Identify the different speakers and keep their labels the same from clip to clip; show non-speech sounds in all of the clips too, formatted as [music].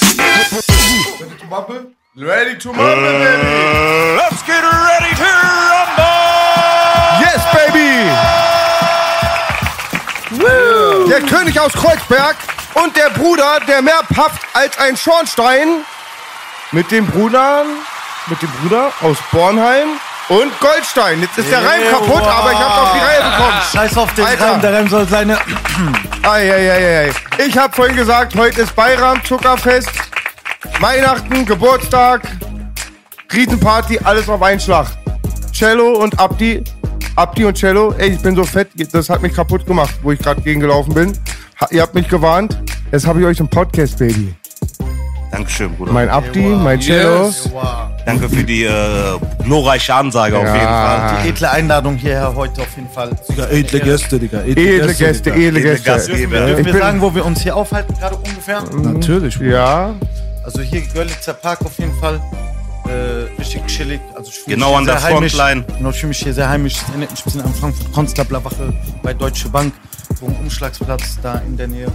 Speaker 1: Ready to bumper? Ready to bumper, baby!
Speaker 2: Let's get ready to rumble!
Speaker 3: Yes, Baby! Der König aus Kreuzberg und der Bruder, der mehr pafft als ein Schornstein. Mit dem Bruder, mit dem Bruder aus Bornheim und Goldstein. Jetzt ist der Reim kaputt, aber ich hab's auf die Reihe bekommen.
Speaker 2: Scheiß auf den
Speaker 3: Alter.
Speaker 2: Reim, der Reim soll seine.
Speaker 3: Eieieiei. Ich habe vorhin gesagt, heute ist Bayram, Zuckerfest, Weihnachten, Geburtstag, Riesenparty, alles auf einen Schlag. Cello und Abdi, Abdi und Cello, ey, ich bin so fett, das hat mich kaputt gemacht, wo ich gerade gegengelaufen bin. Ha, ihr habt mich gewarnt, jetzt habe ich euch im Podcast, Baby.
Speaker 4: Dankeschön, Bruder.
Speaker 3: Mein Abdi, mein Cello.
Speaker 1: Yes. Wow.
Speaker 4: Danke für die äh, glorreiche Ansage auf jeden Fall.
Speaker 3: Ah.
Speaker 2: Die edle Einladung hierher heute auf jeden Fall.
Speaker 5: Digga, edle Gäste, Digga.
Speaker 3: Edle Gäste,
Speaker 5: Digga.
Speaker 3: edle
Speaker 4: Edle
Speaker 3: Gäste.
Speaker 4: Gastgeber.
Speaker 3: Ich
Speaker 2: Dürfen wir
Speaker 3: bin- Mhm.
Speaker 2: sagen, wo wir uns hier aufhalten, gerade ungefähr?
Speaker 5: Natürlich.
Speaker 3: Ja,
Speaker 2: Also hier Görlitzer Park auf jeden Fall. Äh, richtig chillig. Also ich fühle
Speaker 4: Genau
Speaker 2: mich hier
Speaker 4: an der
Speaker 2: sehr heimisch.
Speaker 4: Frontline.
Speaker 2: Genau, ich fühle mich hier sehr heimisch. Es erinnert mich ein bisschen an Frankfurt Konstablerwache bei Deutsche Bank. So ein Umschlagsplatz da in der Nähe.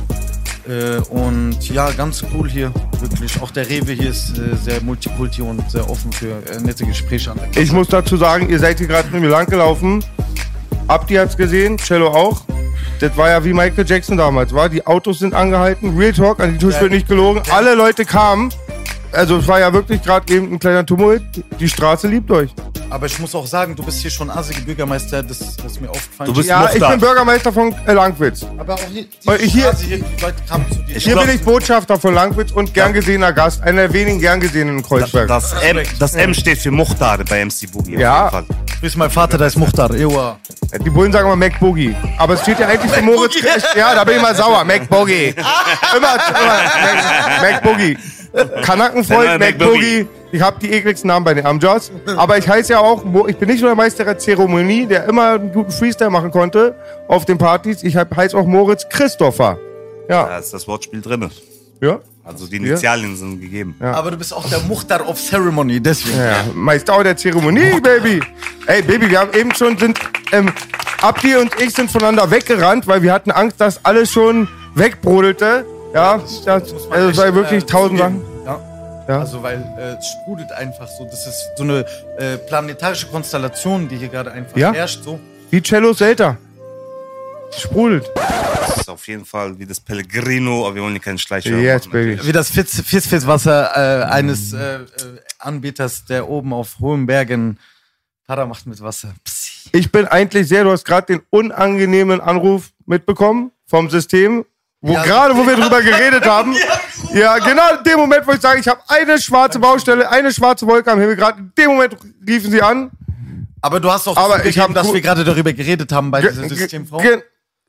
Speaker 2: Äh, und ja, ganz cool hier. Wirklich. Auch der Rewe hier ist äh, sehr multikulti und sehr offen für äh, nette Gespräche. an der Kasse.
Speaker 3: Ich muss dazu sagen, ihr seid hier gerade mit mir lang gelaufen. Abdi hat's gesehen, Cello auch. Das war ja wie Michael Jackson damals, war. Die Autos sind angehalten, Real Talk, an die Tisch wird nicht gelogen. Alle Leute kamen. Also es war ja wirklich gerade eben ein kleiner Tumult. Die Straße liebt euch.
Speaker 2: Aber ich muss auch sagen, du bist hier schon assige Bürgermeister. Das, das ist mir aufgefallen.
Speaker 4: Du bist-
Speaker 3: Ja,
Speaker 4: noch
Speaker 3: ich
Speaker 4: da.
Speaker 3: bin Bürgermeister von äh, Langwitz.
Speaker 2: aber auch hier,
Speaker 3: Äh,
Speaker 2: die
Speaker 3: hier-
Speaker 2: Straße Oh, hier, die Leute kamen zu dir.
Speaker 4: Ich
Speaker 3: Hier
Speaker 4: glaub-
Speaker 3: bin ich Botschafter von Langwitz und gern gesehener Gast. Einer der wenigen gern gesehenen in Kreuzberg.
Speaker 4: Das M, das M steht für Muchtar bei MC Boogie. auf
Speaker 3: Ja.
Speaker 4: jeden Fall.
Speaker 2: Grüß mein Vater, da ist Muchtar. Ewa.
Speaker 3: Die Bullen sagen immer Mac Boogie. Aber es steht ja eigentlich für Moritz. Ja, da bin ich mal sauer. Mac Boogie. Immer, immer Mac, Mac Boogie.
Speaker 4: Der
Speaker 3: Kanackenfreund,
Speaker 4: neue
Speaker 3: Mac
Speaker 4: Mac Boogie.
Speaker 3: Boogie. Ich habe die ekligsten Namen bei den Amjas. Aber ich heiße ja auch, Mo- ich bin nicht nur der Meister der Zeremonie, der immer einen guten Freestyle machen konnte auf den Partys. Ich heiße auch Moritz Christopher. Ja,
Speaker 4: Da ist das Wortspiel drin.
Speaker 3: ja.
Speaker 4: Also die Initialien sind gegeben.
Speaker 2: Aber du bist auch der Muchtar of Ceremony, deswegen.
Speaker 3: Ja, Meister der Zeremonie, Baby. Ey, Baby, wir haben eben schon sind ähm, Abdi und ich sind voneinander weggerannt, weil wir hatten Angst, dass alles schon wegbrodelte. Ja, das, also es war wirklich
Speaker 2: äh,
Speaker 3: tausend
Speaker 2: zugeben.
Speaker 3: Sachen.
Speaker 2: Ja.
Speaker 3: Ja.
Speaker 2: Also, weil äh, es sprudelt einfach so. Das ist so eine äh, planetarische Konstellation, die hier gerade einfach
Speaker 3: Ja.
Speaker 2: herrscht. So.
Speaker 3: Wie Cello Selta. Sprudelt.
Speaker 4: Das ist auf jeden Fall wie das Pellegrino, aber wir wollen hier keinen Schleicher
Speaker 3: Yes,
Speaker 4: machen,
Speaker 3: Baby.
Speaker 2: Wie das Fissfisswasser äh, eines äh, äh, Anbieters, der oben auf hohen Bergen Para macht mit Wasser. Psst.
Speaker 3: Ich bin eigentlich sehr, du hast gerade den unangenehmen Anruf mitbekommen vom System, wo
Speaker 2: Ja.
Speaker 3: gerade, wo wir drüber geredet haben. Ja, genau in dem Moment, wo ich sage, ich habe eine schwarze Baustelle, eine schwarze Wolke am Himmel. Gerade in dem Moment riefen sie an.
Speaker 2: Aber du hast auch
Speaker 3: Aber ich
Speaker 2: zugegeben,
Speaker 3: hab
Speaker 2: dass
Speaker 3: gut-
Speaker 2: wir gerade darüber geredet haben bei
Speaker 3: Ge-
Speaker 2: dieser
Speaker 3: ge-
Speaker 2: Also Systemfrau.
Speaker 3: ge-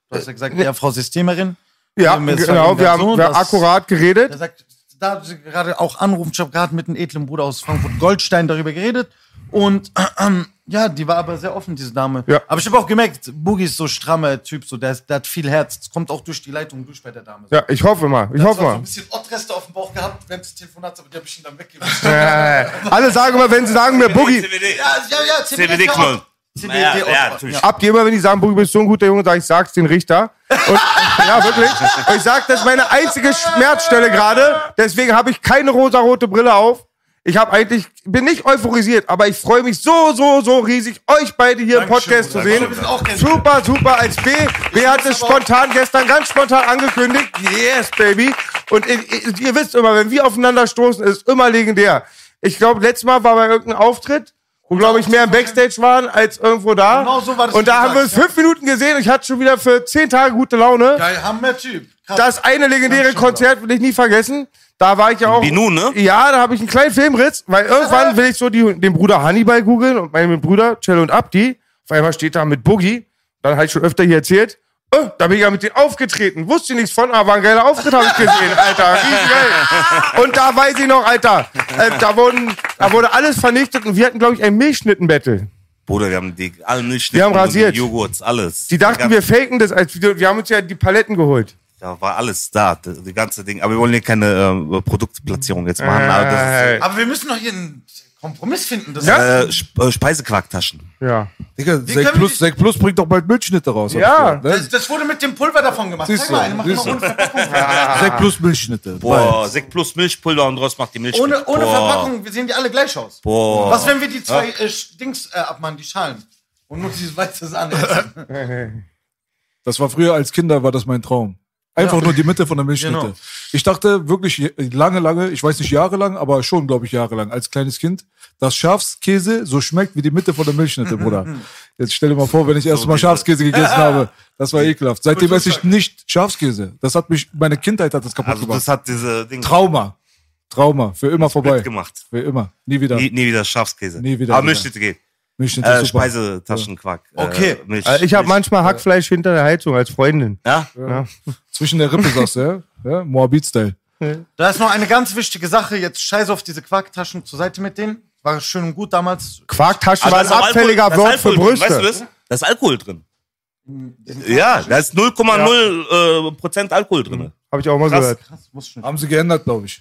Speaker 2: Du hast ja gesagt, ja, Frau Systemerin.
Speaker 3: Ja,
Speaker 2: Und mir ist
Speaker 3: genau,
Speaker 2: dann
Speaker 3: wir
Speaker 2: so,
Speaker 3: haben, wir haben
Speaker 2: dass-
Speaker 3: akkurat
Speaker 2: Er
Speaker 3: geredet.
Speaker 2: sagt, da haben sie gerade auch anrufen. Ich habe gerade mit einem edlen Bruder aus Frankfurt Goldstein darüber geredet. Und [clears throat] ähm, ja, die war aber sehr offen, diese Dame.
Speaker 3: Ja.
Speaker 2: Aber ich habe auch gemerkt, Boogie ist so strammer Typ, so, der, der hat viel Herz. Das kommt auch durch die Leitung durch bei der Dame.
Speaker 3: Ja, ich hoffe mal, ich
Speaker 2: Ich
Speaker 3: hoffe
Speaker 2: so ein
Speaker 3: mal.
Speaker 2: bisschen Ottreste auf dem Bauch gehabt während des Telefonats, aber die habe ich ihn dann weggewiesen.
Speaker 3: Äh, alle sagen immer, wenn sie sagen mir Boogie,
Speaker 4: CBD.
Speaker 2: ja, ja, ja,
Speaker 4: CBD knollen.
Speaker 2: CBD
Speaker 4: Ja,
Speaker 2: Ottreste.
Speaker 4: ja, natürlich.
Speaker 3: ab die immer, wenn die sagen, Boogie, bist so ein guter Junge, sag ich, sag's den Richter. Und, ja, wirklich. Und ich sag, das ist meine einzige Schmerzstelle gerade. Deswegen habe ich keine rosarote Brille auf. Ich habe eigentlich, bin nicht euphorisiert, aber ich freue mich so, so, so riesig, euch beide hier im
Speaker 2: Dankeschön,
Speaker 3: Podcast zu
Speaker 2: Bruder.
Speaker 3: sehen.
Speaker 2: Dankeschön, Bruder. Auch gerne.
Speaker 3: Super, super als B. B hat es spontan gestern, ganz spontan angekündigt. Yes, Baby. Und ihr, ihr- ihr wisst immer, wenn wir aufeinander stoßen, ist es immer legendär. Ich glaube, letztes Mal war bei irgendeinem Auftritt Wo, glaube ich, mehr im Backstage waren als irgendwo da.
Speaker 2: Genau so war das
Speaker 3: und da haben wir uns
Speaker 2: gesagt,
Speaker 3: fünf Minuten gesehen und ich hatte schon wieder für zehn Tage gute Laune.
Speaker 2: Geil, Hammer-Typ. Krass.
Speaker 3: Das eine legendäre Konzert will ich nie vergessen. Da war ich ja auch.
Speaker 4: Binu, ne?
Speaker 3: Ja, da habe ich einen kleinen Filmritz, weil irgendwann will ich so die, den Bruder Hannibal googeln und meine Brüder Cello und Abdi. Auf einmal steht da mit Boogie. Dann habe ich schon öfter hier erzählt. Oh, da bin ich ja mit denen aufgetreten. Wusste nichts von, aber ein geiler Auftritt habe ich gesehen, Alter. Riesengeil. Und da weiß ich noch, Alter, äh, da, wurden, da wurde alles vernichtet und wir hatten, glaube ich, ein Milchschnittenbattle.
Speaker 4: Bruder, wir haben die allen Milch,
Speaker 3: Wir haben rasiert.
Speaker 4: Joghurts, alles.
Speaker 3: Die dachten, wir faken das als Video. Wir haben uns ja die Paletten geholt.
Speaker 4: Da war alles da, das das ganze Ding. Aber wir wollen hier keine äh, Produktplatzierung jetzt machen. aber
Speaker 3: Äh,
Speaker 2: Aber wir müssen noch hier einen Kompromiss finden. Das
Speaker 3: Ja?
Speaker 4: das ist, äh, Sp- äh, Speisequarktaschen.
Speaker 3: ja.
Speaker 6: Digga, Sekt
Speaker 2: können
Speaker 6: Plus,
Speaker 2: die-
Speaker 6: Sekt Plus bringt doch bald Milchschnitte raus. hab
Speaker 3: Ja.
Speaker 6: ich gehört, ne?
Speaker 2: Das, das wurde mit dem Pulver davon gemacht.
Speaker 6: Siehst
Speaker 2: Zeig mal,
Speaker 6: du,
Speaker 2: eine macht mal
Speaker 6: siehst du.
Speaker 2: ohne Verpackung.
Speaker 6: ne? Sekt Plus Milchschnitte.
Speaker 4: Boah, Sekt plus Milchpulver und draus macht die Milch.
Speaker 2: Ohne, ohne
Speaker 4: Boah.
Speaker 2: Verpackung, wir sehen die alle gleich aus.
Speaker 4: Boah.
Speaker 2: Was, wenn wir die zwei äh, Sch- Dings äh, abmachen, die Schalen? Und nur dieses weiße
Speaker 6: [laughs]
Speaker 2: Sahne.
Speaker 6: Das war früher als Kinder, war das mein Traum. Einfach nur die Mitte von der Milchschnitte.
Speaker 2: Genau.
Speaker 6: Ich dachte wirklich je- lange, lange, ich weiß nicht jahrelang, aber schon, glaube ich, jahrelang, als kleines Kind, dass Schafskäse so schmeckt wie die Mitte von der Milchschnitte, Bruder. Jetzt stell dir mal vor, wenn ich erst mal Schafskäse gegessen habe. Das war ekelhaft. Seitdem esse ich nicht Schafskäse. Das hat mich, meine Kindheit hat das kaputt
Speaker 4: Also
Speaker 6: gemacht.
Speaker 4: das hat diese Ding
Speaker 6: Trauma. Trauma. Für immer vorbei.
Speaker 4: gemacht.
Speaker 6: Für immer. Nie wieder.
Speaker 4: Nie, nie wieder Schafskäse.
Speaker 6: Nie wieder,
Speaker 4: Aber
Speaker 6: wieder.
Speaker 4: Milchschnitte geht.
Speaker 6: Milchschnitte
Speaker 4: Äh,
Speaker 6: ist super.
Speaker 4: Speisetaschenquark.
Speaker 2: Okay.
Speaker 4: Äh, Milch,
Speaker 3: Äh, Ich habe
Speaker 4: Milch.
Speaker 3: manchmal Hackfleisch hinter der Heizung als Freundin.
Speaker 4: Ja?
Speaker 6: Zwischen der Rippe saß, ja? ja? Moabit-Style.
Speaker 2: da ist noch eine ganz wichtige Sache. Jetzt scheiß auf diese Quarktaschen zur Seite mit denen. War schön und gut damals.
Speaker 3: Quarktaschen
Speaker 4: Aber
Speaker 3: war
Speaker 4: da Also
Speaker 3: ein
Speaker 4: ist auch
Speaker 3: abfälliger
Speaker 4: Alkohol- da
Speaker 3: Wort
Speaker 4: ist
Speaker 3: für
Speaker 4: Alkohol drin, Weißt du
Speaker 3: Brüste.
Speaker 4: das? Da ist Alkohol drin. Ja, da ist 0,0 äh, Prozent Alkohol drin.
Speaker 3: Habe ich auch mal
Speaker 4: Krass.
Speaker 3: gehört.
Speaker 2: Krass, muss schon.
Speaker 6: Haben sie geändert, glaube ich.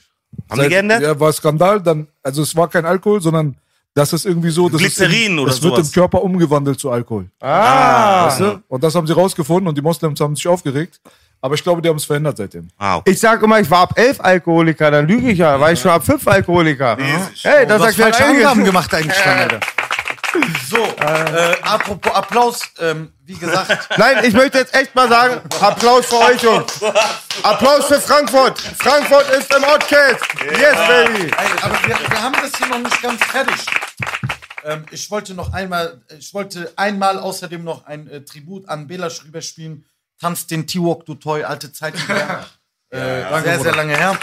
Speaker 4: Haben die geändert?
Speaker 6: Ja, war Skandal. Dann, also es war kein Alkohol, sondern das ist irgendwie so, das ist
Speaker 4: Glycerin
Speaker 6: im,
Speaker 4: oder
Speaker 6: das wird
Speaker 4: sowas.
Speaker 6: im Körper umgewandelt zu Alkohol.
Speaker 3: Ah.
Speaker 6: Weißt du? Und das haben sie rausgefunden und die Moslems haben sich aufgeregt. Aber ich glaube, die haben es verändert seitdem.
Speaker 4: Ah, okay.
Speaker 3: Ich sag immer, ich war ab elf Alkoholiker, dann lüge ich ja, war ich schon ab fünf Alkoholiker. Hey, das
Speaker 2: Du hast
Speaker 3: sagt ja
Speaker 2: falsche Angaben
Speaker 3: einiges.
Speaker 2: gemacht eigentlich schon, Alter. So, äh, apropos Applaus, ähm, wie [laughs] gesagt,
Speaker 3: Nein, ich möchte jetzt echt mal sagen, Applaus für euch, Jungs. Applaus für Frankfurt. Frankfurt ist im Outcast. Yes, baby.
Speaker 2: ey, aber wir, wir haben das hier noch nicht ganz fertig. Ähm, ich wollte noch einmal, ich wollte einmal außerdem noch ein äh, Tribut an Bela Schrieber spielen. Tanz den T-Walk, du Toy, alte Zeiten. her. äh, sehr, sehr lange her.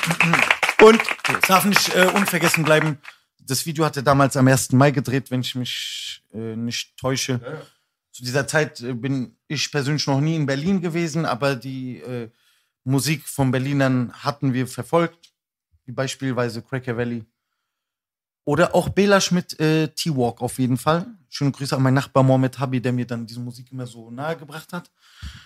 Speaker 3: Und
Speaker 2: Es darf nicht äh, unvergessen bleiben. Das Video hat er damals am 1. Mai gedreht, wenn ich mich äh, nicht täusche. Zu dieser Zeit äh, bin ich persönlich noch nie in Berlin gewesen, aber die äh, Musik von Berlinern hatten wir verfolgt, wie beispielsweise Cracker Valley. Oder auch Bela Schmidt äh, T-Walk auf jeden Fall. Schöne Grüße an meinen Nachbar Mohamed Habi, der mir dann diese Musik immer so nahe gebracht hat.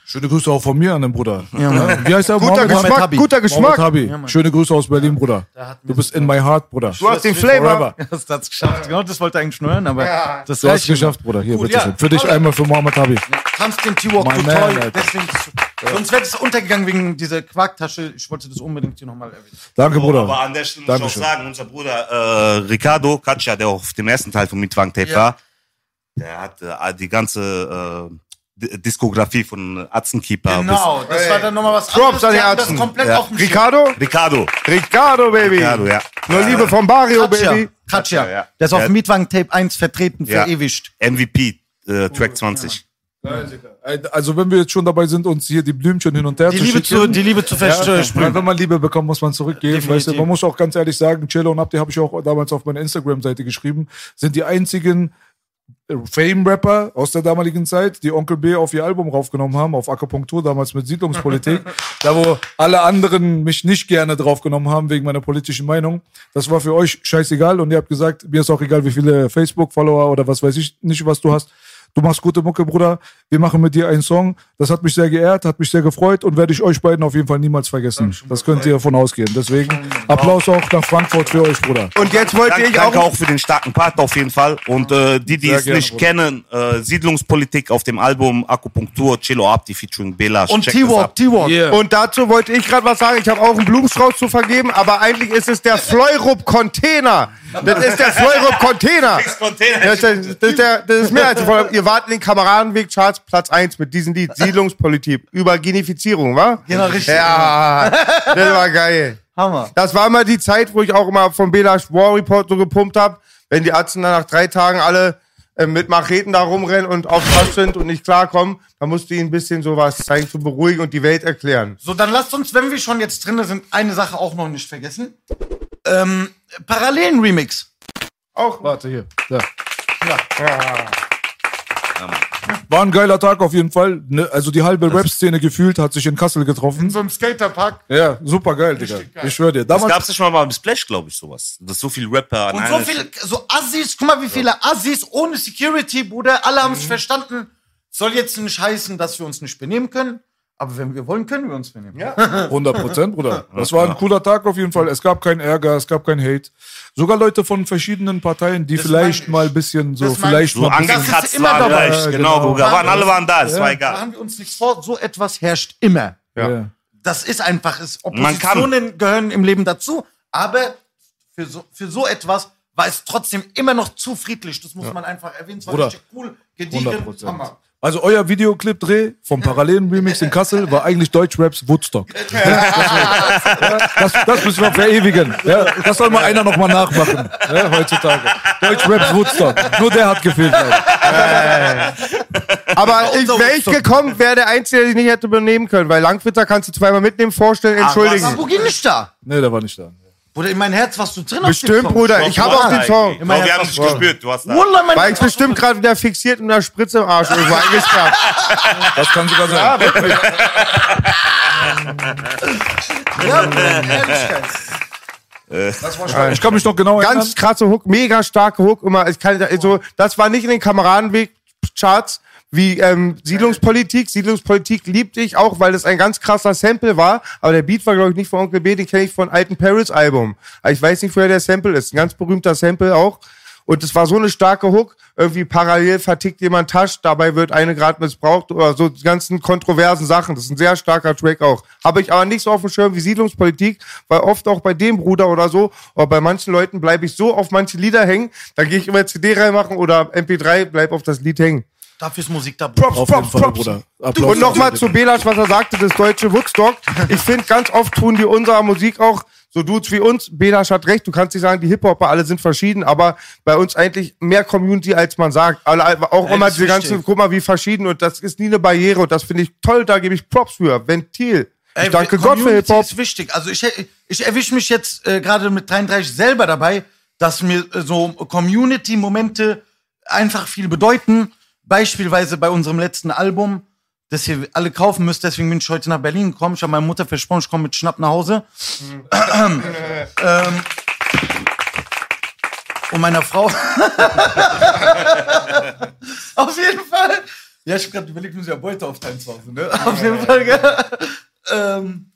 Speaker 6: Schöne Grüße auch von mir an den Bruder.
Speaker 2: Ja, ne? Mann.
Speaker 6: [laughs] Wie heißt er?
Speaker 3: guter
Speaker 6: Mohammed
Speaker 3: Geschmack,
Speaker 2: Habi.
Speaker 3: guter
Speaker 6: Mohammed
Speaker 3: Geschmack.
Speaker 6: Habi.
Speaker 2: Ja, Mann.
Speaker 6: Schöne Grüße aus Berlin, Bruder.
Speaker 2: Da hat mir
Speaker 6: Du bist
Speaker 2: [laughs] so-
Speaker 6: in my heart, Bruder.
Speaker 3: Du hast den Flavor.
Speaker 2: Das hat's geschafft. Genau, das wollte ich eigentlich nur hören, aber das
Speaker 6: Du hast es
Speaker 2: reicht
Speaker 6: geschafft, Bruder. Hier,
Speaker 2: Cool,
Speaker 6: bitteschön.
Speaker 2: ja.
Speaker 6: Für dich einmal für Mohammed Habi.
Speaker 2: Tanz den T-Walk
Speaker 6: My
Speaker 2: total.
Speaker 6: man, Alter.
Speaker 2: deswegen, Sonst wäre es untergegangen wegen dieser Quarktasche. Ich wollte das unbedingt hier nochmal erwähnen.
Speaker 6: Danke,
Speaker 4: So, Oh, Aber
Speaker 6: Bruder.
Speaker 4: an der Stelle muss
Speaker 6: Dankeschön.
Speaker 4: ich auch sagen, unser Bruder äh, Ricardo Katja, der auch auf dem ersten Teil von Mietwagen Tape
Speaker 2: Ja.
Speaker 4: war, der hat äh, die ganze äh, D- Diskografie von Atzenkeeper
Speaker 2: Genau, das war dann nochmal was
Speaker 3: Props an
Speaker 2: Die
Speaker 3: die
Speaker 2: hatten das
Speaker 3: Ärzte.
Speaker 2: komplett
Speaker 4: Ja.
Speaker 2: auf dem Schirm.
Speaker 3: Ricardo?
Speaker 4: bis Ricardo.
Speaker 3: Ricardo, Baby.
Speaker 4: Ricardo, ja.
Speaker 3: Nur Liebe vom Barrio,
Speaker 2: Katja,
Speaker 3: Baby.
Speaker 2: Katja,
Speaker 4: Katja, ja.
Speaker 2: der ist auf
Speaker 4: Ja.
Speaker 2: Mietwagen Tape 1 vertreten,
Speaker 4: Ja.
Speaker 2: verewigt.
Speaker 4: MVP äh,
Speaker 2: Oh,
Speaker 4: Track 20.
Speaker 6: Also, wenn wir jetzt schon dabei sind, uns hier die Blümchen hin und her
Speaker 2: Die
Speaker 6: zu
Speaker 2: Liebe
Speaker 6: schicken,
Speaker 2: zu, die Liebe zu
Speaker 6: Ja,
Speaker 2: versprühen.
Speaker 6: weil wenn man Liebe bekommt, muss man zurückgeben. Weißt du, man muss auch ganz ehrlich sagen, Cello und Abdi habe ich auch damals auf meiner Instagram-Seite geschrieben, sind die einzigen äh, Fame-Rapper aus der damaligen Zeit, die Onkel B auf ihr Album raufgenommen haben, auf Akupunktur damals mit Siedlungspolitik, da wo alle anderen mich nicht gerne draufgenommen haben wegen meiner politischen Meinung. Das war für euch scheißegal und ihr habt gesagt, mir ist auch egal, wie viele Facebook-Follower oder was weiß ich nicht, was du hast. Du machst gute Mucke, Bruder. Wir machen mit dir einen Song. Das hat mich sehr geehrt, hat mich sehr gefreut und werde ich euch beiden auf jeden Fall niemals vergessen. Das könnt ihr davon ausgehen. Deswegen Applaus auch nach Frankfurt für euch, Bruder.
Speaker 3: Und jetzt wollte
Speaker 4: Danke,
Speaker 3: ich
Speaker 4: danke
Speaker 3: auch.
Speaker 4: auch für den starken Part auf jeden Fall. Und äh, die, die
Speaker 6: Sehr
Speaker 4: es
Speaker 6: gerne,
Speaker 4: nicht
Speaker 6: Bruder.
Speaker 4: kennen, äh, Siedlungspolitik auf dem Album Akupunktur, Chilo Abdi featuring Bela.
Speaker 2: Und
Speaker 4: Checkt das
Speaker 2: T-Walk,
Speaker 4: ab.
Speaker 2: T-Walk.
Speaker 3: Und dazu wollte ich gerade was sagen. Ich habe auch einen Blumenstrauß zu vergeben, aber eigentlich ist es der Fleurup-Container. Das ist der Fleurup-Container. Das, ist- das, ist der, das ist mehr als voll. Ihr wart in den Kameradenweg Charts Platz 1 mit diesem Lied Siedlungspolitik über Genifizierung, wa?
Speaker 2: Genau, richtig.
Speaker 3: Ja, das war geil.
Speaker 2: Hammer.
Speaker 3: Das war mal die Zeit, wo ich auch immer vom Bela War Report so gepumpt habe. wenn die Atzen dann nach drei Tagen alle äh, mit Macheten da rumrennen und auf Quatsch sind und nicht klarkommen, dann musst du ihnen ein bisschen sowas zeigen, zu beruhigen und die Welt erklären.
Speaker 2: So, dann lasst uns, wenn wir schon jetzt drinne sind, eine Sache auch noch nicht vergessen. Ähm, Parallelen-Remix.
Speaker 3: Auch
Speaker 6: Warte hier. Da. War ein geiler Tag auf jeden Fall. Ne, also die halbe Rap-Szene gefühlt hat sich in Kassel getroffen.
Speaker 3: in so einem Skaterpark.
Speaker 6: Ja, super geil, Digga. Ich schwöre dir.
Speaker 4: Das
Speaker 6: Damals
Speaker 4: gab es nicht mal beim Splash, glaube ich, sowas. Dass so viele Rapper an
Speaker 2: Und so
Speaker 4: einer
Speaker 2: viele, so Assis, guck mal, wie viele Assis ohne Security, Bruder, alle haben es verstanden. Soll jetzt nicht heißen, dass wir uns nicht benehmen können, aber wenn wir wollen, können wir uns benehmen. Ja.
Speaker 6: 100 Prozent, Bruder. Das war ein cooler Tag auf jeden Fall. Es gab keinen Ärger, es gab keinen Hate. Sogar Leute von verschiedenen Parteien, die vielleicht mal ein bisschen so,
Speaker 2: Das meine
Speaker 6: vielleicht
Speaker 2: ich.
Speaker 4: so
Speaker 6: mal ein bisschen
Speaker 2: Das ist
Speaker 4: angekratzt
Speaker 2: immer
Speaker 4: waren.
Speaker 2: dabei.
Speaker 4: Vielleicht.
Speaker 6: Ja,
Speaker 4: genau,
Speaker 6: genau.
Speaker 4: Bruder. Waren, alle waren da, es war egal.
Speaker 2: Machen wir uns nichts vor, so etwas herrscht immer.
Speaker 6: Ja.
Speaker 2: Das ist einfach, es,
Speaker 4: Man kann.
Speaker 2: Oppositionen gehören im Leben dazu, aber für so, für so etwas war es trotzdem immer noch zu friedlich. Das muss man einfach erwähnen. Es war
Speaker 6: Bruder,
Speaker 2: richtig cool, gediegen,
Speaker 6: 100
Speaker 2: Hammer.
Speaker 6: Also euer Videoclip-Dreh vom Parallelen-Remix in Kassel war eigentlich Deutschraps Woodstock. Das, das müssen wir verewigen. Ja, das soll mal einer nochmal nachmachen ja, heutzutage. Deutschraps Woodstock. Nur der hat gefehlt. Leider.
Speaker 3: Aber ich wäre ich gekommen, wäre der Einzige, der sich nicht hätte übernehmen können, weil Langwitter kannst du zweimal mitnehmen, vorstellen, entschuldigen.
Speaker 2: Aber Boogie nicht da.
Speaker 6: Nee, der war nicht da.
Speaker 2: Bruder, in mein Herz warst du drin. auf dem
Speaker 3: Bestimmt,
Speaker 2: Song.
Speaker 3: Bruda. Ich habe auch den Song.
Speaker 4: Genau, wir haben dich gespürt, du hast da.
Speaker 2: Wallah, mein
Speaker 3: War ich bestimmt gerade wieder fixiert und einer Spritze im Arsch [laughs] irgendwo eingesperrt.
Speaker 6: Das kann sogar sein.
Speaker 2: Ja, Bruder,
Speaker 3: [laughs]
Speaker 2: Ehrlichkeit.
Speaker 3: Äh.
Speaker 6: Ich kann mich noch genau erinnern.
Speaker 3: Ganz krasse Hook, mega starke Hook. Immer, ich kann, also, das war nicht in den Kameradenweg-Charts wie ähm, Siedlungspolitik. Siedlungspolitik liebte ich auch, weil das ein ganz krasser Sample war. Aber der Beat war, glaube ich, nicht von Onkel B, den kenne ich von alten Paris-Album. Aber Ich weiß nicht, woher der Sample ist. Ein ganz berühmter Sample auch. Und es war so eine starke Hook. Irgendwie parallel vertickt jemand Tasch, dabei wird eine gerade missbraucht oder so die ganzen kontroversen Sachen. Das ist ein sehr starker Track auch. Habe ich aber nicht so auf dem Schirm wie Siedlungspolitik, weil oft auch bei dem Bruder oder so, oder bei manchen Leuten bleibe ich so auf manche Lieder hängen, dann gehe ich immer CD reinmachen oder MP3, bleib auf das Lied hängen.
Speaker 2: Dafür ist Musik da.
Speaker 6: Auf jeden Fall, Bruder. Applaus.
Speaker 3: Und nochmal zu Belasch, was er sagte, das deutsche Woodstock. Ich finde, ganz oft tun die unserer Musik auch so Dudes wie uns. Belasch hat recht, du kannst nicht sagen, die Hip-Hopper alle sind verschieden, aber bei uns eigentlich mehr Community, als man sagt. Alle, auch immer
Speaker 2: das
Speaker 3: diese
Speaker 2: verstehe
Speaker 3: ganzen,
Speaker 2: ich.
Speaker 3: guck mal, wie verschieden und das ist nie eine Barriere und das finde ich toll, da gebe ich Props für. Ventil. Ich
Speaker 2: Ey,
Speaker 3: danke Gott für
Speaker 2: Community
Speaker 3: Hip-Hop.
Speaker 2: ist wichtig. Also ich, ich erwische mich jetzt äh, gerade mit 33 selber dabei, dass mir äh, so Community-Momente einfach viel bedeuten. Beispielsweise bei unserem letzten Album, das ihr alle kaufen müsst. Deswegen bin ich heute nach Berlin gekommen. Ich habe meiner Mutter versprochen, ich komme mit Schnapp nach Hause. ähm, und meiner Frau. [laughs] Auf jeden Fall. Ja, ich habe gerade überlegt, müssen wir Beute aufteilen zu Hause, ne? Auf jeden Fall, gell? ähm,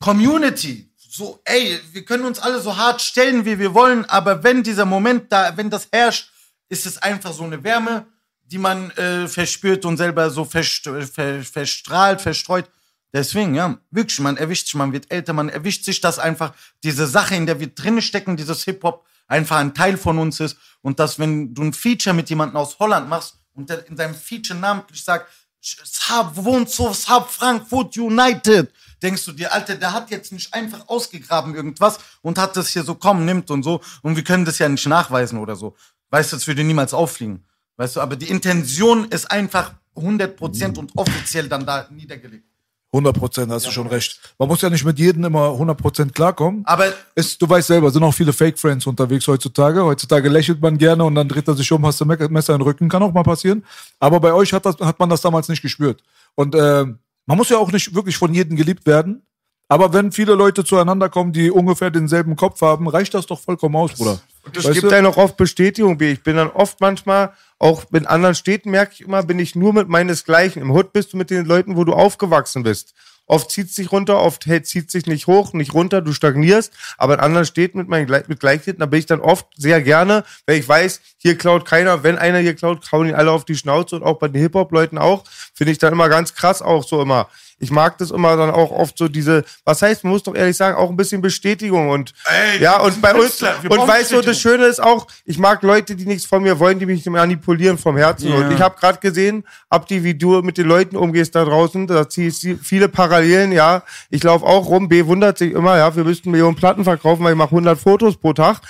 Speaker 2: Community. So, ey, wir können uns alle so hart stellen, wie wir wollen, aber wenn dieser Moment da, wenn das herrscht, ist es einfach so eine Wärme, die man äh, verspürt und selber so verst äh, ver verstrahlt, verstreut. Deswegen, ja, wirklich, man erwischt sich, man wird älter, man erwischt sich, dass einfach diese Sache, in der wir drin stecken, dieses Hip-Hop, einfach ein Teil von uns ist und dass, wenn du ein Feature mit jemandem aus Holland machst und der in seinem Feature namentlich sagt, Saab wohnt so, Saab Frankfurt United. Denkst du dir, Alter, der hat jetzt nicht einfach ausgegraben irgendwas und hat das hier so, komm, nimmt und so. Und wir können das ja nicht nachweisen oder so. Weißt du, das würde niemals auffliegen. Weißt du, aber die Intention ist einfach 100% und offiziell dann da niedergelegt.
Speaker 6: 100 Prozent, hast du schon recht. Man muss ja nicht mit jedem immer 100 Prozent klarkommen.
Speaker 2: Aber
Speaker 6: Ist, du weißt selber, sind auch viele Fake-Friends unterwegs heutzutage. Heutzutage lächelt man gerne und dann dreht er sich um, hast du Me- Messer in den Rücken, kann auch mal passieren. Aber bei euch hat, das, hat man das damals nicht gespürt. Und äh, man muss ja auch nicht wirklich von jedem geliebt werden. Aber wenn viele Leute zueinander kommen, die ungefähr denselben Kopf haben, reicht das doch vollkommen aus, Bruder.
Speaker 3: Und das
Speaker 6: Weißt
Speaker 3: gibt
Speaker 6: du?
Speaker 3: einem auch oft Bestätigung. B. Ich bin dann oft manchmal, auch in anderen Städten merke ich immer, bin ich nur mit meinesgleichen. Im Hood bist du mit den Leuten, wo du aufgewachsen bist. Oft zieht sich runter, oft hält, zieht sich nicht hoch, nicht runter, du stagnierst. Aber in anderen Städten mit meinen Gle- mit Gleichtäten, da bin ich dann oft sehr gerne, weil ich weiß, hier klaut keiner. Wenn einer hier klaut, hauen ihn alle auf die Schnauze und auch bei den Hip-Hop-Leuten auch. Finde ich dann immer ganz krass auch so immer. Ich mag das immer dann auch oft so diese, was heißt, man muss doch ehrlich sagen, auch ein bisschen Bestätigung und
Speaker 7: Ey,
Speaker 3: ja, und bei uns,
Speaker 7: Künstler, wir
Speaker 3: und
Speaker 7: brauchen
Speaker 3: weißt du, das
Speaker 7: Bestätigung.
Speaker 3: Schöne ist auch, ich mag Leute, die nichts von mir wollen, die mich manipulieren vom Herzen. Und ich habe gerade gesehen, ab die, wie du mit den Leuten umgehst da draußen, da ziehe ich sie- viele Parallelen, ja. Ich laufe auch rum, B wundert sich immer, ja, wir müssten Millionen Platten verkaufen, weil ich mache 100 Fotos pro Tag.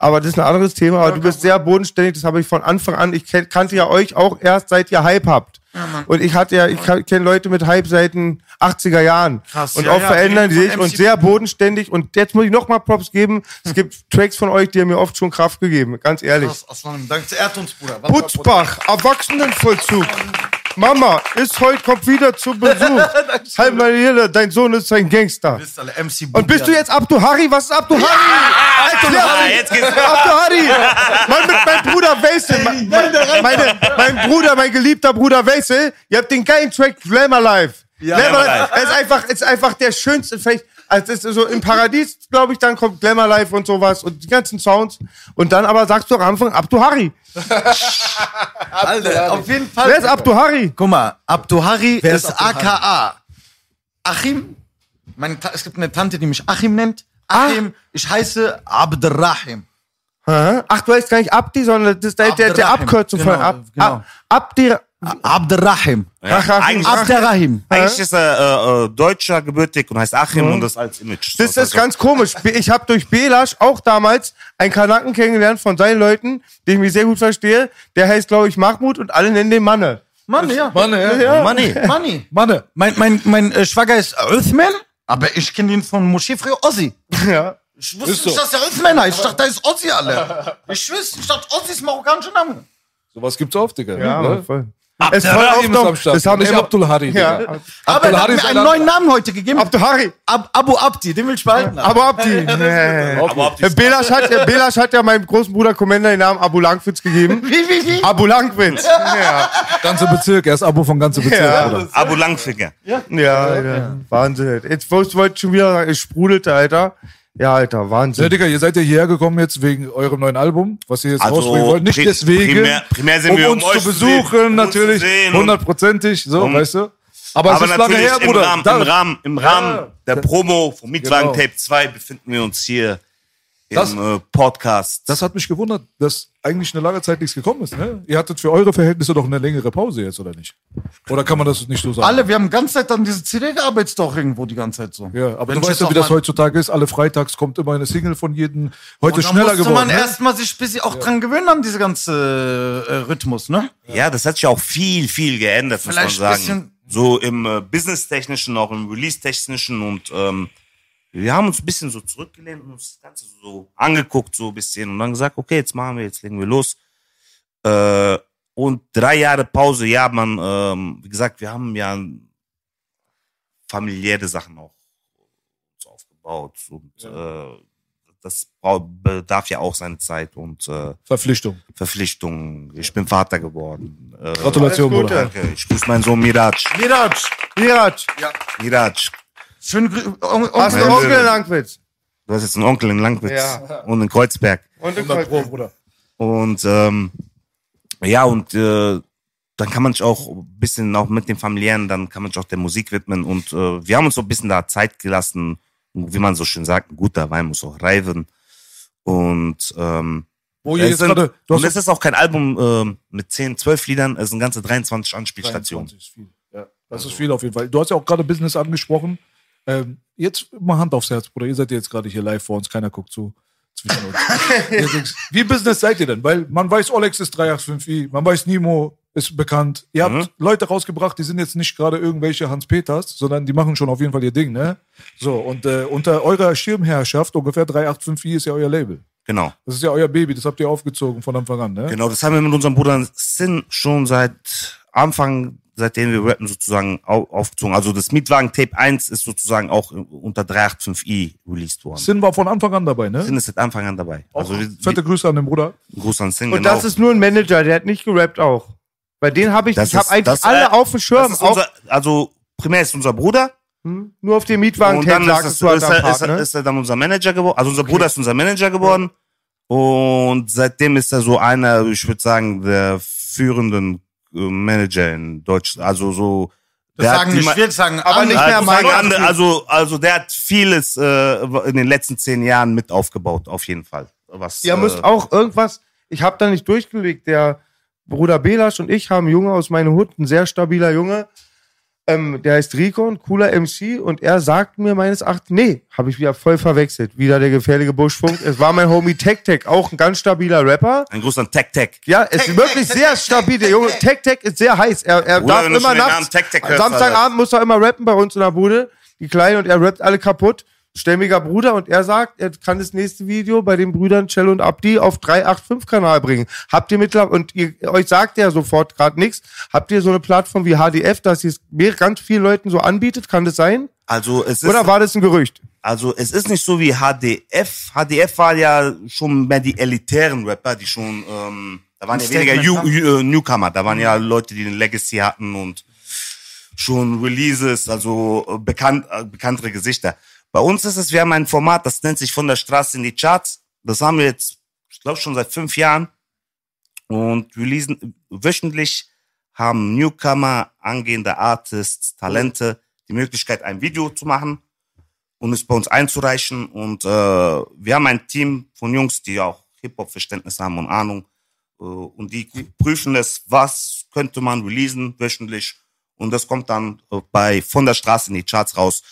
Speaker 3: Aber das ist ein anderes Thema. Aber du bist sehr bodenständig, das habe ich von Anfang an. Ich ken- kannte ja euch auch erst, seit ihr Hype habt. und ich hatte ja, ich kenne Leute mit Hype seit den 80er Jahren.
Speaker 8: Krass,
Speaker 3: und
Speaker 8: ja,
Speaker 3: auch
Speaker 8: ja,
Speaker 3: verändern die
Speaker 8: von
Speaker 3: sich und
Speaker 8: MC.
Speaker 3: sehr bodenständig. Und jetzt muss ich nochmal Props geben. Es gibt Tracks von euch, die haben mir oft schon Kraft gegeben, ganz ehrlich.
Speaker 8: Krass, Aslan, danke. Ehrt uns, Bruder. Was-
Speaker 3: Butzbach, Erwachsenenvollzug. Mama, ist heute, kommt wieder zu Besuch. Halt Halb meine Jelle, dein Sohn ist ein Gangster.
Speaker 8: Bist alle MC
Speaker 3: Und bist du jetzt Abdu Hari? Was ist Abdu Hari? Abdu
Speaker 4: Hari, jetzt geht's
Speaker 3: Abdu Hari! Mann, mit meinem Bruder Wessel. Mein, meine, mein Bruder, mein geliebter Bruder Wessel. Ihr habt den geilen Track Glamour Life. Glamour
Speaker 4: Glamour
Speaker 3: Life.
Speaker 4: Life.
Speaker 3: Es ist einfach, es ist einfach der schönste. Vielleicht, also das ist so im Paradies, glaube ich, dann kommt Glamour Life und sowas und die ganzen Sounds. Und dann aber sagst du am Anfang Abdu Hari.
Speaker 8: Alter, auf jeden Fall.
Speaker 3: Wer
Speaker 2: Also,
Speaker 3: ist Abdu Hari?
Speaker 8: Guck mal, Abduhari
Speaker 6: Wer
Speaker 8: ist,
Speaker 6: ist Abduhari?
Speaker 8: aka Achim. Meine Ta es gibt eine Tante, die mich Achim nennt.
Speaker 6: Ah.
Speaker 8: Achim, ich heiße Abderrahim.
Speaker 3: Hä? Ach, du heißt gar nicht Abdi, sondern das ist der, der, der
Speaker 8: Abderrahim.
Speaker 3: Abkürzung von
Speaker 8: Genau,
Speaker 3: Ab,
Speaker 8: genau.
Speaker 3: Ab, Abdi.
Speaker 8: Abderrahim.
Speaker 3: Ach, ach,
Speaker 4: Eigentlich-
Speaker 3: ach,
Speaker 8: Abderrahim.
Speaker 4: Eigentlich ist er äh, äh, Deutscher gebürtig und heißt Achim und das als Image.
Speaker 3: Das ist
Speaker 4: Also,
Speaker 3: ganz komisch. B- Ich habe durch Belasch auch damals einen Kanaken kennengelernt von seinen Leuten, den ich mich sehr gut verstehe. Der heißt, glaube ich, Mahmoud und alle nennen den Manne. [laughs]
Speaker 8: Mann, ja.
Speaker 6: Mann, ja.
Speaker 8: Money. Money.
Speaker 6: Mann,
Speaker 8: Mein, mein, mein äh, Schwager ist Uthman, aber ich kenne ihn von Moschee früher Ossi.
Speaker 3: Ja.
Speaker 8: Ich wusste nicht, dass er Uthman heißt. Ich dachte, da ist Ossi, alle. Ich wüsste, ich dachte, Ossi ist marokkanischer Name.
Speaker 6: sowas gibt's oft, Digga.
Speaker 3: Ja,
Speaker 6: ne?
Speaker 3: voll.
Speaker 6: Es
Speaker 3: voll
Speaker 6: war
Speaker 3: oft noch-
Speaker 6: am Start.
Speaker 3: das haben
Speaker 6: nicht
Speaker 3: immer-
Speaker 6: Abdul Hari,
Speaker 3: Ja.
Speaker 6: Digga.
Speaker 8: Aber er hat
Speaker 6: Abdullahi
Speaker 8: mir
Speaker 6: ist
Speaker 8: einen
Speaker 6: einer-
Speaker 8: neuen Namen heute gegeben.
Speaker 3: Abdu Hari,
Speaker 8: Ab Abu Abdi, den will ich behalten.
Speaker 3: Abu Abdi. Nee.
Speaker 4: aber ob die
Speaker 3: Belasch hat, äh, Belasch hat ja meinem großen Bruder Commander den Namen Abu Langwitz gegeben.
Speaker 8: Wie, wie, wie?
Speaker 3: Abu Langwitz. Ja.
Speaker 6: Ganze Bezirk, er ist Abo von ganze Bezirk,
Speaker 3: Ja.
Speaker 6: Bruder.
Speaker 4: Abu Langfinger.
Speaker 3: Ja, Alter. Wahnsinn. Jetzt wollte wollte ich schon wieder sagen, es sprudelte, Alter. Ja, Alter,
Speaker 6: Ja,
Speaker 3: Wahnsinn.
Speaker 6: Digga, ihr seid ja hierher gekommen jetzt wegen eurem neuen Album, was ihr jetzt
Speaker 4: Also,
Speaker 6: rausbringen wollt. Nicht
Speaker 4: pri-
Speaker 6: deswegen,
Speaker 4: primär- primär sind
Speaker 6: um
Speaker 4: wir, um
Speaker 6: uns
Speaker 4: euch
Speaker 6: zu
Speaker 4: zu sehen,
Speaker 6: besuchen,
Speaker 4: um uns zu
Speaker 6: natürlich,
Speaker 4: sehen und-
Speaker 6: hundertprozentig, so,
Speaker 4: Um-
Speaker 6: weißt du? Aber,
Speaker 4: Aber
Speaker 6: es ist lange
Speaker 4: natürlich
Speaker 6: her,
Speaker 4: im,
Speaker 6: Bruder.
Speaker 4: Rahmen,
Speaker 6: Da-
Speaker 4: im Rahmen, im Rahmen
Speaker 6: Ja.
Speaker 4: der Promo vom Mietwagen
Speaker 6: Genau.
Speaker 4: Tape 2 befinden wir uns hier
Speaker 6: Das-
Speaker 4: im äh, Podcast.
Speaker 6: Das hat mich gewundert, dass eigentlich eine lange Zeit nichts gekommen ist. Ne? Ihr hattet für eure Verhältnisse doch eine längere Pause jetzt, oder nicht? Oder kann man das nicht so sagen?
Speaker 8: Alle, wir haben die ganze Zeit an diese CD gearbeitet, doch irgendwo die ganze Zeit so.
Speaker 6: Ja, aber
Speaker 8: Wenn
Speaker 6: du
Speaker 8: ich
Speaker 6: weißt
Speaker 8: jetzt
Speaker 6: ja,
Speaker 8: auch
Speaker 6: wie das
Speaker 8: mal-
Speaker 6: heutzutage ist. Alle Freitags kommt immer eine Single von jedem. Heute
Speaker 8: Und
Speaker 6: ist
Speaker 8: da
Speaker 6: schneller
Speaker 8: musste
Speaker 6: geworden.
Speaker 8: man
Speaker 6: Ne?
Speaker 8: erstmal sich ein bisschen auch dran gewöhnen an diese ganze äh, Rhythmus, ne?
Speaker 4: Ja, das hat sich auch viel, viel geändert,
Speaker 8: Vielleicht
Speaker 4: muss man
Speaker 8: ein
Speaker 4: sagen.
Speaker 8: bisschen-
Speaker 4: So im äh, Business-Technischen, auch im Release-Technischen und ähm, wir haben uns ein bisschen so zurückgelehnt und uns das Ganze so angeguckt, so ein bisschen und dann gesagt, okay, jetzt machen wir, jetzt legen wir los. Äh, und drei Jahre Pause, ja, man, ähm, wie gesagt, wir haben ja familiäre Sachen auch uns aufgebaut und äh, das bra- bedarf ja auch seine Zeit und äh,
Speaker 6: Verpflichtung.
Speaker 4: Verpflichtungen. Ich bin Vater geworden. Äh,
Speaker 6: Gratulation,
Speaker 3: Alles
Speaker 6: Bruder.
Speaker 4: Danke. Ich grüße meinen Sohn Miraj.
Speaker 8: Miraj,
Speaker 3: Mirat,
Speaker 4: Miraj,
Speaker 8: schöne Grü On
Speaker 3: hast du
Speaker 4: Wahnsinn.
Speaker 8: Onkel.
Speaker 3: Onkel in Langwitz?
Speaker 4: du hast jetzt einen Onkel in Langwitz
Speaker 3: Ja.
Speaker 4: und in Kreuzberg.
Speaker 3: Und in
Speaker 6: 100 Pro,
Speaker 3: Kreuzberg.
Speaker 6: Bruder.
Speaker 4: Und ähm, ja, und äh, dann kann man sich auch ein bisschen auch mit den Familiären, dann kann man sich auch der Musik widmen. Und äh, wir haben uns so ein bisschen da Zeit gelassen. Wie man so schön sagt, ein guter Wein muss auch reifen. Und ähm,
Speaker 6: Wo ihr
Speaker 4: es
Speaker 6: jetzt
Speaker 4: sind-
Speaker 6: Oh, gerade. Du
Speaker 4: und
Speaker 6: hast
Speaker 4: es ist auch kein Album ähm, mit 10, 12 Liedern, es sind ganze 23 Anspielstationen.
Speaker 6: 23 ist viel. Ja,
Speaker 4: Also
Speaker 6: das ist viel auf jeden Fall. Du hast ja auch gerade Business angesprochen. Ähm, jetzt mal Hand aufs Herz, Bruder. Ihr seid ja jetzt gerade hier live vor uns. Keiner guckt zu. Zwischen
Speaker 4: [laughs]
Speaker 6: uns. Ihr denkt, Wie Business seid ihr denn? Weil man weiß, Olex ist 385i, man weiß, Nimo ist bekannt. Ihr
Speaker 4: Mhm.
Speaker 6: habt Leute rausgebracht, die sind jetzt nicht gerade irgendwelche Hans-Peters, sondern die machen schon auf jeden Fall ihr Ding, ne? So, und äh, unter eurer Schirmherrschaft, ungefähr 385i ist ja euer Label.
Speaker 4: Genau.
Speaker 6: Das ist ja euer Baby, das habt ihr aufgezogen von Anfang an, ne?
Speaker 4: Genau, das haben wir mit unserem Bruder Sin schon seit Anfang, seitdem wir rappen, sozusagen au- aufgezogen. Also das Mietwagen Tape 1 ist sozusagen auch unter 385i released worden. Sin,
Speaker 6: Sin war von Anfang an dabei, ne?
Speaker 4: ist seit Anfang an dabei. Also wir,
Speaker 6: Fette Grüße an den Bruder.
Speaker 4: wir, Gruß an Sin,
Speaker 3: Und
Speaker 4: genau.
Speaker 3: das ist nur ein Manager, der hat nicht gerappt auch. Bei denen habe ich,
Speaker 4: Das
Speaker 3: ich habe
Speaker 4: ist-
Speaker 3: eigentlich
Speaker 4: das,
Speaker 3: alle
Speaker 4: äh,
Speaker 3: auf dem
Speaker 4: das
Speaker 3: Schirm,
Speaker 4: ist
Speaker 3: auch,
Speaker 4: unser, also primär ist unser Bruder
Speaker 3: hm, nur auf dem
Speaker 4: und
Speaker 3: Mietwagen-Tape
Speaker 4: dann ist,
Speaker 3: sagst
Speaker 4: es,
Speaker 3: du halt
Speaker 4: ist,
Speaker 3: am
Speaker 4: er,
Speaker 3: Part,
Speaker 4: ist, er,
Speaker 3: ne?
Speaker 4: ist er dann unser Manager geworden. Also unser Bruder ist unser Manager geworden und seitdem ist er so einer, ich würde sagen, der führenden äh, Manager in Deutschland. Also so
Speaker 8: Das
Speaker 4: der hat
Speaker 8: sagen nicht
Speaker 4: niemand-
Speaker 8: wir, das sagen
Speaker 3: Aber
Speaker 8: alle.
Speaker 3: nicht mehr
Speaker 4: Also,
Speaker 3: mein
Speaker 4: sagen andere,
Speaker 3: Gefühl.
Speaker 4: also, also der hat vieles äh, in den letzten zehn Jahren mit aufgebaut, auf jeden Fall. Was,
Speaker 3: Ihr
Speaker 4: äh,
Speaker 3: müsst auch irgendwas, ich habe da nicht durchgelegt, der Bruder Belasch und ich haben einen Junge aus meiner Hut, ein sehr stabiler Junge, Ähm, der heißt Rico, ein cooler MC, und er sagt mir meines Erachtens, nee, habe ich wieder voll verwechselt. Wieder der gefährliche Buschfunk. Es war mein Homie Tech Tech, auch ein ganz stabiler Rapper.
Speaker 4: Ein Gruß an Tech Tech.
Speaker 3: Ja, ist wirklich sehr stabil. Der Junge Tech Tech ist sehr heiß. Er, er
Speaker 4: Bruder,
Speaker 3: darf
Speaker 4: wenn du
Speaker 3: immer
Speaker 4: schon den Namen
Speaker 3: nachts.
Speaker 4: Tech Tech
Speaker 3: am
Speaker 4: hörst,
Speaker 3: Samstagabend muss er immer rappen bei uns in der Bude. Die Kleinen und er rappt alle kaputt. Stämmiger Bruder und er sagt, er kann das nächste Video bei den Brüdern Cello und Abdi auf 385 Kanal bringen. Habt ihr mittlerweile, und ihr, euch sagt ja sofort gerade nichts, habt ihr so eine Plattform wie HDF, dass ihr es mehr- ganz vielen Leuten so anbietet? Kann das sein?
Speaker 4: Also es ist
Speaker 3: Oder war das ein Gerücht?
Speaker 4: Also es ist nicht so wie HDF. HDF war ja schon mehr die elitären Rapper, die schon, ähm, da waren ja weniger Ju- Ju- äh, Newcomer, da waren ja Leute, die eine Legacy hatten und schon Releases, also äh, bekannt, äh, bekanntere Gesichter. Bei uns ist es, wir haben ein Format, das nennt sich Von der Straße in die Charts. Das haben wir jetzt, ich glaube, schon seit fünf Jahren. Und releasen wöchentlich haben Newcomer, angehende Artists, Talente die Möglichkeit, ein Video zu machen und es bei uns einzureichen. Und äh, wir haben ein Team von Jungs, die auch Hip-Hop-Verständnis haben und Ahnung. Äh, und die prüfen es, was könnte man releasen wöchentlich. Und das kommt dann äh, bei Von der Straße in die Charts raus.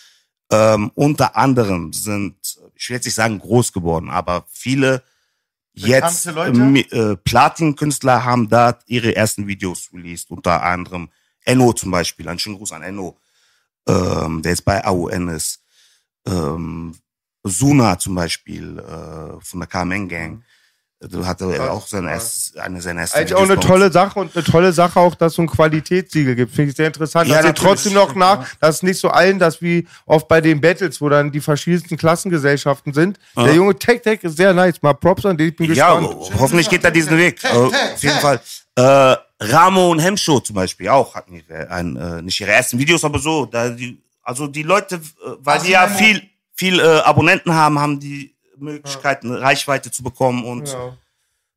Speaker 4: Ähm, unter anderem sind, ich will jetzt nicht sagen groß geworden, aber viele jetzt
Speaker 8: Leute?
Speaker 4: mi- äh, Platin-Künstler haben da ihre ersten Videos released. Unter anderem Enno zum Beispiel. Einen schönen Gruß an Enno, ähm, der jetzt bei AUN ist ähm, Suna zum Beispiel äh, von der Carmen Gang.
Speaker 3: Mhm.
Speaker 4: Da hatte er auch sein erst, eine seiner ersten
Speaker 3: Eigentlich auch eine
Speaker 4: Videos bei uns.
Speaker 3: tolle Sache und eine tolle Sache auch, dass so ein Qualitätssiegel gibt. Finde ich sehr interessant.
Speaker 4: Ja,
Speaker 3: dass ihr
Speaker 4: natürlich.
Speaker 3: trotzdem noch nach, dass es nicht so allen, dass wie oft bei den Battles, wo dann die verschiedensten Klassengesellschaften sind. Der junge Tech Tech ist sehr nice. Mal Props an den, ich bin
Speaker 4: Ja, oh,
Speaker 3: gespannt.
Speaker 4: ho- hoffentlich geht er diesen Weg. Äh, auf jeden Fall. Äh, Ramo und Hemshow zum Beispiel auch hatten ihre, ein, äh, nicht ihre ersten Videos, aber so. Da die, also die Leute, äh, weil
Speaker 3: Also
Speaker 4: die ja viel, viel äh, Abonnenten haben, haben die Möglichkeit, eine Reichweite zu bekommen und
Speaker 3: Ja.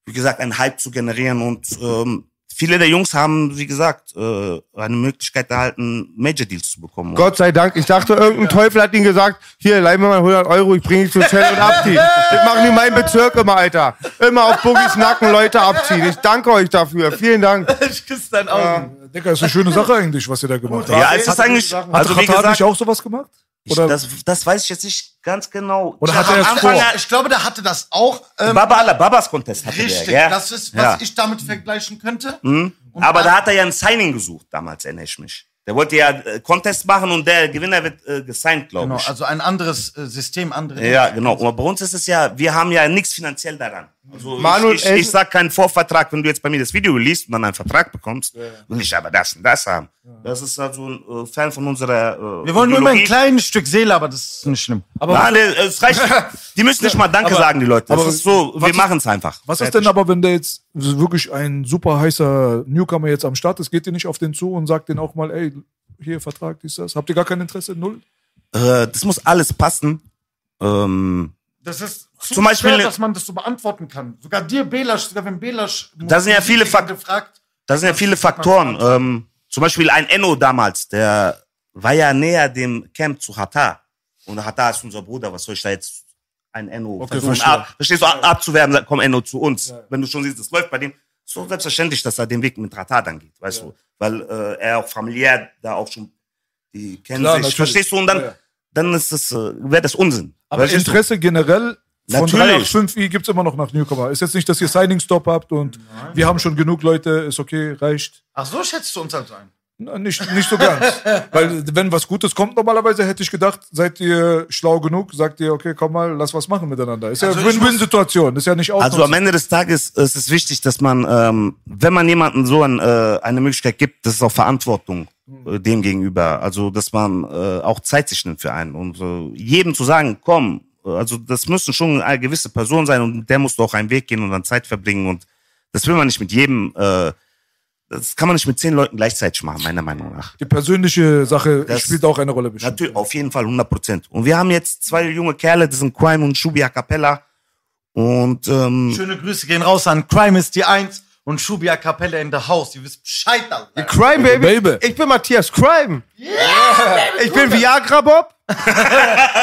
Speaker 4: wie gesagt, einen Hype zu generieren. Und ähm, viele der Jungs haben, wie gesagt, äh, eine Möglichkeit erhalten, Major-Deals zu bekommen. Und
Speaker 3: Gott sei Dank. Ich dachte, irgendein Teufel hat ihnen gesagt, hier, leih mir mal 100 Euro, ich bringe dich zu Cell und abziehen. Das machen die in meinem Bezirk immer, Alter. Immer auf Boogies Nacken Leute abziehen. Ich danke euch dafür. Vielen Dank.
Speaker 2: [laughs] Ich küsse deinen Augen.
Speaker 6: Digga, ist eine schöne Sache eigentlich, was ihr da gemacht habt.
Speaker 4: Ja, es ist eigentlich,
Speaker 6: Hat
Speaker 4: also wie
Speaker 6: Rata nicht
Speaker 4: gesagt,
Speaker 6: auch sowas gemacht?
Speaker 4: ich,
Speaker 6: Oder
Speaker 4: das, das weiß ich jetzt nicht ganz genau.
Speaker 6: Oder
Speaker 4: Ich
Speaker 6: hat
Speaker 4: hab
Speaker 6: er es
Speaker 4: am Anfang
Speaker 6: vor?
Speaker 4: ja-
Speaker 2: Ich glaube, der hatte das auch. Ähm,
Speaker 4: Baba Alla Babas Contest hatte
Speaker 2: richtig.
Speaker 4: der, ja?
Speaker 2: Das ist,
Speaker 4: ja.
Speaker 2: was ich damit vergleichen könnte.
Speaker 4: Aber da hat er ja ein Signing gesucht, damals erinnere ich mich. Der wollte ja äh, Contest machen und der Gewinner wird äh, gesigned, glaube
Speaker 2: Genau,
Speaker 4: ich.
Speaker 2: also ein anderes äh, System, andere.
Speaker 4: ja, genau. Aber bei uns ist es ja, wir haben ja nichts finanziell daran. Also
Speaker 3: Manu und
Speaker 4: ich, ich,
Speaker 3: Elton-
Speaker 4: ich sag keinen Vorvertrag, wenn du jetzt bei mir das Video liest und dann einen Vertrag bekommst, will ich aber das und das haben. Das ist also ein äh, Fan von unserer äh,
Speaker 2: Wir wollen nur mal ein
Speaker 4: Ideologie.
Speaker 2: kleines Stück Seele, aber das ist nicht schlimm.
Speaker 4: Nein, nee, es reicht. Die müssen nicht mal Danke sagen, die Leute. Das ist so, wir machen es einfach.
Speaker 6: was ist denn aber, wenn der jetzt wirklich ein super heißer Newcomer jetzt am Start ist? Geht ihr nicht auf den zu und sagt den auch mal, ey, hier, Vertrag, dies, das? Habt ihr gar kein Interesse? Null?
Speaker 4: Äh, das muss alles passen. Ähm,
Speaker 2: Das ist zu
Speaker 4: Zum Beispiel-
Speaker 2: schwer, dass man das so beantworten kann. Sogar dir, Belasch, sogar wenn Belasch.
Speaker 4: Da sind ja viele Fak-
Speaker 2: gefragt.
Speaker 4: das sind ja viele Faktoren. Ähm, zum Beispiel ein Enno damals, der war ja näher dem Camp zu Hatar. Und Hatar ist unser Bruder, was soll ich da jetzt ein Enno versuchen
Speaker 6: verstehe.
Speaker 4: ab, verstehst du, ab, abzuwerben, sag, komm Enno zu uns. Wenn du schon siehst, es läuft bei dem, ist so selbstverständlich, dass er den Weg mit Hatar dann geht, weißt du. Weil äh, er auch familiär da auch schon, die kennen
Speaker 6: Klar,
Speaker 4: sich,
Speaker 6: natürlich.
Speaker 4: verstehst du? Und dann,
Speaker 6: Ja, ja.
Speaker 4: dann ist das, äh, wäre das Unsinn.
Speaker 6: Aber
Speaker 4: Verstehst du?
Speaker 6: Interesse generell von
Speaker 4: Natürlich.
Speaker 6: 385i gibt's immer noch nach Newcomer. Ist jetzt nicht, dass ihr Signing-Stop habt und wir haben schon genug Leute, ist okay, reicht.
Speaker 2: Ach, so schätzt du uns halt ein.
Speaker 6: Na, Nicht, nicht so ganz. [laughs] Weil wenn was Gutes kommt, normalerweise hätte ich gedacht, seid ihr schlau genug, sagt ihr, okay, komm mal, lass was machen miteinander. Ist ja
Speaker 2: Also ich
Speaker 6: Win-Win-Situation, ist ja nicht
Speaker 4: Also am
Speaker 6: ausnutzen.
Speaker 4: Ende des Tages ist es wichtig, dass man, ähm, wenn man jemandem so ein, äh, eine Möglichkeit gibt, das ist auch Verantwortung äh, dem gegenüber. Also dass man äh, auch Zeit sich nimmt für einen und äh, jedem zu sagen, komm, äh, also das müssen schon eine gewisse Person sein und der muss doch einen Weg gehen und dann Zeit verbringen und das will man nicht mit jedem. Äh, das kann man nicht mit zehn Leuten gleichzeitig machen, meiner Meinung nach.
Speaker 6: Die persönliche Sache
Speaker 4: Das-
Speaker 6: spielt auch eine Rolle. Bestimmt.
Speaker 4: Natürlich, auf jeden Fall 100 Prozent. Und wir haben jetzt zwei junge Kerle, das sind Crime und Shubi A Cappella. Und ähm,
Speaker 2: Schöne Grüße gehen raus an Crime ist die Eins und Schubia Kapelle in der Haus. Ihr wisst Bescheid, Alter.
Speaker 3: Crime, Baby.
Speaker 6: Baby.
Speaker 3: Ich bin Matthias Crime. ich bin Viagra Bob.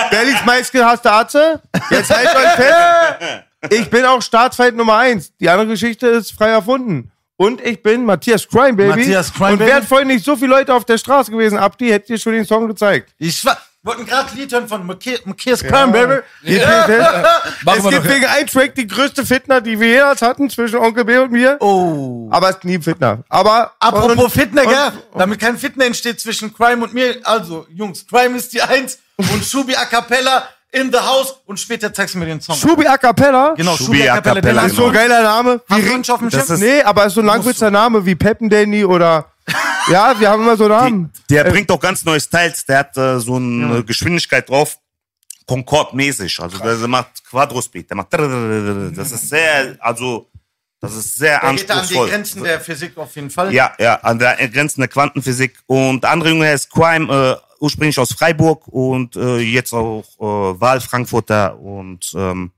Speaker 3: Berlins meistgehasste Arze. Jetzt halt haltet euch fest. Ich bin auch Staatsfeind Nummer eins. Die andere Geschichte ist frei erfunden. Und ich bin Matthias Crime Baby.
Speaker 2: Matthias Crime
Speaker 3: Und
Speaker 2: Baby.
Speaker 3: wären vorhin nicht so viele Leute auf der Straße gewesen, Abdi, hätte dir schon den Song gezeigt.
Speaker 2: Ich wa- wollten gerade ein Lied hören von Makias Crime, Baby.
Speaker 3: äh, es gibt wegen einem Track die größte Fitner, die wir jemals hatten, zwischen Onkel B und mir.
Speaker 2: Oh.
Speaker 3: Aber es ist nie ein Fitner. Aber
Speaker 2: Apropos Fitner, gell?
Speaker 3: und-
Speaker 2: Damit kein Fitner entsteht zwischen Crime und mir. Also, Jungs, Crime ist die Eins und
Speaker 4: [laughs]
Speaker 2: Schubi a Cappella in the House und später zeigst du mir den Song.
Speaker 3: Schubi A Cappella.
Speaker 2: genau,
Speaker 4: Schubi
Speaker 2: Schubi a
Speaker 4: a
Speaker 2: Cappella. Der
Speaker 4: Cappella,
Speaker 2: Lang-
Speaker 3: Ist so ein geiler Name.
Speaker 2: Hast du einen Schopf im
Speaker 4: Das
Speaker 2: Schiff?
Speaker 4: ist-
Speaker 3: Nee, aber ist so ein langwitziger Name wie Peppen Danny oder. Ja, wir haben immer so Namen.
Speaker 4: Der bringt auch ganz neue Styles. Der hat äh, so eine Geschwindigkeit drauf. Concorde-mäßig. Also der macht Quadrospeed. Der macht. Das ist sehr, also, das ist sehr
Speaker 2: Der geht da an die
Speaker 4: anspruchsvoll.
Speaker 2: Grenzen der Physik auf jeden Fall.
Speaker 4: Ja, ja, an der Grenzen der Quantenphysik. Und der andere Junge der ist Crime, äh, ursprünglich aus Freiburg und äh, jetzt auch äh, Wahlfrankfurter. Und ähm,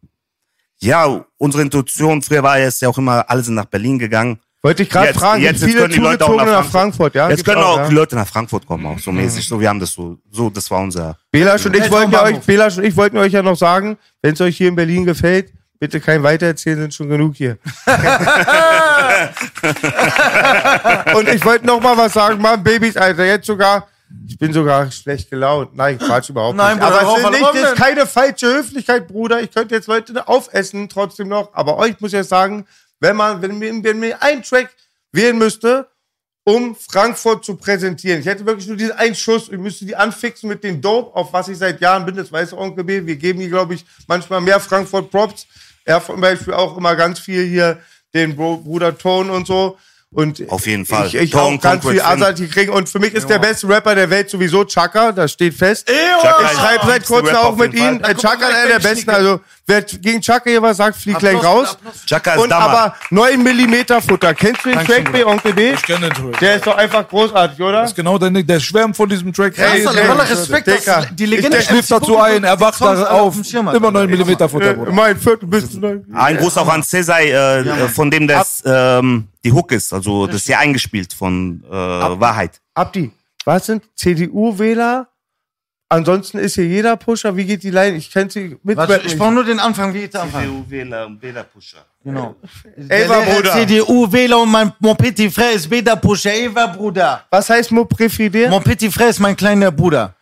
Speaker 4: ja, unsere Intuition, früher war es ja auch immer, alle sind nach Berlin gegangen.
Speaker 3: Wollte ich gerade
Speaker 4: Jetzt-
Speaker 3: fragen.
Speaker 4: jetzt-
Speaker 3: Sind
Speaker 4: jetzt
Speaker 3: viele
Speaker 4: können die Leute auch
Speaker 3: zugezogene
Speaker 4: nach
Speaker 3: nach Frankfurt, ja?
Speaker 4: Jetzt
Speaker 3: Gibt's
Speaker 4: können auch
Speaker 3: ja.
Speaker 4: die Leute nach Frankfurt kommen, auch so mäßig. So, wir haben das so, so, das war unser.
Speaker 3: Belasch und ich
Speaker 2: Jetzt
Speaker 3: wollten
Speaker 2: auch
Speaker 3: ja
Speaker 2: mal
Speaker 3: euch,
Speaker 2: auf.
Speaker 3: Belasch und ich wollten euch ja noch sagen, wenn es euch hier in Berlin gefällt, bitte kein Weitererzählen, sind schon genug
Speaker 2: [laughs]
Speaker 3: hier. und ich wollte noch mal was sagen, Mann, Babys, Alter, jetzt sogar, ich bin sogar schlecht gelaunt. Nein, Quatsch, überhaupt
Speaker 2: Nein,
Speaker 3: nicht.
Speaker 2: Bruder,
Speaker 3: aber es
Speaker 2: warum,
Speaker 3: ist, nicht,
Speaker 2: warum
Speaker 3: das ist
Speaker 2: denn?
Speaker 3: keine falsche Höflichkeit, Bruder. Ich könnte jetzt Leute aufessen, trotzdem noch. Aber euch muss ich jetzt sagen, wenn man, wenn mir, wenn mir ein Track wählen müsste, um Frankfurt zu präsentieren. Ich hätte wirklich nur diesen einen Schuss. Ich müsste die anfixen mit dem Dope, auf was ich seit Jahren bin. Das weiß Onkel B. Wir geben hier, glaube ich, manchmal mehr Frankfurt Props. Er hat zum Beispiel auch immer ganz viel hier den Bro Bruder Tone und so. Und
Speaker 4: Auf jeden Fall.
Speaker 3: Ich, ich
Speaker 4: Tone,
Speaker 3: auch ganz viel
Speaker 4: Concrete Sin.
Speaker 3: Asad gekriegt. Und für mich ist der beste Rapper der Welt sowieso Chaka. Das steht fest.
Speaker 4: Chaka
Speaker 3: Ich
Speaker 4: ist-
Speaker 3: schreibe seit
Speaker 4: ist
Speaker 3: kurzem
Speaker 4: Rapper
Speaker 3: auch
Speaker 4: auf
Speaker 3: mit
Speaker 4: jeden
Speaker 3: ihm.
Speaker 4: Fall.
Speaker 3: Äh, Chaka
Speaker 2: gleich,
Speaker 3: einer der
Speaker 2: wenn ich
Speaker 3: besten. Also, wer gegen Chaka hier was sagt, fliegt gleich
Speaker 2: Applaus,
Speaker 3: raus.
Speaker 4: Chaka ist
Speaker 3: Und
Speaker 4: Dammer.
Speaker 3: aber 9 mm Futter. Kennst du den
Speaker 6: Dankeschön,
Speaker 3: Track B, Onkel B?
Speaker 6: Ich kenne den Track.
Speaker 3: Der ist doch einfach großartig, oder?
Speaker 6: Genau, der, der schwärmt von diesem Track.
Speaker 2: Ey,
Speaker 3: ey,
Speaker 2: voller Respekt,
Speaker 3: Digga.
Speaker 2: das, die Legende.
Speaker 6: der schläft dazu ein, er wacht da auf. Immer 9 mm Futter, Bruder.
Speaker 3: mein Viertel bist du neu.
Speaker 4: Ein Gruß auch an Cesar, äh, äh, von dem das ähm, die Hook ist. Also das ist ja eingespielt von äh, Wahrheit.
Speaker 3: Abdi, was sind CDU-Wähler? Ansonsten ist hier jeder Pusher. Wie geht die Line? Ich kenne sie mit.
Speaker 2: Warte, ich brauche nur den Anfang, wie geht der Anfang?
Speaker 4: CDU-Wähler und Wählerpusher.
Speaker 2: Genau.
Speaker 3: Elva, Bruder.
Speaker 2: CDU-Wähler und mein Mon Petit Frère ist Beda Pusher. Eva, Bruder.
Speaker 3: was heißt Mo Prefidier?
Speaker 2: Mon Petit Frère ist mein kleiner Bruder.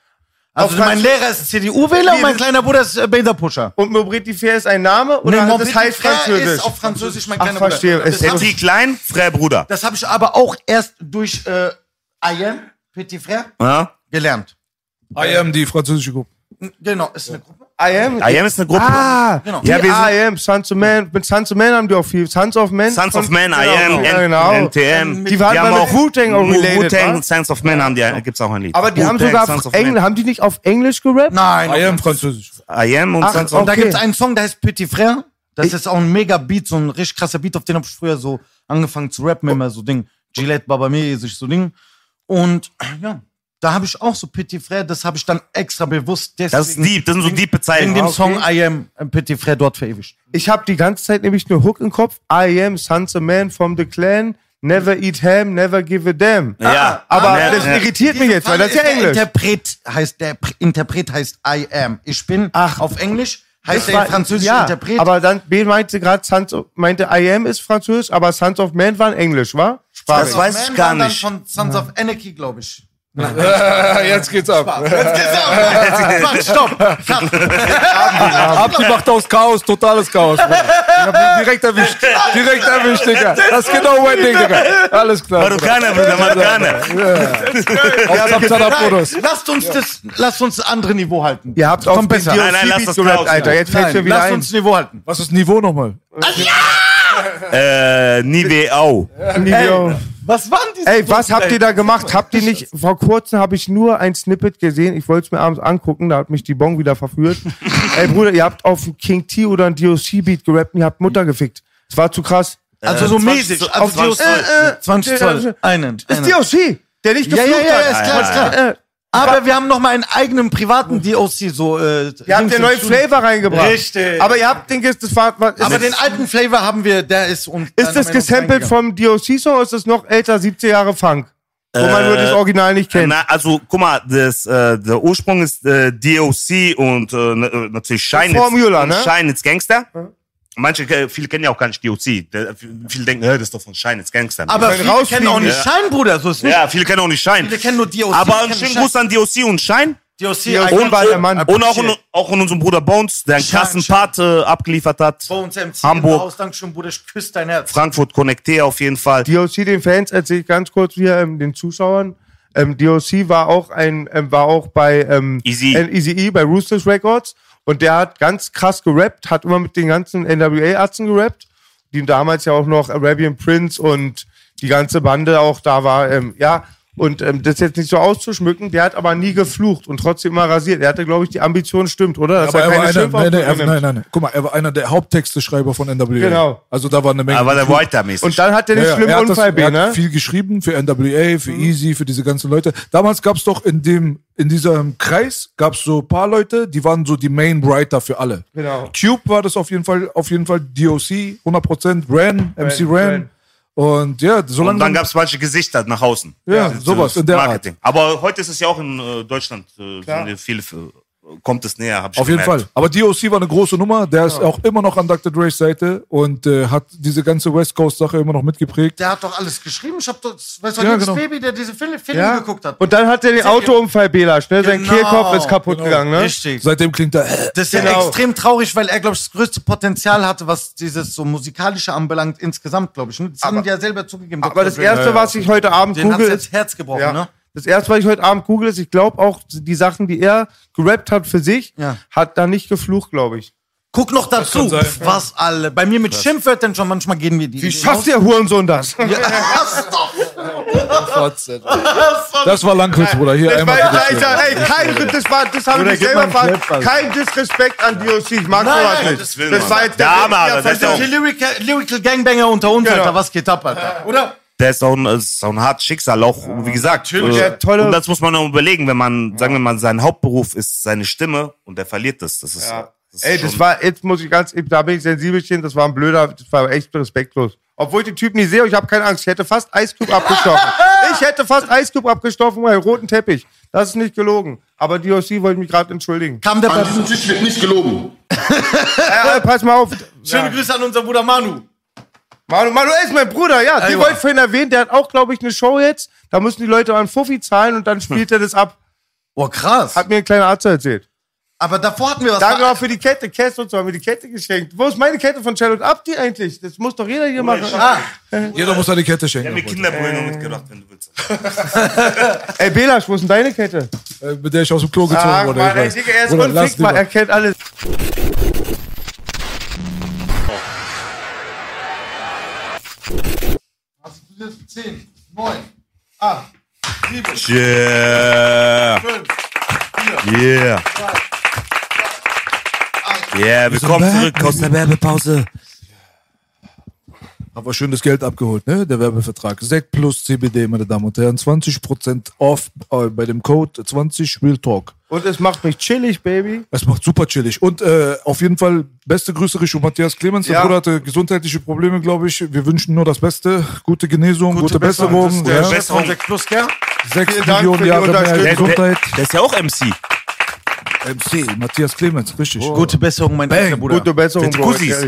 Speaker 2: Also
Speaker 3: Auf
Speaker 2: mein
Speaker 3: Franz-
Speaker 2: Lehrer ist CDU-Wähler und mein kleiner Bruder ist äh, Beda Pusher.
Speaker 3: Und Mo Prefidier ist ein Name oder
Speaker 2: Mon
Speaker 3: das
Speaker 2: Petit
Speaker 3: heißt
Speaker 2: Frère
Speaker 3: Französisch?
Speaker 2: ist auf Französisch mein
Speaker 3: Ach,
Speaker 2: kleiner
Speaker 3: verstehe.
Speaker 2: Bruder.
Speaker 3: Es
Speaker 2: Das, hab-
Speaker 4: Petit Klein, Frère Bruder.
Speaker 2: das habe ich aber auch erst durch äh, I am Petit Frère
Speaker 4: Ja?
Speaker 2: gelernt.
Speaker 6: I am die französische Gruppe.
Speaker 2: Genau, ist eine Gruppe.
Speaker 3: I am.
Speaker 4: IM ist eine Gruppe.
Speaker 3: Ah,
Speaker 2: Genau.
Speaker 3: die
Speaker 4: Ja, wir sind-
Speaker 3: I am, Sons of Man. Mit Sons of Man haben die auch viel. Sons of Man.
Speaker 4: Sons of
Speaker 3: Von-
Speaker 4: Men, I
Speaker 3: Genau,
Speaker 4: am, N-
Speaker 3: genau.
Speaker 4: NTM.
Speaker 3: Die waren mal mit Wu-Tang auch related,
Speaker 4: Wu-Tang
Speaker 3: wa? genau.
Speaker 4: und Sons of Men haben die, gibt's auch ein Lied.
Speaker 3: Aber die haben
Speaker 4: Wu-Tang,
Speaker 3: sogar
Speaker 4: Sons
Speaker 3: auf
Speaker 4: of Men.
Speaker 3: Engl haben die nicht auf Englisch gerappt?
Speaker 2: Nein.
Speaker 6: I am französisch.
Speaker 4: I am und
Speaker 3: Ach,
Speaker 4: Sons
Speaker 2: Und
Speaker 4: of
Speaker 3: okay.
Speaker 2: da gibt's einen Song, der heißt Petit Frère. Das ist auch ein mega Beat, so ein richtig krasser Beat, auf den hab ich früher so angefangen zu rappen, immer so Ding. Gillette Baba sich so Ding. Und ja, da habe ich auch so Petit Frère, das habe ich dann extra bewusst deswegen
Speaker 4: Das ist deep, das sind so deep
Speaker 2: in dem
Speaker 4: Bezeichnungen.
Speaker 2: Song I Am äh, Petit Frère dort verewigt.
Speaker 3: Ich habe die ganze Zeit nämlich nur Hook im Kopf. I am Sons of Man from the Clan. Never eat ham, never give a damn.
Speaker 4: Ja.
Speaker 3: Aber
Speaker 4: Ja,
Speaker 3: das
Speaker 4: ja.
Speaker 3: irritiert mich jetzt, weil das ist ja
Speaker 2: der
Speaker 3: Englisch.
Speaker 2: Interpret heißt, der Pr- Interpret heißt I Am. Ich bin
Speaker 3: Ach.
Speaker 2: auf Englisch, heißt
Speaker 3: War-
Speaker 2: der französische
Speaker 3: ja,
Speaker 2: Interpret.
Speaker 3: Aber dann, B meinte gerade, Sons of, meinte I am ist französisch, aber Sons of Man war in Englisch, war? Sprache.
Speaker 4: Das weiß ich gar
Speaker 2: Man war dann
Speaker 4: nicht.
Speaker 2: Von Sons of Anarchy, glaube ich.
Speaker 6: äh, Jetzt geht's ab.
Speaker 2: [laughs] Mann, stopp!
Speaker 6: [laughs] Ab die macht aus Chaos, totales Chaos. Ich hab ihn direkt erwischt. Direkt erwischt, Digga. Das ist genau mein Ding, Digga. Alles klar. Bruder.
Speaker 4: Marokkaner, Bruder, Marokkaner.
Speaker 6: Auf Zapzada-Fotos.
Speaker 2: Lasst uns das, lasst uns das andere Niveau halten.
Speaker 3: Ihr habt auf
Speaker 2: Kommt besser.
Speaker 4: Nein,
Speaker 3: Nein,
Speaker 4: nein, lass das
Speaker 3: gerappt,
Speaker 4: raus.
Speaker 3: Alter. Jetzt fällt mir wieder
Speaker 2: Lasst
Speaker 3: ein.
Speaker 2: uns das Niveau halten.
Speaker 6: Was ist das Niveau nochmal?
Speaker 4: Äh, Niveo.
Speaker 3: Video.
Speaker 2: Was waren diese?
Speaker 3: Ey, was habt ihr da gemacht? Habt ihr nicht, vor kurzem habe ich nur ein Snippet gesehen, ich wollte es mir abends angucken, da hat mich die Bong wieder verführt. Ey, Bruder, ihr habt auf einen King T oder einen DOC-Beat gerappt und ihr habt Mutter gefickt. Es war zu krass.
Speaker 2: Also so mäßig.
Speaker 4: auf
Speaker 2: Also
Speaker 4: 20 Zoll.
Speaker 2: äh, äh, 20 Zoll. Einen.
Speaker 3: Ist
Speaker 2: einen.
Speaker 3: DOC, der nicht
Speaker 2: Ja,
Speaker 3: geflucht
Speaker 2: ja, ja,
Speaker 3: hat.
Speaker 2: ja, ist klar, ist klar.
Speaker 3: Äh,
Speaker 2: Aber wir haben noch mal einen eigenen privaten DOC, so, äh,
Speaker 3: ihr habt den neuen Flavor reingebracht.
Speaker 2: Richtig.
Speaker 3: Aber ihr habt den, ges- das war, war ist,
Speaker 2: Aber den alten Flavor haben wir, der ist und.
Speaker 3: ist das gesampelt vom DOC-Song oder ist das noch älter, 70 Jahre Funk? Wo man nur das Original nicht kennt.
Speaker 4: Na, also, guck mal, das, äh, der Ursprung ist äh, DOC und äh, na- äh, natürlich Shine.
Speaker 3: Formula,
Speaker 4: und
Speaker 3: ne?
Speaker 4: Shine, it's Gangster. Manche, ke- viele kennen ja auch gar nicht DOC. Der- Viele denken, äh, das ist doch von Shine, jetzt Gangster.
Speaker 2: Aber
Speaker 3: können
Speaker 2: viele kennen auch
Speaker 3: rausfliegen.
Speaker 2: nicht Schein, Bruder. So ist nicht.
Speaker 4: ja, viele kennen auch nicht Shine.
Speaker 2: Wir kennen nur DOC.
Speaker 4: Aber einen
Speaker 2: kennen
Speaker 4: schönen
Speaker 2: Schein. Ah,
Speaker 4: Gruß an DOC und Shine.
Speaker 2: DOC,
Speaker 4: Und,
Speaker 3: war der Mann.
Speaker 4: und auch, an, auch an unseren Bruder Bones, der einen
Speaker 2: Shine,
Speaker 4: krassen
Speaker 2: Shine.
Speaker 4: Part äh, abgeliefert hat.
Speaker 2: Bones MC
Speaker 4: Hamburg.
Speaker 2: im Haus. Dankeschön, Bruder. Ich küsse dein Herz.
Speaker 4: Frankfurt Connecté auf jeden Fall.
Speaker 3: DOC den Fans erzähle ich ganz kurz hier ähm, den Zuschauern. Ähm, DOC war auch ein ähm, war auch bei ähm,
Speaker 4: Easy.
Speaker 3: N- Easy E bei Roosters Records und der hat ganz krass gerappt, hat immer mit den ganzen NWA Atzen gerappt, die damals ja auch noch Arabian Prince und die ganze Bande auch da war, ähm, ja. Und ähm, das jetzt nicht so auszuschmücken, der hat aber nie geflucht und trotzdem immer rasiert. Er hatte, glaube ich, die Ambition, stimmt, oder?
Speaker 6: Aber er war einer,
Speaker 3: Schimpfwörter
Speaker 6: nein, nein, er,
Speaker 3: nimmt.
Speaker 6: nein, nein, nein. Guck mal, er war einer der Haupttexteschreiber von NWA.
Speaker 3: Genau.
Speaker 6: Also da war eine Menge.
Speaker 4: Aber der
Speaker 6: geschrieben.
Speaker 4: Whiter-mäßig.
Speaker 3: Und dann hat er den
Speaker 6: Ja, ja,
Speaker 3: schlimmen
Speaker 6: er hat das-
Speaker 3: Unfall, B,
Speaker 6: er
Speaker 3: ne?
Speaker 6: hat viel geschrieben für NWA, für Easy, für diese ganzen Leute. Damals gab es doch in dem, in diesem Kreis gab es so ein paar Leute, die waren so die Main Writer für alle.
Speaker 3: Genau.
Speaker 6: Cube war das auf jeden Fall, auf jeden Fall DOC, 100%, Ran, MC Ran.
Speaker 3: Ran.
Speaker 6: Und ja, solange.
Speaker 4: Und dann gab es manche Gesichter nach außen.
Speaker 6: Ja,
Speaker 4: Das-
Speaker 6: sowas in der Art.
Speaker 4: Marketing. Aber heute ist es ja auch in äh, Deutschland. Äh, sind ja viele, äh, kommt es näher, hab ich
Speaker 6: Auf jeden
Speaker 4: gemerkt.
Speaker 6: Fall. Aber DOC war eine große Nummer. Der ist auch immer noch an Dr. Dre's Seite und äh, hat diese ganze West Coast-Sache immer noch mitgeprägt.
Speaker 2: Der hat doch alles geschrieben. Ich hab doch, weiß doch
Speaker 6: Ja,
Speaker 2: nix,
Speaker 6: genau.
Speaker 2: Baby, der diese Film, Film
Speaker 3: Ja.
Speaker 2: geguckt hat.
Speaker 3: Und dann hat er den Autounfall Belasch, ne? Sein
Speaker 2: Genau,
Speaker 3: Kehlkopf ist kaputt
Speaker 6: genau.
Speaker 3: gegangen, ne?
Speaker 2: Richtig.
Speaker 6: Seitdem klingt er. äh,
Speaker 2: Das ist ja
Speaker 3: Genau.
Speaker 2: extrem traurig, weil er, glaube ich, das größte Potenzial hatte, was dieses so musikalische anbelangt, insgesamt, glaube ich. ne? Das haben die ja selber zugegeben.
Speaker 3: Aber
Speaker 2: Dr.
Speaker 3: das
Speaker 2: Dre.
Speaker 3: erste, was ich heute Abend
Speaker 2: Den hat's
Speaker 3: google,
Speaker 2: ins
Speaker 3: ist,
Speaker 2: Herz gebrochen,
Speaker 3: ja,
Speaker 2: ne?
Speaker 3: das erste, was ich heute Abend google, ist, ich glaube auch die Sachen, die er gerappt hat für sich,
Speaker 2: Ja.
Speaker 3: hat da nicht geflucht, glaube ich.
Speaker 2: Guck noch dazu, was alle. Bei mir mit Schimpfwörtern schon, manchmal gehen wir die.
Speaker 3: Wie schafft der Hurensohn das? [laughs]
Speaker 6: Das war Langriss, Bruder. Hier
Speaker 3: Das war,
Speaker 6: einmal. für dich.
Speaker 3: Alter, ey, kein, das war, das haben
Speaker 2: Oder
Speaker 3: wir
Speaker 2: gib
Speaker 3: selber
Speaker 2: mal einen
Speaker 3: ver-
Speaker 2: Flip,
Speaker 3: Kein Disrespekt an DOC, ich mag
Speaker 2: Nein,
Speaker 3: sowas
Speaker 2: nein,
Speaker 3: nicht.
Speaker 4: das will man.
Speaker 3: war jetzt
Speaker 4: Da
Speaker 3: der-
Speaker 4: mal,
Speaker 3: der
Speaker 4: das ist ja
Speaker 3: versucht-
Speaker 2: Die Lyrical, Lyrical Gangbanger unter uns,
Speaker 3: Genau.
Speaker 2: Alter, was geht ab, Alter? Oder?
Speaker 4: Der ist auch ein, ist auch ein hartes Schicksal, auch wie gesagt. äh,
Speaker 3: Natürlich, der tolle-
Speaker 4: und das muss man auch überlegen, wenn man, sagen wir mal, sein Hauptberuf ist seine Stimme und der verliert das. Das ist,
Speaker 3: Ja.
Speaker 4: das ist
Speaker 3: Ey, das
Speaker 4: schon-
Speaker 3: war, jetzt muss ich ganz, da bin ich sensibel stehen, das war ein blöder, das war echt respektlos. Obwohl ich den Typen nicht sehe, ich habe keine Angst, ich hätte fast Ice Cube abgestochen. Ich hätte fast Ice Cube abgestochen, meinen roten Teppich. Das ist nicht gelogen. Aber DOC wollte mich gerade entschuldigen.
Speaker 2: Kam der
Speaker 9: An
Speaker 2: bei
Speaker 9: diesem Tisch wird nicht gelogen.
Speaker 3: Äh, äh, pass mal auf.
Speaker 2: Schöne Grüße an unseren Bruder Manu.
Speaker 3: Manu, Manuel ist mein Bruder, ja. Den
Speaker 2: Ey,
Speaker 3: wollte
Speaker 2: wa.
Speaker 3: ich vorhin erwähnen, der hat auch, glaube ich, eine Show jetzt. Da müssen die Leute einen Fuffi zahlen und dann spielt er das ab.
Speaker 2: Boah, Oh, krass.
Speaker 3: Hat mir ein kleiner Arzt erzählt.
Speaker 2: Aber davor hatten wir was.
Speaker 3: Danke auch für die Kette. Cass und so haben mir die Kette geschenkt. Wo ist meine Kette von Charlotte Abdi eigentlich? Das muss doch jeder hier machen.
Speaker 2: Ah,
Speaker 6: Jeder muss eine Kette
Speaker 4: Ich
Speaker 6: schenken.
Speaker 4: hab mir Kinderbrühe nur mitgebracht, wenn du willst.
Speaker 3: Ey, Belasch, wo ist denn deine Kette?
Speaker 6: Äh, mit der ich aus dem Klo gezogen
Speaker 3: Ach,
Speaker 6: wurde.
Speaker 3: Mann, ey,
Speaker 6: ich weiß.
Speaker 3: Digga, er ist
Speaker 6: Bruder, lass
Speaker 3: unfickbar, er
Speaker 6: lieber.
Speaker 3: kennt alles.
Speaker 2: Hast du jetzt 10, 9,
Speaker 4: Yeah.
Speaker 2: 5,
Speaker 4: Yeah. Yeah, willkommen
Speaker 6: back.
Speaker 4: zurück aus der Werbepause.
Speaker 6: Haben wir schön das Geld abgeholt, ne? Der Werbevertrag. Sekt plus CBD, meine Damen und Herren. 20% off äh, bei dem Code 20 Real Talk.
Speaker 3: Und es macht mich chillig, Baby.
Speaker 6: Es macht super chillig. Und äh, auf jeden Fall beste Grüße Richtung Matthias Clemens. Der
Speaker 3: Ja.
Speaker 6: Bruder hatte gesundheitliche Probleme, glaube ich. Wir wünschen nur das Beste. Gute Genesung, gute, Besserung.
Speaker 3: Das
Speaker 6: Ja.
Speaker 4: Beste.
Speaker 2: Besserung 6 plus, gell?
Speaker 6: Sechs
Speaker 3: Vielen Dank
Speaker 6: Millionen
Speaker 3: für die
Speaker 6: Jahre mehr
Speaker 3: Unterstützung.
Speaker 4: Der, der,
Speaker 6: Gesundheit.
Speaker 4: der ist ja auch MC.
Speaker 6: MC, Matthias Clemens, richtig.
Speaker 3: Oh.
Speaker 2: Gute Besserung, mein alter Bruder.
Speaker 3: Gute Besserung,
Speaker 4: Sind
Speaker 3: Bro.
Speaker 4: Kussis.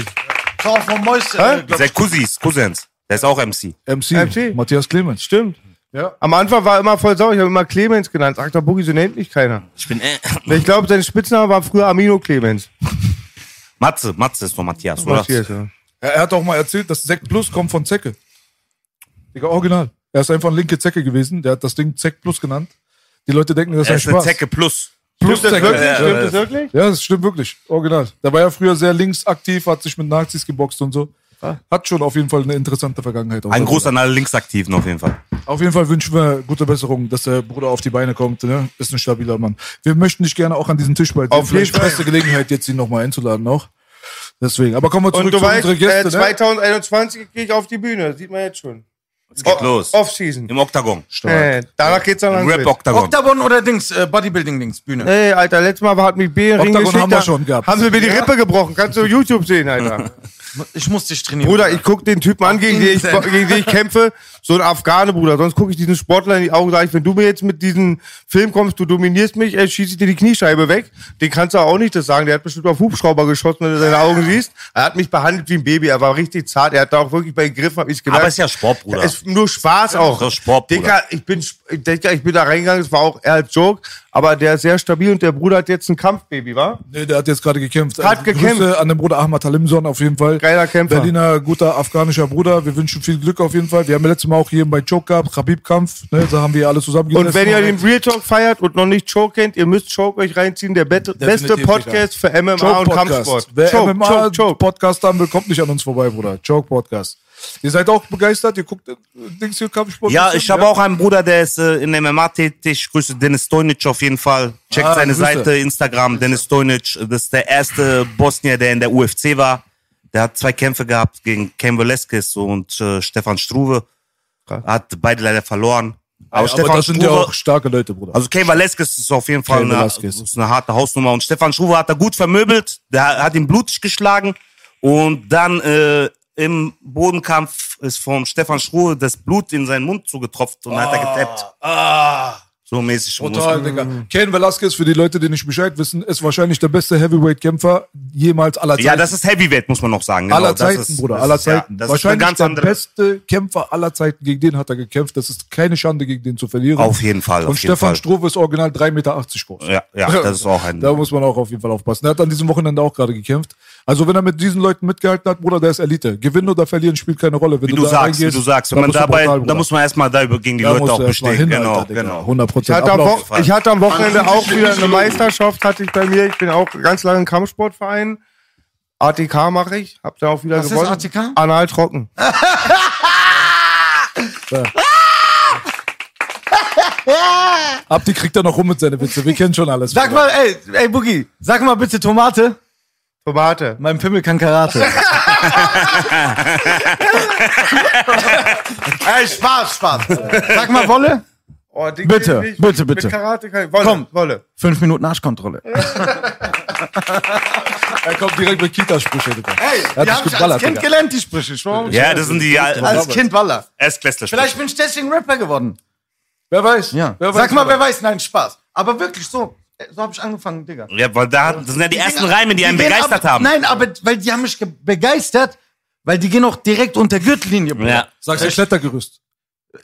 Speaker 2: Frau von Mäuschen. äh,
Speaker 4: Ihr
Speaker 2: glaub ich.
Speaker 4: seid Cousins, Cousins. Der ist auch MC.
Speaker 6: MC,
Speaker 3: MC.
Speaker 6: Matthias Clemens.
Speaker 3: Stimmt.
Speaker 6: Ja.
Speaker 3: Am Anfang war er immer voll sauer. Ich habe immer Clemens genannt. Sagt der Boogie, so nennt mich keiner.
Speaker 4: Ich bin äh,
Speaker 3: Ich glaube, sein Spitzname war früher Amino Clemens.
Speaker 4: Matze, Matze ist doch Matthias, oder?
Speaker 3: Was hier ist, ja.
Speaker 6: Er, er hat auch mal erzählt, dass Sekt Plus kommt von Zecke. Digga, original. Er ist einfach ein linke Zecke gewesen. Der hat das Ding Zeck Plus genannt. Die Leute denken, das Oh ist
Speaker 4: Er
Speaker 6: ein
Speaker 4: ist eine
Speaker 6: Spaß.
Speaker 4: Zecke plus.
Speaker 6: Plus
Speaker 3: Stimmt das
Speaker 6: Zecke.
Speaker 3: wirklich?
Speaker 4: Ja,
Speaker 3: Stimmt
Speaker 4: ja,
Speaker 3: das wirklich?
Speaker 6: Ja, das stimmt wirklich. Original. Der war ja früher sehr links aktiv, hat sich mit Nazis geboxt und so.
Speaker 3: Ah.
Speaker 6: Hat schon auf jeden Fall eine interessante Vergangenheit. Also,
Speaker 4: Ein Gruß an alle Linksaktiven auf jeden Fall.
Speaker 6: Auf jeden Fall wünschen wir gute Besserung, dass der Bruder auf die Beine kommt. Ne? Ist ein stabiler Mann. Wir möchten dich gerne auch an diesen Tisch bei
Speaker 3: Auf jeden
Speaker 6: Vielleicht
Speaker 3: Fall.
Speaker 6: beste Gelegenheit, jetzt ihn nochmal einzuladen auch. Deswegen. Aber kommen wir zurück
Speaker 3: Und du
Speaker 6: zu
Speaker 3: weißt,
Speaker 6: unseren
Speaker 3: äh,
Speaker 6: Gästen. ne?
Speaker 3: 2021 gehe ich auf die Bühne. Das sieht man jetzt schon.
Speaker 4: Es geht los.
Speaker 3: Off-Season.
Speaker 4: Im Oktagon.
Speaker 3: Äh, danach geht's dann
Speaker 4: Im
Speaker 3: lang. mit.
Speaker 4: Rap-Oktagon.
Speaker 2: Octagon oder Dings, äh, Bodybuilding-Dings, Bühne.
Speaker 3: Ey, Alter, letztes Mal hat mich B in den Ring
Speaker 6: Oktagon
Speaker 3: geschickt.
Speaker 6: haben wir
Speaker 3: da
Speaker 6: schon gehabt. [laughs]
Speaker 3: Haben sie mir die Rippe gebrochen. Kannst du auf YouTube sehen, Alter.
Speaker 2: Ich muss dich trainieren.
Speaker 3: Bruder, ich guck den Typen an, gegen den, ich,
Speaker 2: Insel.
Speaker 3: gegen den ich kämpfe. So ein Afghane, Bruder. Sonst gucke ich diesen Sportler in die Augen und sage ich, wenn du mir jetzt mit diesem Film kommst, du dominierst mich, ey, schieße ich dir die Kniescheibe weg. Den kannst du auch nicht das sagen. Der hat bestimmt auf Hubschrauber geschossen, wenn du seine Augen siehst. Er hat mich behandelt wie ein Baby. Er war richtig zart. Er hat da auch wirklich bei den Griffen, hab ich gemerkt.
Speaker 4: Aber ist ja Sport, Bruder.
Speaker 3: Es ist nur Spaß auch.
Speaker 4: Das ist Sport, Bruder.
Speaker 3: Digga, ich bin, sp- Digga, ich bin da reingegangen, es war auch eher als Joke, aber der ist sehr stabil und der Bruder hat jetzt ein Kampfbaby, wa?
Speaker 6: Nee, der hat jetzt gerade gekämpft. Also,
Speaker 3: Hat gekämpft.
Speaker 6: Grüße an den Bruder Ahmad Talimson auf jeden Fall.
Speaker 3: Geiler Kämpfer.
Speaker 6: Berliner, guter afghanischer Bruder. Wir wünschen viel Glück auf jeden Fall. Wir haben ja letztes Mal auch hier bei Choke gehabt, Khabib-Kampf. Ne, da haben wir alle zusammen
Speaker 3: Und wenn ihr den Real Talk feiert und noch nicht Choke kennt, ihr müsst Choke euch reinziehen, der bet- beste Podcast für MMA und Kampfsport.
Speaker 6: Wer
Speaker 3: Choke,
Speaker 6: MMA
Speaker 3: Choke, Choke.
Speaker 6: Podcast haben will, kommt nicht an uns vorbei, Bruder. Choke Podcast. Ihr seid auch begeistert, ihr guckt äh, Dings hier Kampfsport.
Speaker 4: Ja,
Speaker 6: bisschen,
Speaker 4: ich habe auch einen Bruder, der ist äh, in der MMA tätig. Ich grüße Dennis Tonic auf jeden Fall. Checkt
Speaker 6: Ah,
Speaker 4: seine
Speaker 6: Grüße.
Speaker 4: Seite, Instagram, Dennis Tonic. Das ist der erste Bosnier, der in der UFC war. Der hat zwei Kämpfe gehabt gegen Cam Velasquez und äh, Stefan Struve. Hat beide leider verloren. Aber,
Speaker 6: Aber
Speaker 4: Stefan
Speaker 6: das sind ja
Speaker 4: Struve,
Speaker 6: auch starke Leute, Bruder.
Speaker 4: also Cam Velasquez ist auf jeden Fall
Speaker 6: Cain
Speaker 4: eine,
Speaker 6: Velasquez.
Speaker 4: ist eine harte Hausnummer. Und Stefan Struve hat da gut vermöbelt. Der hat ihn blutig geschlagen. Und dann äh, im Bodenkampf ist vom Stefan Struve das Blut in seinen Mund zugetropft und hat er getappt. So mäßig.
Speaker 6: Brutal, Digga. Ken Velasquez, für die Leute, die nicht Bescheid wissen, ist wahrscheinlich der beste Heavyweight-Kämpfer jemals aller Zeiten.
Speaker 4: Ja, das ist Heavyweight, muss man noch sagen. Genau,
Speaker 6: aller
Speaker 4: das
Speaker 6: Zeiten,
Speaker 4: ist,
Speaker 6: Bruder,
Speaker 4: das
Speaker 6: aller
Speaker 4: ist, ja,
Speaker 6: Zeiten.
Speaker 4: das
Speaker 6: wahrscheinlich
Speaker 4: ist eine ganz
Speaker 6: der
Speaker 4: andere.
Speaker 6: beste Kämpfer aller Zeiten. Gegen den hat er gekämpft. Das ist keine Schande, gegen den zu verlieren.
Speaker 4: Auf jeden Fall.
Speaker 6: Und
Speaker 4: auf jeden
Speaker 6: Stefan
Speaker 4: Fall.
Speaker 6: Struve ist original 3,80 Meter groß.
Speaker 4: Ja, ja, das ist auch ein.
Speaker 6: [laughs] Da muss man auch auf jeden Fall aufpassen. Er hat an diesem Wochenende auch gerade gekämpft. Also wenn er mit diesen Leuten mitgehalten hat, Bruder, der ist Elite. Gewinnen oder verlieren spielt keine Rolle. Wenn
Speaker 4: Wie du
Speaker 6: da
Speaker 4: sagst, wie
Speaker 6: reingehst,
Speaker 4: du sagst. Wenn man
Speaker 6: bist du
Speaker 4: dabei,
Speaker 6: brutal,
Speaker 4: da
Speaker 6: Bruder.
Speaker 4: muss man erstmal da über gegen die
Speaker 6: Da musst
Speaker 4: Leute
Speaker 6: du
Speaker 4: auch
Speaker 6: erst mal
Speaker 4: bestehen.
Speaker 6: hin,
Speaker 4: genau,
Speaker 6: Alter, Digga.
Speaker 4: genau.
Speaker 6: 100
Speaker 3: Ich
Speaker 6: Prozent.
Speaker 3: hatte, am
Speaker 6: Ablauf.
Speaker 3: Wo- ich hatte am Wochenende auch wieder eine Meisterschaft, hatte ich bei mir. Ich bin auch ganz lange im Kampfsportverein. ATK mache ich, hab da auch wieder
Speaker 2: Was ist
Speaker 3: gewonnen.
Speaker 2: ATK?
Speaker 3: Anal trocken.
Speaker 6: Abdi kriegt da noch rum mit seinen Witze. Wir kennen schon alles.
Speaker 2: Sag
Speaker 6: Bruder.
Speaker 2: mal, ey, ey, Boogie, sag mal bitte Tomate.
Speaker 3: Tomate.
Speaker 2: Mein Pimmel kann Karate. ey, Spaß, Spaß. Sag mal Wolle.
Speaker 3: Oh, Ding
Speaker 2: Bitte,
Speaker 3: geht nicht.
Speaker 2: bitte, bitte.
Speaker 3: Mit Karate kann ich. Wolle,
Speaker 2: Komm.
Speaker 3: Wolle.
Speaker 2: Fünf Minuten Arschkontrolle.
Speaker 6: Er kommt direkt mit Kitasprüche, Digga.
Speaker 2: Ey,
Speaker 6: Er hat
Speaker 2: die
Speaker 6: dich
Speaker 2: hab ich
Speaker 6: geballert,
Speaker 2: als Kind
Speaker 6: Digga.
Speaker 2: gelernt, die Sprüche. Ich war-
Speaker 4: Ja, das sind die
Speaker 2: Als Kind Baller.
Speaker 4: Erstklässler.
Speaker 2: Vielleicht bin ich deswegen Rapper geworden.
Speaker 6: Wer weiß?
Speaker 2: Ja.
Speaker 6: Wer weiß,
Speaker 2: Sag mal,
Speaker 6: Bruder.
Speaker 2: wer weiß, nein, Spaß. Aber wirklich so. äh, So habe ich angefangen, Digga.
Speaker 4: Ja, weil da, das sind ja die ersten Reime, die einen
Speaker 2: gehen
Speaker 4: begeistert
Speaker 2: ab,
Speaker 4: haben.
Speaker 2: Nein, aber weil die haben mich ge- begeistert, weil die gehen auch direkt unter Gürtellinie. Bruder.
Speaker 4: Ja.
Speaker 6: Sagst du Klettergerüst?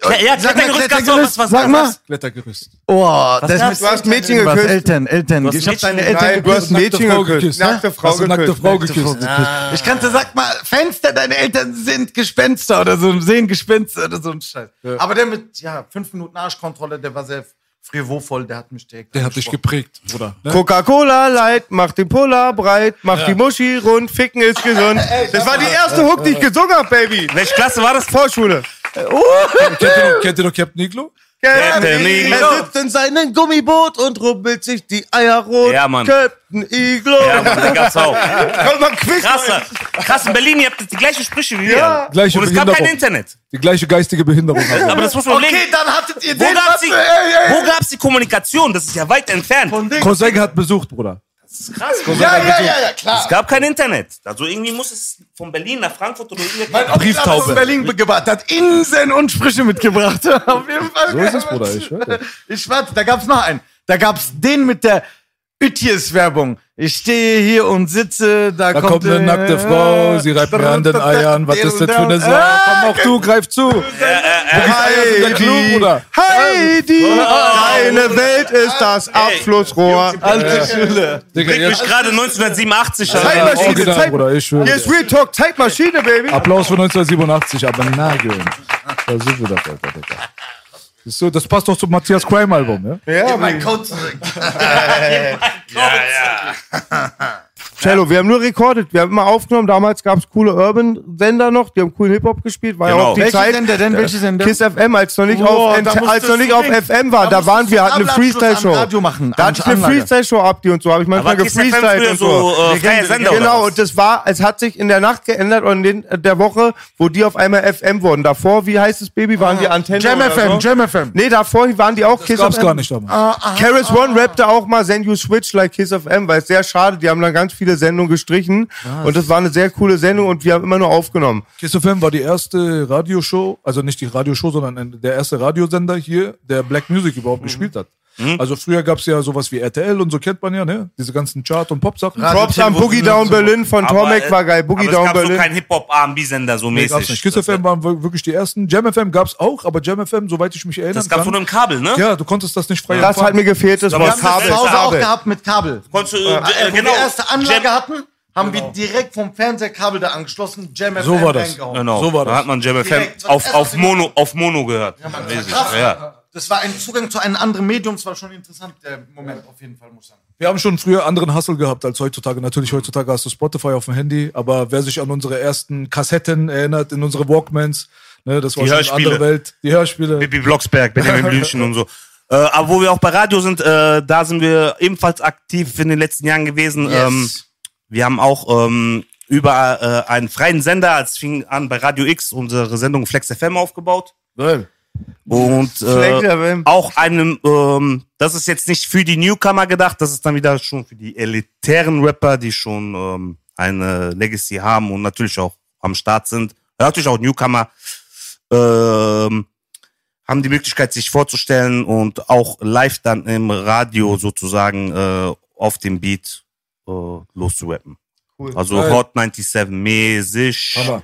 Speaker 4: Ja, ja
Speaker 2: Sag mal,
Speaker 4: Klettergerüst gab's auch,
Speaker 2: Klettergerüst,
Speaker 4: was, was,
Speaker 2: sag mal.
Speaker 4: was-
Speaker 6: Klettergerüst.
Speaker 2: Oh, das
Speaker 3: Du hast Mädchen
Speaker 2: was.
Speaker 3: geküsst.
Speaker 2: Eltern, Eltern.
Speaker 4: hast
Speaker 2: Ich hab deine
Speaker 4: Mädchen-
Speaker 2: Eltern
Speaker 3: Nein, du hast ein
Speaker 6: Nackte
Speaker 3: Mädchen
Speaker 6: Frau
Speaker 3: geküsst.
Speaker 6: ne?
Speaker 3: Nackte Frau
Speaker 6: Hast du nackte
Speaker 3: geküsst.
Speaker 6: Frau geküsst.
Speaker 2: Ich kannte, sag mal, Fenster, deine Eltern sind Gespenster oder so, sehen Gespenster oder so ein Scheiß. Aber der mit, ja, fünf Minuten Arschkontrolle, der war sehr frivovoll, der hat mich direkt.
Speaker 6: Der hat dich
Speaker 2: angesprochen.
Speaker 6: geprägt, Bruder. Ne?
Speaker 3: Coca-Cola light, macht den Polar breit, macht die Muschi rund, ficken ist gesund. Das war die erste Hook, die ich gesungen hab, Baby.
Speaker 4: Welche Klasse war das?
Speaker 3: Vorschule.
Speaker 6: [laughs] Kennt ihr noch, kennt ihr noch Captain Iglo?
Speaker 4: Captain Iglo.
Speaker 3: Er sitzt in seinem Gummiboot und rubbelt sich die Eier rot.
Speaker 4: Ja, Mann.
Speaker 3: Captain Iglo.
Speaker 4: Ja, Mann, da gab's auch.
Speaker 3: Komm mal, Quiz.
Speaker 4: Krasse. Krass, in Berlin, ihr habt die gleichen Sprüche wie wir.
Speaker 3: Ja.
Speaker 6: Gleiche
Speaker 4: Und es gab
Speaker 6: Behinderung.
Speaker 4: kein Internet.
Speaker 6: Die gleiche geistige Behinderung. Hat
Speaker 4: Aber das muss man
Speaker 2: Okay,
Speaker 4: überlegen.
Speaker 2: dann hattet ihr
Speaker 4: Wo
Speaker 2: den.
Speaker 4: gab's,
Speaker 2: was-
Speaker 4: die,
Speaker 2: ey, ey.
Speaker 4: wo gab's die Kommunikation? Das ist ja weit entfernt.
Speaker 3: [laughs]
Speaker 6: er. Cousin hat besucht, Bruder.
Speaker 4: Krass.
Speaker 2: Ja, ja, ja, ja, klar.
Speaker 4: Es gab kein Internet. Also irgendwie muss es von Berlin nach Frankfurt oder
Speaker 2: Mein
Speaker 4: irgendetwas.
Speaker 2: Onkel hat aus Berlin mitgebracht, hat Insen und Sprüche mitgebracht. [laughs] Auf jeden Fall.
Speaker 6: So ist es, Bruder, ich schwöre dir.
Speaker 2: [laughs] Ich warte, da gab's noch einen. Da gab's den mit der Ütjes-Werbung. Ich stehe hier und sitze, da,
Speaker 6: Da kommt eine nackte Frau, sie reibt mir an den Eiern. Was ist das für eine Sau?
Speaker 3: Äh,
Speaker 2: Ah,
Speaker 6: Komm auch du, greif zu.
Speaker 3: Heidi.
Speaker 6: Bruder.
Speaker 3: Heidi. Deine Welt ist das Abflussrohr.
Speaker 2: Alte Schule.
Speaker 6: Digga,
Speaker 4: Ich bin
Speaker 6: jetzt.
Speaker 4: gerade also- 1987. Alter.
Speaker 3: Zeitmaschine,
Speaker 6: Original,
Speaker 3: Zeit-
Speaker 6: Bruder, ich schwöre.
Speaker 3: Hier
Speaker 6: dir.
Speaker 3: ist Real Talk, Zeitmaschine, Baby.
Speaker 6: Applaus für 1987, aber nageln. Da sind wir doch, Alter, Digga. Das ist So, das passt doch zum Matthias Crime Album, ja?
Speaker 2: Ja, mein Code zurück.
Speaker 3: Cello, wir haben nur rekordet, wir haben immer aufgenommen. Damals gab es coole Urban-Sender noch, die haben coolen Hip-Hop gespielt, war ja
Speaker 4: Genau.
Speaker 3: auch die
Speaker 2: Welche
Speaker 3: Zeit.
Speaker 2: Sender denn? Welche Sender?
Speaker 3: Kiss FM, als noch nicht
Speaker 2: Boah,
Speaker 3: auf,
Speaker 2: da musstest
Speaker 3: als noch nicht
Speaker 2: du
Speaker 3: auf
Speaker 2: Ding.
Speaker 3: FM war, da,
Speaker 2: Da
Speaker 3: waren wir,
Speaker 2: musstest
Speaker 3: hatten
Speaker 2: du
Speaker 3: eine
Speaker 2: Ablassschluss
Speaker 3: Freestyle-Show.
Speaker 2: am Radio machen,
Speaker 3: Da
Speaker 2: an-
Speaker 3: hatte ich eine
Speaker 2: Anlage.
Speaker 3: Freestyle-Show, Abdi und so, habe ich
Speaker 4: War
Speaker 3: manchmal
Speaker 4: KSFM früher
Speaker 3: gefreestylt und so.
Speaker 4: so äh, freie Sender
Speaker 3: Genau,
Speaker 4: oder
Speaker 3: und das war, es hat sich in der Nacht geändert und in den- der Woche, wo die auf einmal FM wurden. Davor, wie heißt das Baby, waren die Antenne
Speaker 2: Ah, Jam
Speaker 3: oder
Speaker 2: FM,
Speaker 3: so?
Speaker 2: Jam Ah, FM.
Speaker 3: Nee, davor waren die auch Kiss
Speaker 6: Gab's
Speaker 3: FM.
Speaker 6: gar nicht damals.
Speaker 3: Keras One rappte auch mal Send You Switch Like Kiss FM, weil es sehr schade, die haben dann ganz viele viele Sendungen gestrichen. Und das war eine sehr coole Sendung und wir haben immer nur aufgenommen.
Speaker 6: Kiss FM war die erste Radioshow, also nicht die Radioshow, sondern ein- der erste Radiosender hier, der Black Music
Speaker 4: Mhm.
Speaker 6: überhaupt gespielt hat. Also früher gab es ja sowas wie RTL und so kennt man ja, ne? Diese ganzen Chart- und Pop-Sachen.
Speaker 2: Radio-
Speaker 3: Props an
Speaker 2: Tim, wo
Speaker 3: Boogie
Speaker 2: sind wir
Speaker 3: Down
Speaker 2: zu-
Speaker 3: Berlin von Tomek
Speaker 4: äh,
Speaker 3: war geil. Boogie
Speaker 4: aber es
Speaker 3: Down
Speaker 4: gab so
Speaker 3: Berlin.
Speaker 4: keinen Hip-Hop-R&B-Sender so
Speaker 6: Nee,
Speaker 4: mäßig.
Speaker 6: gab's nicht. Kiss
Speaker 4: das
Speaker 6: FM waren wir- wirklich die ersten. Jam FM gab's auch, aber Jam FM, soweit ich mich erinnern
Speaker 4: das gab's
Speaker 6: kann.
Speaker 4: nur im Kabel, ne?
Speaker 6: ja, du konntest das nicht frei
Speaker 3: Das
Speaker 6: empfangen.
Speaker 3: hat mir gefehlt, das
Speaker 4: Aber
Speaker 3: war
Speaker 4: wir haben das
Speaker 3: Kabel.
Speaker 2: Zu Hause auch
Speaker 3: Kabel.
Speaker 2: gehabt mit Kabel.
Speaker 4: Konntest du,
Speaker 2: Äh,
Speaker 4: äh,
Speaker 2: wo
Speaker 4: äh, genau.
Speaker 2: wir erste Anlage
Speaker 4: Jam-
Speaker 2: hatten, haben wir direkt vom Fernseher Kabel da angeschlossen, Jam FM
Speaker 6: So war das.
Speaker 2: reingehauen.
Speaker 4: Genau.
Speaker 6: So war
Speaker 4: da
Speaker 6: das.
Speaker 4: hat man Jam FM
Speaker 2: Direkt, was
Speaker 4: auf,
Speaker 2: erst
Speaker 4: auf,
Speaker 2: auf den-
Speaker 4: Mono, auf Mono gehört.
Speaker 2: Ja, Mann, das,
Speaker 4: Mäßig,
Speaker 2: war krass.
Speaker 4: ja.
Speaker 2: das war ein Zugang zu einem anderen Medium, es war schon interessant, der Moment auf jeden Fall, muss ich sagen.
Speaker 6: Wir haben schon früher anderen Hustle gehabt als heutzutage. Natürlich, heutzutage hast du Spotify auf dem Handy, aber wer sich an unsere ersten Kassetten erinnert, in unsere Walkmans, ne, das war
Speaker 4: Die
Speaker 6: schon eine andere
Speaker 4: Hörspiele.
Speaker 6: Welt. Die Hörspiele.
Speaker 4: Bibi Blocksberg,
Speaker 2: [laughs]
Speaker 4: Benjamin Blümchen und so. Äh, aber wo wir auch bei Radio sind, äh, da sind wir ebenfalls aktiv in den letzten Jahren gewesen. Ähm, wir haben auch ähm, über äh, einen freien Sender, es fing an bei Radio X, unsere Sendung Flex FM aufgebaut. Und
Speaker 3: Flex
Speaker 4: äh,
Speaker 3: FM.
Speaker 4: auch einem, ähm, das ist jetzt nicht für die Newcomer gedacht, das ist dann wieder schon für die elitären Rapper, die schon ähm, eine Legacy haben und natürlich auch am Start sind. Natürlich auch Newcomer ähm, haben die Möglichkeit, sich vorzustellen und auch live dann im Radio sozusagen äh, auf dem Beat äh, loszurappen.
Speaker 3: Cool.
Speaker 4: Also
Speaker 6: Geil.
Speaker 4: Hot 97 mäßig.
Speaker 6: Aber,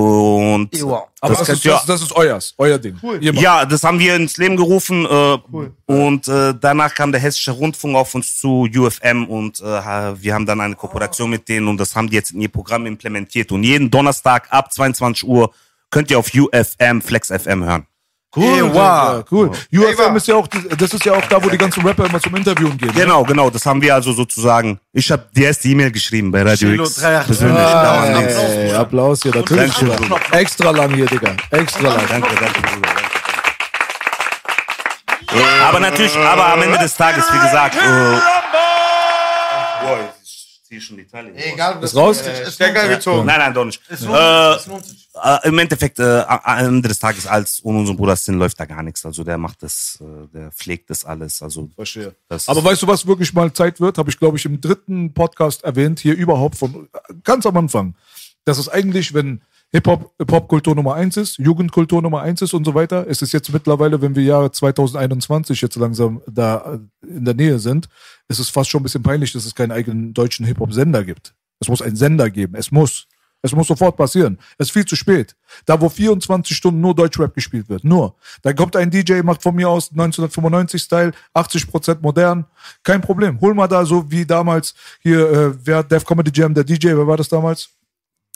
Speaker 4: Und
Speaker 6: aber
Speaker 4: Das
Speaker 6: das,
Speaker 4: könnt
Speaker 6: ist,
Speaker 4: ihr-
Speaker 6: das, das ist euers, euer Ding. Ihr macht-
Speaker 4: ja, das haben wir ins Leben gerufen. Äh, Und äh, danach kam der Hessische Rundfunk auf uns zu, UFM, und äh, wir haben dann eine Kooperation mit denen und das haben die jetzt in ihr Programm implementiert. Und jeden Donnerstag ab 22 Uhr könnt ihr auf UFM, Flex FM hören.
Speaker 6: Cool,
Speaker 2: Ewa.
Speaker 6: cool. UFM ist ja auch, das ist ja auch da, wo die ganzen Rapper immer zum Interviewen gehen. ne?
Speaker 4: Genau, genau, das haben wir also sozusagen. Ich habe die erste E-Mail geschrieben bei Radio
Speaker 2: Chilo
Speaker 4: X.
Speaker 2: 388.
Speaker 4: Persönlich. da waren die-
Speaker 6: Ey, Applaus hier, natürlich.
Speaker 4: Dankeschön,
Speaker 6: Bruder.
Speaker 4: Bruder.
Speaker 6: Extra lang hier, Digga. Extra lang.
Speaker 4: Danke, danke, Bruder. Äh, Aber natürlich, aber am Ende des Tages, wie gesagt, äh, boah, ich ziehe schon die Teile.
Speaker 2: Egal,
Speaker 6: Ist raus?
Speaker 3: Stecker gezogen.
Speaker 4: Nein, nein, doch nicht.
Speaker 2: Es lohnt sich, es lohnt sich.
Speaker 4: Äh, Im Endeffekt, äh, am Ende des Tages, als ohne unseren Bruder Sin läuft da gar nichts. Also der macht das, äh, der pflegt das alles. Also
Speaker 6: Verstehe.
Speaker 4: das
Speaker 6: Aber weißt du, was wirklich mal Zeit wird? Habe ich, glaube ich, im dritten Podcast erwähnt, hier überhaupt von ganz am Anfang. Das ist eigentlich, wenn Hip-Hop Popkultur Nummer eins ist, Jugendkultur Nummer eins ist und so weiter, ist es jetzt mittlerweile, wenn wir Jahre 2021 jetzt langsam da äh, in der Nähe sind, ist es fast schon ein bisschen peinlich, dass es keinen eigenen deutschen Hip-Hop-Sender gibt. Es muss einen Sender geben. Es muss. Es muss sofort passieren. Es ist viel zu spät. Da, wo 24 Stunden nur Deutschrap gespielt wird, nur. Da kommt ein DJ, macht von mir aus 1995-Style, 80% modern. Kein Problem. Hol mal da so wie damals hier, äh, wer hat Def Comedy Jam, der DJ, wer war das damals?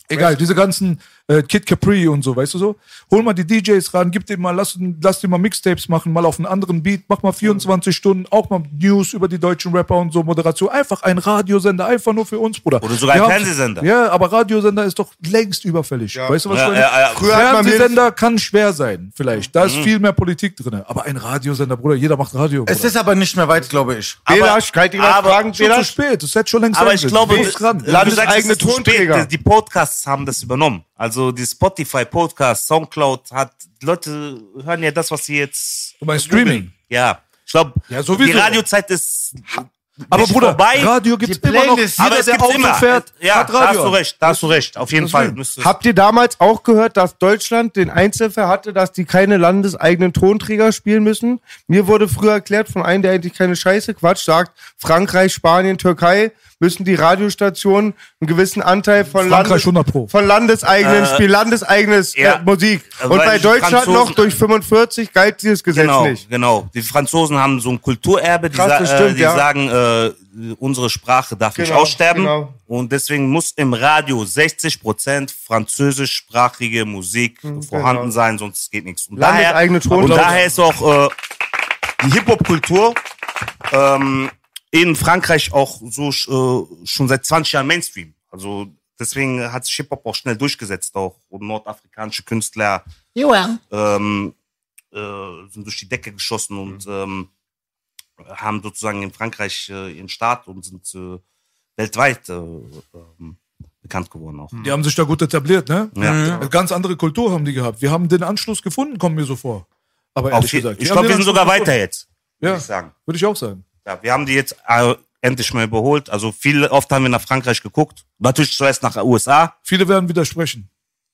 Speaker 6: Egal, diese ganzen äh, Kid Capri und so, weißt du so? Hol mal die DJs ran, gib denen mal, lass, lass die mal Mixtapes machen, mal auf einen anderen Beat, mach mal 24 Stunden, auch mal News über die deutschen Rapper und so, Moderation. Einfach ein Radiosender, einfach nur für uns, Bruder.
Speaker 4: Oder sogar
Speaker 6: Wir
Speaker 4: ein
Speaker 6: haben's-
Speaker 4: Fernsehsender.
Speaker 6: Ja, aber Radiosender ist doch längst überfällig. Weißt du, was ich
Speaker 4: ja,
Speaker 6: meine?
Speaker 4: ja, Mhm. ja.
Speaker 3: Früher hat man mindestens-
Speaker 6: Fernsehsender kann schwer sein, vielleicht. Da ist viel mehr Politik drin. Aber ein Radiosender, Bruder, jeder macht Radio. Bruder.
Speaker 2: Es ist aber nicht mehr weit, glaube ich.
Speaker 3: Belasch, kann ich dir was
Speaker 4: aber-
Speaker 3: fragen,
Speaker 6: schon zu
Speaker 3: Belasch?
Speaker 6: spät. Es hätte schon längst
Speaker 4: Aber
Speaker 6: sein
Speaker 4: ich
Speaker 6: können.
Speaker 4: glaube,
Speaker 6: Du
Speaker 4: das-
Speaker 6: musst ran.
Speaker 4: du
Speaker 3: Landeseigene
Speaker 4: sagst, es ist zu
Speaker 3: Tonträger.
Speaker 4: spät. Die Podcasts haben das übernommen. Also die Spotify Podcast, Soundcloud hat Leute hören ja das, was sie jetzt.
Speaker 6: Du meinst Streaming?
Speaker 4: Ja, ich glaube,
Speaker 6: Ja,
Speaker 4: die
Speaker 6: sowieso.
Speaker 4: Radiozeit ist.
Speaker 6: aber
Speaker 4: nicht
Speaker 6: Bruder,
Speaker 4: vorbei,
Speaker 6: Radio gibt's
Speaker 2: die
Speaker 6: immer noch.
Speaker 2: Playlist,
Speaker 6: Jeder,
Speaker 4: aber es
Speaker 6: der
Speaker 4: gibt's
Speaker 6: Auto
Speaker 4: immer.
Speaker 6: fährt,
Speaker 4: ja,
Speaker 6: hat
Speaker 4: da hast
Speaker 6: Radio.
Speaker 4: du recht, da hast du recht. Auf jeden Fall. Müsste es-
Speaker 3: Habt ihr damals auch gehört, dass Deutschland den Einzelfall hatte, dass die keine landeseigenen Tonträger spielen müssen? Mir wurde früher erklärt von einem, der eigentlich keine Scheiße Quatsch sagt, Frankreich, Spanien, Türkei müssen die Radiostationen einen gewissen Anteil von,
Speaker 6: Frankreich
Speaker 3: Landes
Speaker 6: 100 pro.
Speaker 3: von landeseigenen Spiel, landeseigenes
Speaker 4: Äh, ja.
Speaker 3: äh, Musik.
Speaker 4: Äh,
Speaker 3: Und
Speaker 4: weil
Speaker 3: bei
Speaker 4: die
Speaker 3: Deutschland
Speaker 4: Franzosen-
Speaker 3: noch durch 45 galt dieses Gesetz
Speaker 4: Genau,
Speaker 3: nicht.
Speaker 4: genau. Die Franzosen haben so ein Kulturerbe, die,
Speaker 3: Krass,
Speaker 4: sa
Speaker 3: das
Speaker 4: äh,
Speaker 3: stimmt,
Speaker 4: die
Speaker 3: ja.
Speaker 4: sagen, äh, unsere Sprache darf nicht
Speaker 3: Genau,
Speaker 4: aussterben.
Speaker 3: genau.
Speaker 4: Und deswegen muss im Radio 60% französischsprachige Musik vorhanden
Speaker 3: genau.
Speaker 4: sein, sonst geht nichts. Und
Speaker 3: Landeseigene
Speaker 4: daher, und
Speaker 3: Tonlaute.
Speaker 4: daher ist auch äh, die Hip-Hop-Kultur ähm, in Frankreich auch so äh, schon seit 20 Jahren Mainstream. Also deswegen hat sich Hip-Hop auch schnell durchgesetzt, auch und nordafrikanische Künstler ähm, äh, sind durch die Decke geschossen und ähm, haben sozusagen in Frankreich äh, ihren Start und sind äh, weltweit äh, ähm, bekannt geworden auch.
Speaker 6: Die haben sich da gut etabliert, ne?
Speaker 4: Ja.
Speaker 3: Mhm.
Speaker 6: Eine ganz andere Kultur haben die gehabt. Wir haben den Anschluss gefunden, kommen mir so vor. Aber
Speaker 4: Auf
Speaker 6: ehrlich
Speaker 4: je-
Speaker 6: gesagt.
Speaker 4: ich
Speaker 6: haben
Speaker 4: glaube,
Speaker 6: den
Speaker 4: wir sind sogar
Speaker 6: Anschluss
Speaker 4: weiter jetzt, würde
Speaker 6: gefunden.
Speaker 4: ich
Speaker 6: Ja,
Speaker 4: sagen.
Speaker 6: würde ich auch sagen.
Speaker 4: Ja, wir haben die jetzt äh, endlich mal überholt. Also viel, oft haben wir nach Frankreich geguckt. Natürlich zuerst nach USA.
Speaker 6: Viele werden widersprechen.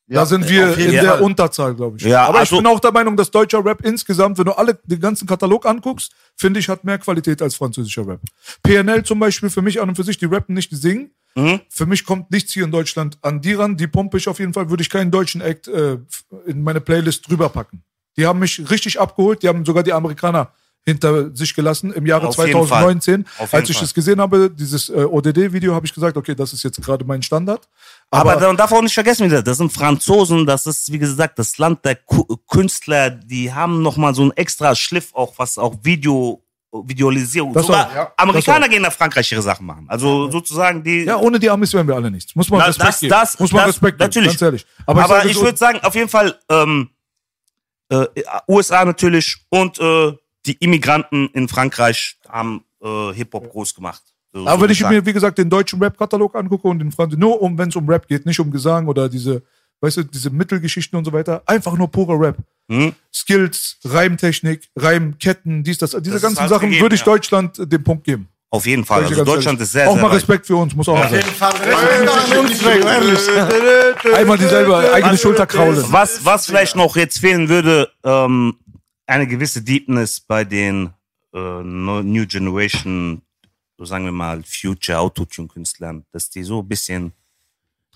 Speaker 6: da sind
Speaker 2: auf
Speaker 6: wir in
Speaker 2: jeden
Speaker 6: der
Speaker 2: Fall.
Speaker 6: Unterzahl, glaube ich.
Speaker 4: Ja,
Speaker 6: Aber
Speaker 4: also-
Speaker 6: ich bin auch der Meinung, dass deutscher Rap insgesamt, wenn du alle den ganzen Katalog anguckst, finde ich, hat mehr Qualität als französischer Rap. PNL zum Beispiel, für mich an und für sich, die rappen nicht, die singen.
Speaker 4: Mhm.
Speaker 6: Für mich kommt nichts hier in Deutschland an die ran. Die pumpe ich auf jeden Fall, würde ich keinen deutschen Act äh, in meine Playlist drüber packen. Die haben mich richtig abgeholt, die haben sogar die Amerikaner hinter sich gelassen im Jahre
Speaker 4: Auf jeden
Speaker 6: 2019.
Speaker 4: Fall. Auf
Speaker 6: Als
Speaker 4: jeden
Speaker 6: ich
Speaker 4: Fall.
Speaker 6: das gesehen habe, dieses äh, ODD-Video, habe ich gesagt, okay, das ist jetzt gerade mein Standard.
Speaker 4: Aber,
Speaker 6: Aber,
Speaker 4: man darf auch nicht vergessen, wie gesagt, das sind Franzosen, das ist, wie gesagt, das Land der Ku- Künstler, die haben nochmal so einen extra Schliff, auch was auch Video, Videolisierung.
Speaker 6: Das
Speaker 4: Sogar
Speaker 6: auch, ja.
Speaker 4: Amerikaner
Speaker 6: Das
Speaker 4: gehen nach Frankreich ihre Sachen machen. Also sozusagen die.
Speaker 6: ja, ohne die Amis wären wir alle nichts. Muss man
Speaker 4: Na,
Speaker 6: Respekt
Speaker 4: das-
Speaker 6: geben.
Speaker 4: das-
Speaker 6: Muss man
Speaker 4: das-
Speaker 6: Respekt geben,
Speaker 4: natürlich.
Speaker 6: ganz ehrlich.
Speaker 4: aber
Speaker 6: sage
Speaker 4: ich
Speaker 6: so-
Speaker 4: würde sagen, auf jeden Fall ähm, äh, USA natürlich und äh, die Immigranten in Frankreich haben äh, Hip-Hop groß gemacht. So,
Speaker 6: Aber wenn
Speaker 4: würde
Speaker 6: ich
Speaker 4: sagen.
Speaker 6: mir, wie gesagt, den deutschen Rap-Katalog angucke und den Franz, nur um, wenn es um Rap geht, nicht um Gesang oder diese, weißt du, diese Mittelgeschichten und so weiter, einfach nur purer Rap.
Speaker 4: Hm?
Speaker 6: Skills, Reimtechnik, Reimketten, dies, das, diese
Speaker 4: ist
Speaker 6: ganzen
Speaker 4: halt
Speaker 6: Sachen
Speaker 4: gegeben,
Speaker 6: würde ich
Speaker 4: ja.
Speaker 6: Deutschland äh, den Punkt geben.
Speaker 4: Auf jeden Fall.
Speaker 6: Sag ich
Speaker 4: Also
Speaker 6: dir ganz
Speaker 4: Deutschland
Speaker 6: ehrlich.
Speaker 4: ist sehr,
Speaker 6: Auch
Speaker 4: sehr
Speaker 6: mal
Speaker 4: weit.
Speaker 6: Respekt für uns, muss auch mal sein.
Speaker 3: Respekt.
Speaker 6: Einmal die selber eigene Schulter kraulen.
Speaker 4: Was, was vielleicht noch jetzt fehlen würde, ähm, eine gewisse Deepness bei den äh, No- New Generation, so sagen wir mal, Future Autotune-Künstlern, dass die so ein bisschen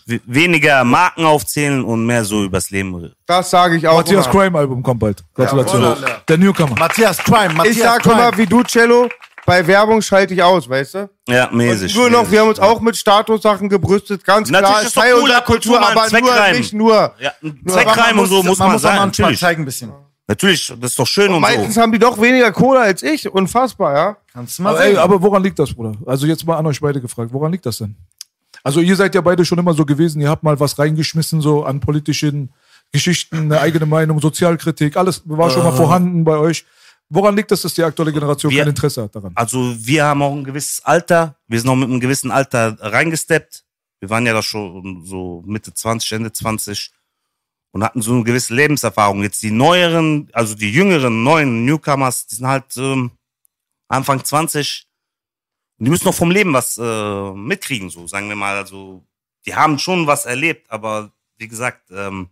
Speaker 4: we- weniger Marken aufzählen und mehr so übers Leben. reden.
Speaker 3: Das sage ich auch.
Speaker 6: Matthias
Speaker 3: immer.
Speaker 6: Crime Album kommt bald. Gratulation.
Speaker 3: Jawohl, Alter.
Speaker 6: der Newcomer.
Speaker 2: Matthias Crime, Matthias
Speaker 3: Ich sag
Speaker 2: Crime.
Speaker 3: immer, wie du, Cello, bei Werbung schalte ich aus, weißt du?
Speaker 4: äh, Ja, mäßig.
Speaker 3: Nur noch,
Speaker 4: mäßig.
Speaker 3: wir haben uns auch mit Statussachen gebrüstet, ganz
Speaker 4: Natürlich
Speaker 3: klar.
Speaker 4: ist
Speaker 3: ist
Speaker 4: doch
Speaker 3: Teil
Speaker 4: cool,
Speaker 3: unserer
Speaker 4: ab und zu mal
Speaker 3: Kultur,
Speaker 4: einen
Speaker 3: aber
Speaker 4: Zweck
Speaker 3: nur,
Speaker 4: rein.
Speaker 3: nicht nur.
Speaker 4: ja, ein
Speaker 3: Aber
Speaker 4: Zweckreim und so muss man,
Speaker 2: muss auch
Speaker 4: sagen.
Speaker 2: mal einen
Speaker 4: Natürlich.
Speaker 2: zeigen ein bisschen.
Speaker 4: natürlich, das ist doch schön und,
Speaker 3: Meistens
Speaker 4: so.
Speaker 3: haben die doch weniger Kohle als ich. Unfassbar, ja?
Speaker 2: Kannst du mal
Speaker 6: Aber, ey,
Speaker 2: sehen.
Speaker 6: aber woran liegt das, Bruder? Also jetzt mal an euch beide gefragt, woran liegt das denn? Also ihr seid ja beide schon immer so gewesen, ihr habt mal was reingeschmissen, so an politischen Geschichten, eine eigene Meinung, Sozialkritik, alles war schon mal vorhanden bei euch. Woran liegt das, dass die aktuelle Generation
Speaker 4: Äh. Wir-
Speaker 6: kein Interesse hat daran?
Speaker 4: Also wir haben auch ein gewisses Alter. Wir sind auch mit einem gewissen Alter reingesteppt. Wir waren ja da schon so Mitte 20, Ende 20 und hatten so eine gewisse Lebenserfahrung. Jetzt die neueren, also die jüngeren, neuen Newcomers, die sind halt ähm, Anfang 20. Und die müssen noch vom Leben was äh, mitkriegen, so sagen wir mal. Also die haben schon was erlebt, aber wie gesagt, ähm,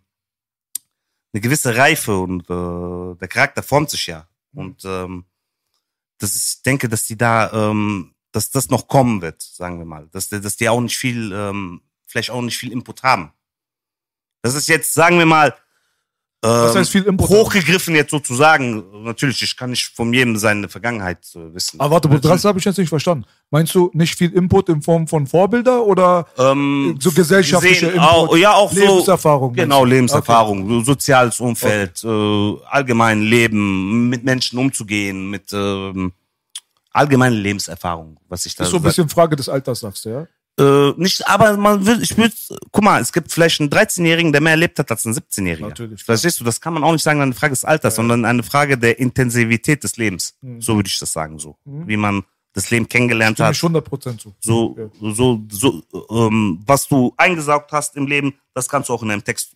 Speaker 4: eine gewisse Reife und äh, der Charakter formt sich ja. Und ähm, das ist, ich denke, dass die da, ähm, dass das noch kommen wird, sagen wir mal. Dass, die- dass die auch nicht viel, ähm, vielleicht auch nicht viel Input haben. Das ist jetzt, sagen wir mal, ähm,
Speaker 6: Das heißt viel Input.
Speaker 4: hochgegriffen jetzt sozusagen. Natürlich, ich kann nicht von jedem seine Vergangenheit äh, wissen.
Speaker 6: Aber Ah, warte, Bruder, das habe ich jetzt nicht verstanden. Meinst du nicht viel Input in Form von Vorbilder oder
Speaker 4: ähm,
Speaker 6: so gesellschaftlicher
Speaker 4: gesehen,
Speaker 6: Input?
Speaker 4: auch, ja, auch
Speaker 6: Lebenserfahrung.
Speaker 4: So,
Speaker 6: meinst
Speaker 4: genau,
Speaker 6: du?
Speaker 4: Lebenserfahrung, so soziales Umfeld, äh, allgemein Leben, mit Menschen umzugehen, mit ähm, allgemeine Lebenserfahrung, was ich da
Speaker 6: Okay. Ist so ein
Speaker 4: sag.
Speaker 6: bisschen Frage des Alters, sagst du, ja?
Speaker 4: Äh, nicht, aber man will, ich würde, guck mal, es gibt vielleicht einen 13-Jährigen, der mehr erlebt hat als einen 17-Jährigen.
Speaker 6: Natürlich.
Speaker 4: Verstehst du, das kann man auch nicht sagen, eine Frage des Alters, sondern eine Frage der Intensivität des Lebens.
Speaker 6: Mhm.
Speaker 4: So würde ich das sagen, so. Wie man das Leben kennengelernt
Speaker 6: Stimme
Speaker 4: hat.
Speaker 6: ich 100% zu.
Speaker 4: halt So, so, so, ähm, was du eingesaugt hast im Leben, das kannst du auch in einem Text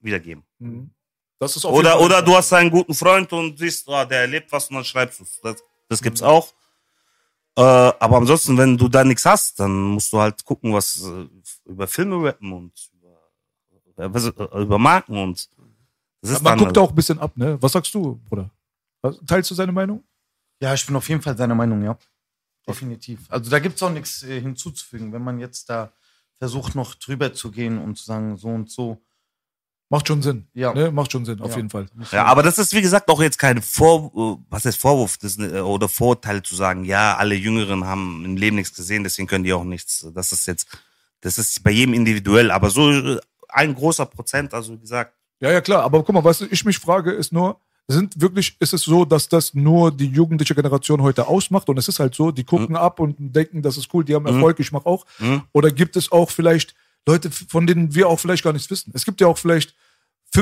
Speaker 4: wiedergeben.
Speaker 6: Mhm. Das ist auf jeden
Speaker 4: Oder,
Speaker 6: Fall-
Speaker 4: oder du hast einen guten Freund und siehst, ah, der erlebt was und dann schreibst du es. Das, das gibt's
Speaker 6: Mhm.
Speaker 4: auch. Äh, aber ansonsten, wenn du da nichts hast, dann musst du halt gucken, was äh, über Filme rappen und über, äh, was, äh, über Marken und das ist
Speaker 6: Man
Speaker 4: dann,
Speaker 6: guckt auch ein bisschen ab, ne? Was sagst du, Bruder? Was- Teilst du seine Meinung?
Speaker 2: Ja, ich bin auf jeden Fall seiner Meinung, ja. Definitiv. Also da gibt es auch nichts äh, hinzuzufügen, wenn man jetzt da versucht, noch drüber zu gehen und zu sagen, so und so.
Speaker 6: Macht schon Sinn.
Speaker 2: Ja.
Speaker 6: Ne? Macht schon Sinn, auf
Speaker 2: Ja.
Speaker 6: jeden Fall.
Speaker 4: Ja, aber das ist, wie gesagt, auch jetzt kein Vor, äh, was heißt Vorwurf das ist, äh, oder Vorteil zu sagen, ja, alle Jüngeren haben im Leben nichts gesehen, deswegen können die auch nichts. Das ist jetzt, das ist bei jedem individuell, aber so äh, ein großer Prozent, also wie gesagt,
Speaker 6: Ja, ja, klar. Aber guck mal, was ich mich frage, ist nur, sind wirklich, ist es so, dass das nur die jugendliche Generation heute ausmacht? Und es ist halt so, die gucken
Speaker 4: Hm.
Speaker 6: ab und denken, das ist cool, die haben Erfolg, ich mach auch.
Speaker 4: Mhm.
Speaker 6: Oder gibt es auch vielleicht Leute, von denen wir auch vielleicht gar nichts wissen? Es gibt ja auch vielleicht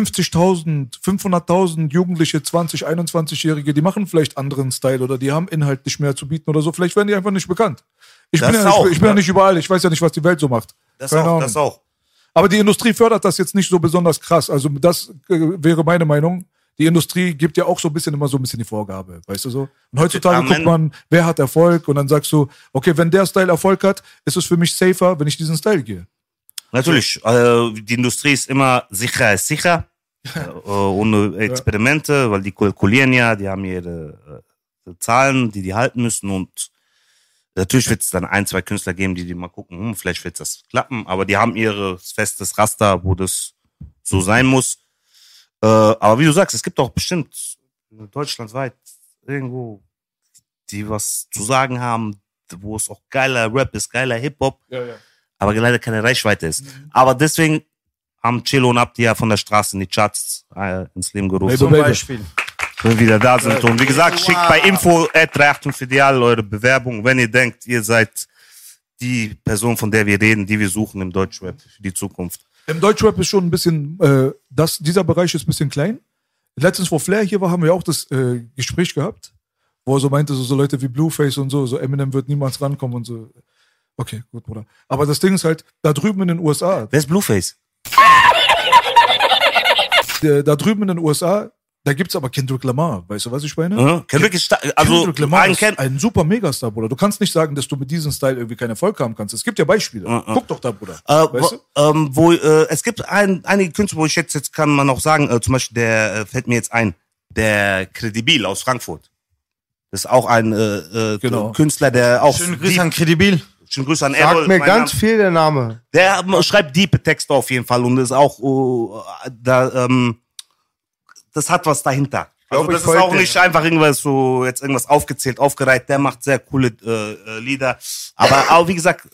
Speaker 6: 50.000, 500.000 Jugendliche, 20, 21-Jährige, die machen vielleicht anderen Style oder die haben Inhalt nicht mehr zu bieten oder so. Vielleicht werden die einfach nicht bekannt. Ich
Speaker 4: Das
Speaker 6: bin, ja
Speaker 4: auch,
Speaker 6: nicht, ich bin ja
Speaker 4: ja.
Speaker 6: nicht überall, ich weiß ja nicht, was die Welt so macht.
Speaker 4: das
Speaker 6: Keine
Speaker 4: auch,
Speaker 6: Ahnung.
Speaker 4: das auch.
Speaker 6: Aber die Industrie fördert das jetzt nicht so besonders krass. Also das äh, wäre meine Meinung. die Industrie gibt ja auch so ein bisschen immer so ein bisschen die Vorgabe, weißt du so? Und heutzutage
Speaker 4: Amen.
Speaker 6: guckt man, wer hat Erfolg und dann sagst du, okay, wenn der Style Erfolg hat, ist es für mich safer, wenn ich diesen Style gehe.
Speaker 4: Natürlich, äh, die Industrie ist immer sicher ist sicher, äh, ohne Experimente, weil die kalkulieren ja, die haben ihre äh, Zahlen, die die halten müssen und natürlich wird es dann ein, zwei Künstler geben, die, die mal gucken, hm, vielleicht wird das klappen, aber die haben ihr festes Raster, wo das so sein muss. Äh, aber wie du sagst, es gibt auch bestimmt deutschlandweit irgendwo, die was zu sagen haben, wo es auch geiler Rap ist, geiler Hip-Hop aber leider keine Reichweite ist. Aber deswegen haben Chilo und Abdi ja von der Straße in die Charts äh, ins Leben gerufen,
Speaker 6: Baby,
Speaker 4: so,
Speaker 6: baby.
Speaker 2: Beispiel.
Speaker 4: wenn wir wieder da sind.
Speaker 6: Äh,
Speaker 4: Und wie gesagt, schickt bei info filial eure Bewerbung, wenn ihr denkt, ihr seid die Person, von der wir reden, die wir suchen im Deutschrap für die Zukunft.
Speaker 6: Im Deutschrap ist schon ein bisschen, äh, das, dieser Bereich ist ein bisschen klein. Letztens, wo Flair hier war, haben wir auch das äh, Gespräch gehabt, wo er so meinte, so, so Leute wie Blueface und so, so Eminem wird niemals rankommen und so. Okay, gut, Bruder. Aber das Ding ist halt, da drüben in den USA,
Speaker 4: Wer ist Blueface?
Speaker 6: äh, da drüben in den USA, da gibt's aber Kendrick Lamar, weißt du, was ich meine?
Speaker 4: Mhm. Kendrick ist sta- also
Speaker 6: Hm? Kendrick Lamar
Speaker 4: ein
Speaker 6: ist
Speaker 4: Ken
Speaker 6: ein super Megastar, Bruder. Du kannst nicht sagen, dass du mit diesem Style irgendwie keinen Erfolg haben kannst. Es gibt ja Beispiele.
Speaker 4: Mhm.
Speaker 6: Guck doch da, Bruder.
Speaker 4: äh,
Speaker 6: weißt du?
Speaker 4: wo, ähm, wo äh, es gibt ein, einige Künstler, wo ich jetzt jetzt kann man auch sagen, äh, zum Beispiel der äh, fällt mir jetzt ein, der Credibil aus Frankfurt. Das ist auch ein äh, äh,
Speaker 6: Genau.
Speaker 4: Künstler, der auch
Speaker 2: Schönen Grüße an Credibil.
Speaker 4: Schönen Grüße an Errol,
Speaker 3: Sagt mir
Speaker 4: mein
Speaker 3: ganz
Speaker 4: Name.
Speaker 3: viel der Name.
Speaker 4: Der ähm, schreibt diepe Texte auf jeden Fall und ist auch, oh, da, ähm, das hat was dahinter.
Speaker 3: glaub,
Speaker 4: also das ist
Speaker 3: ich folg
Speaker 4: auch
Speaker 3: dir.
Speaker 4: nicht einfach irgendwas so jetzt irgendwas aufgezählt, aufgereiht. Der macht sehr coole äh, äh, Lieder, aber [laughs] auch wie gesagt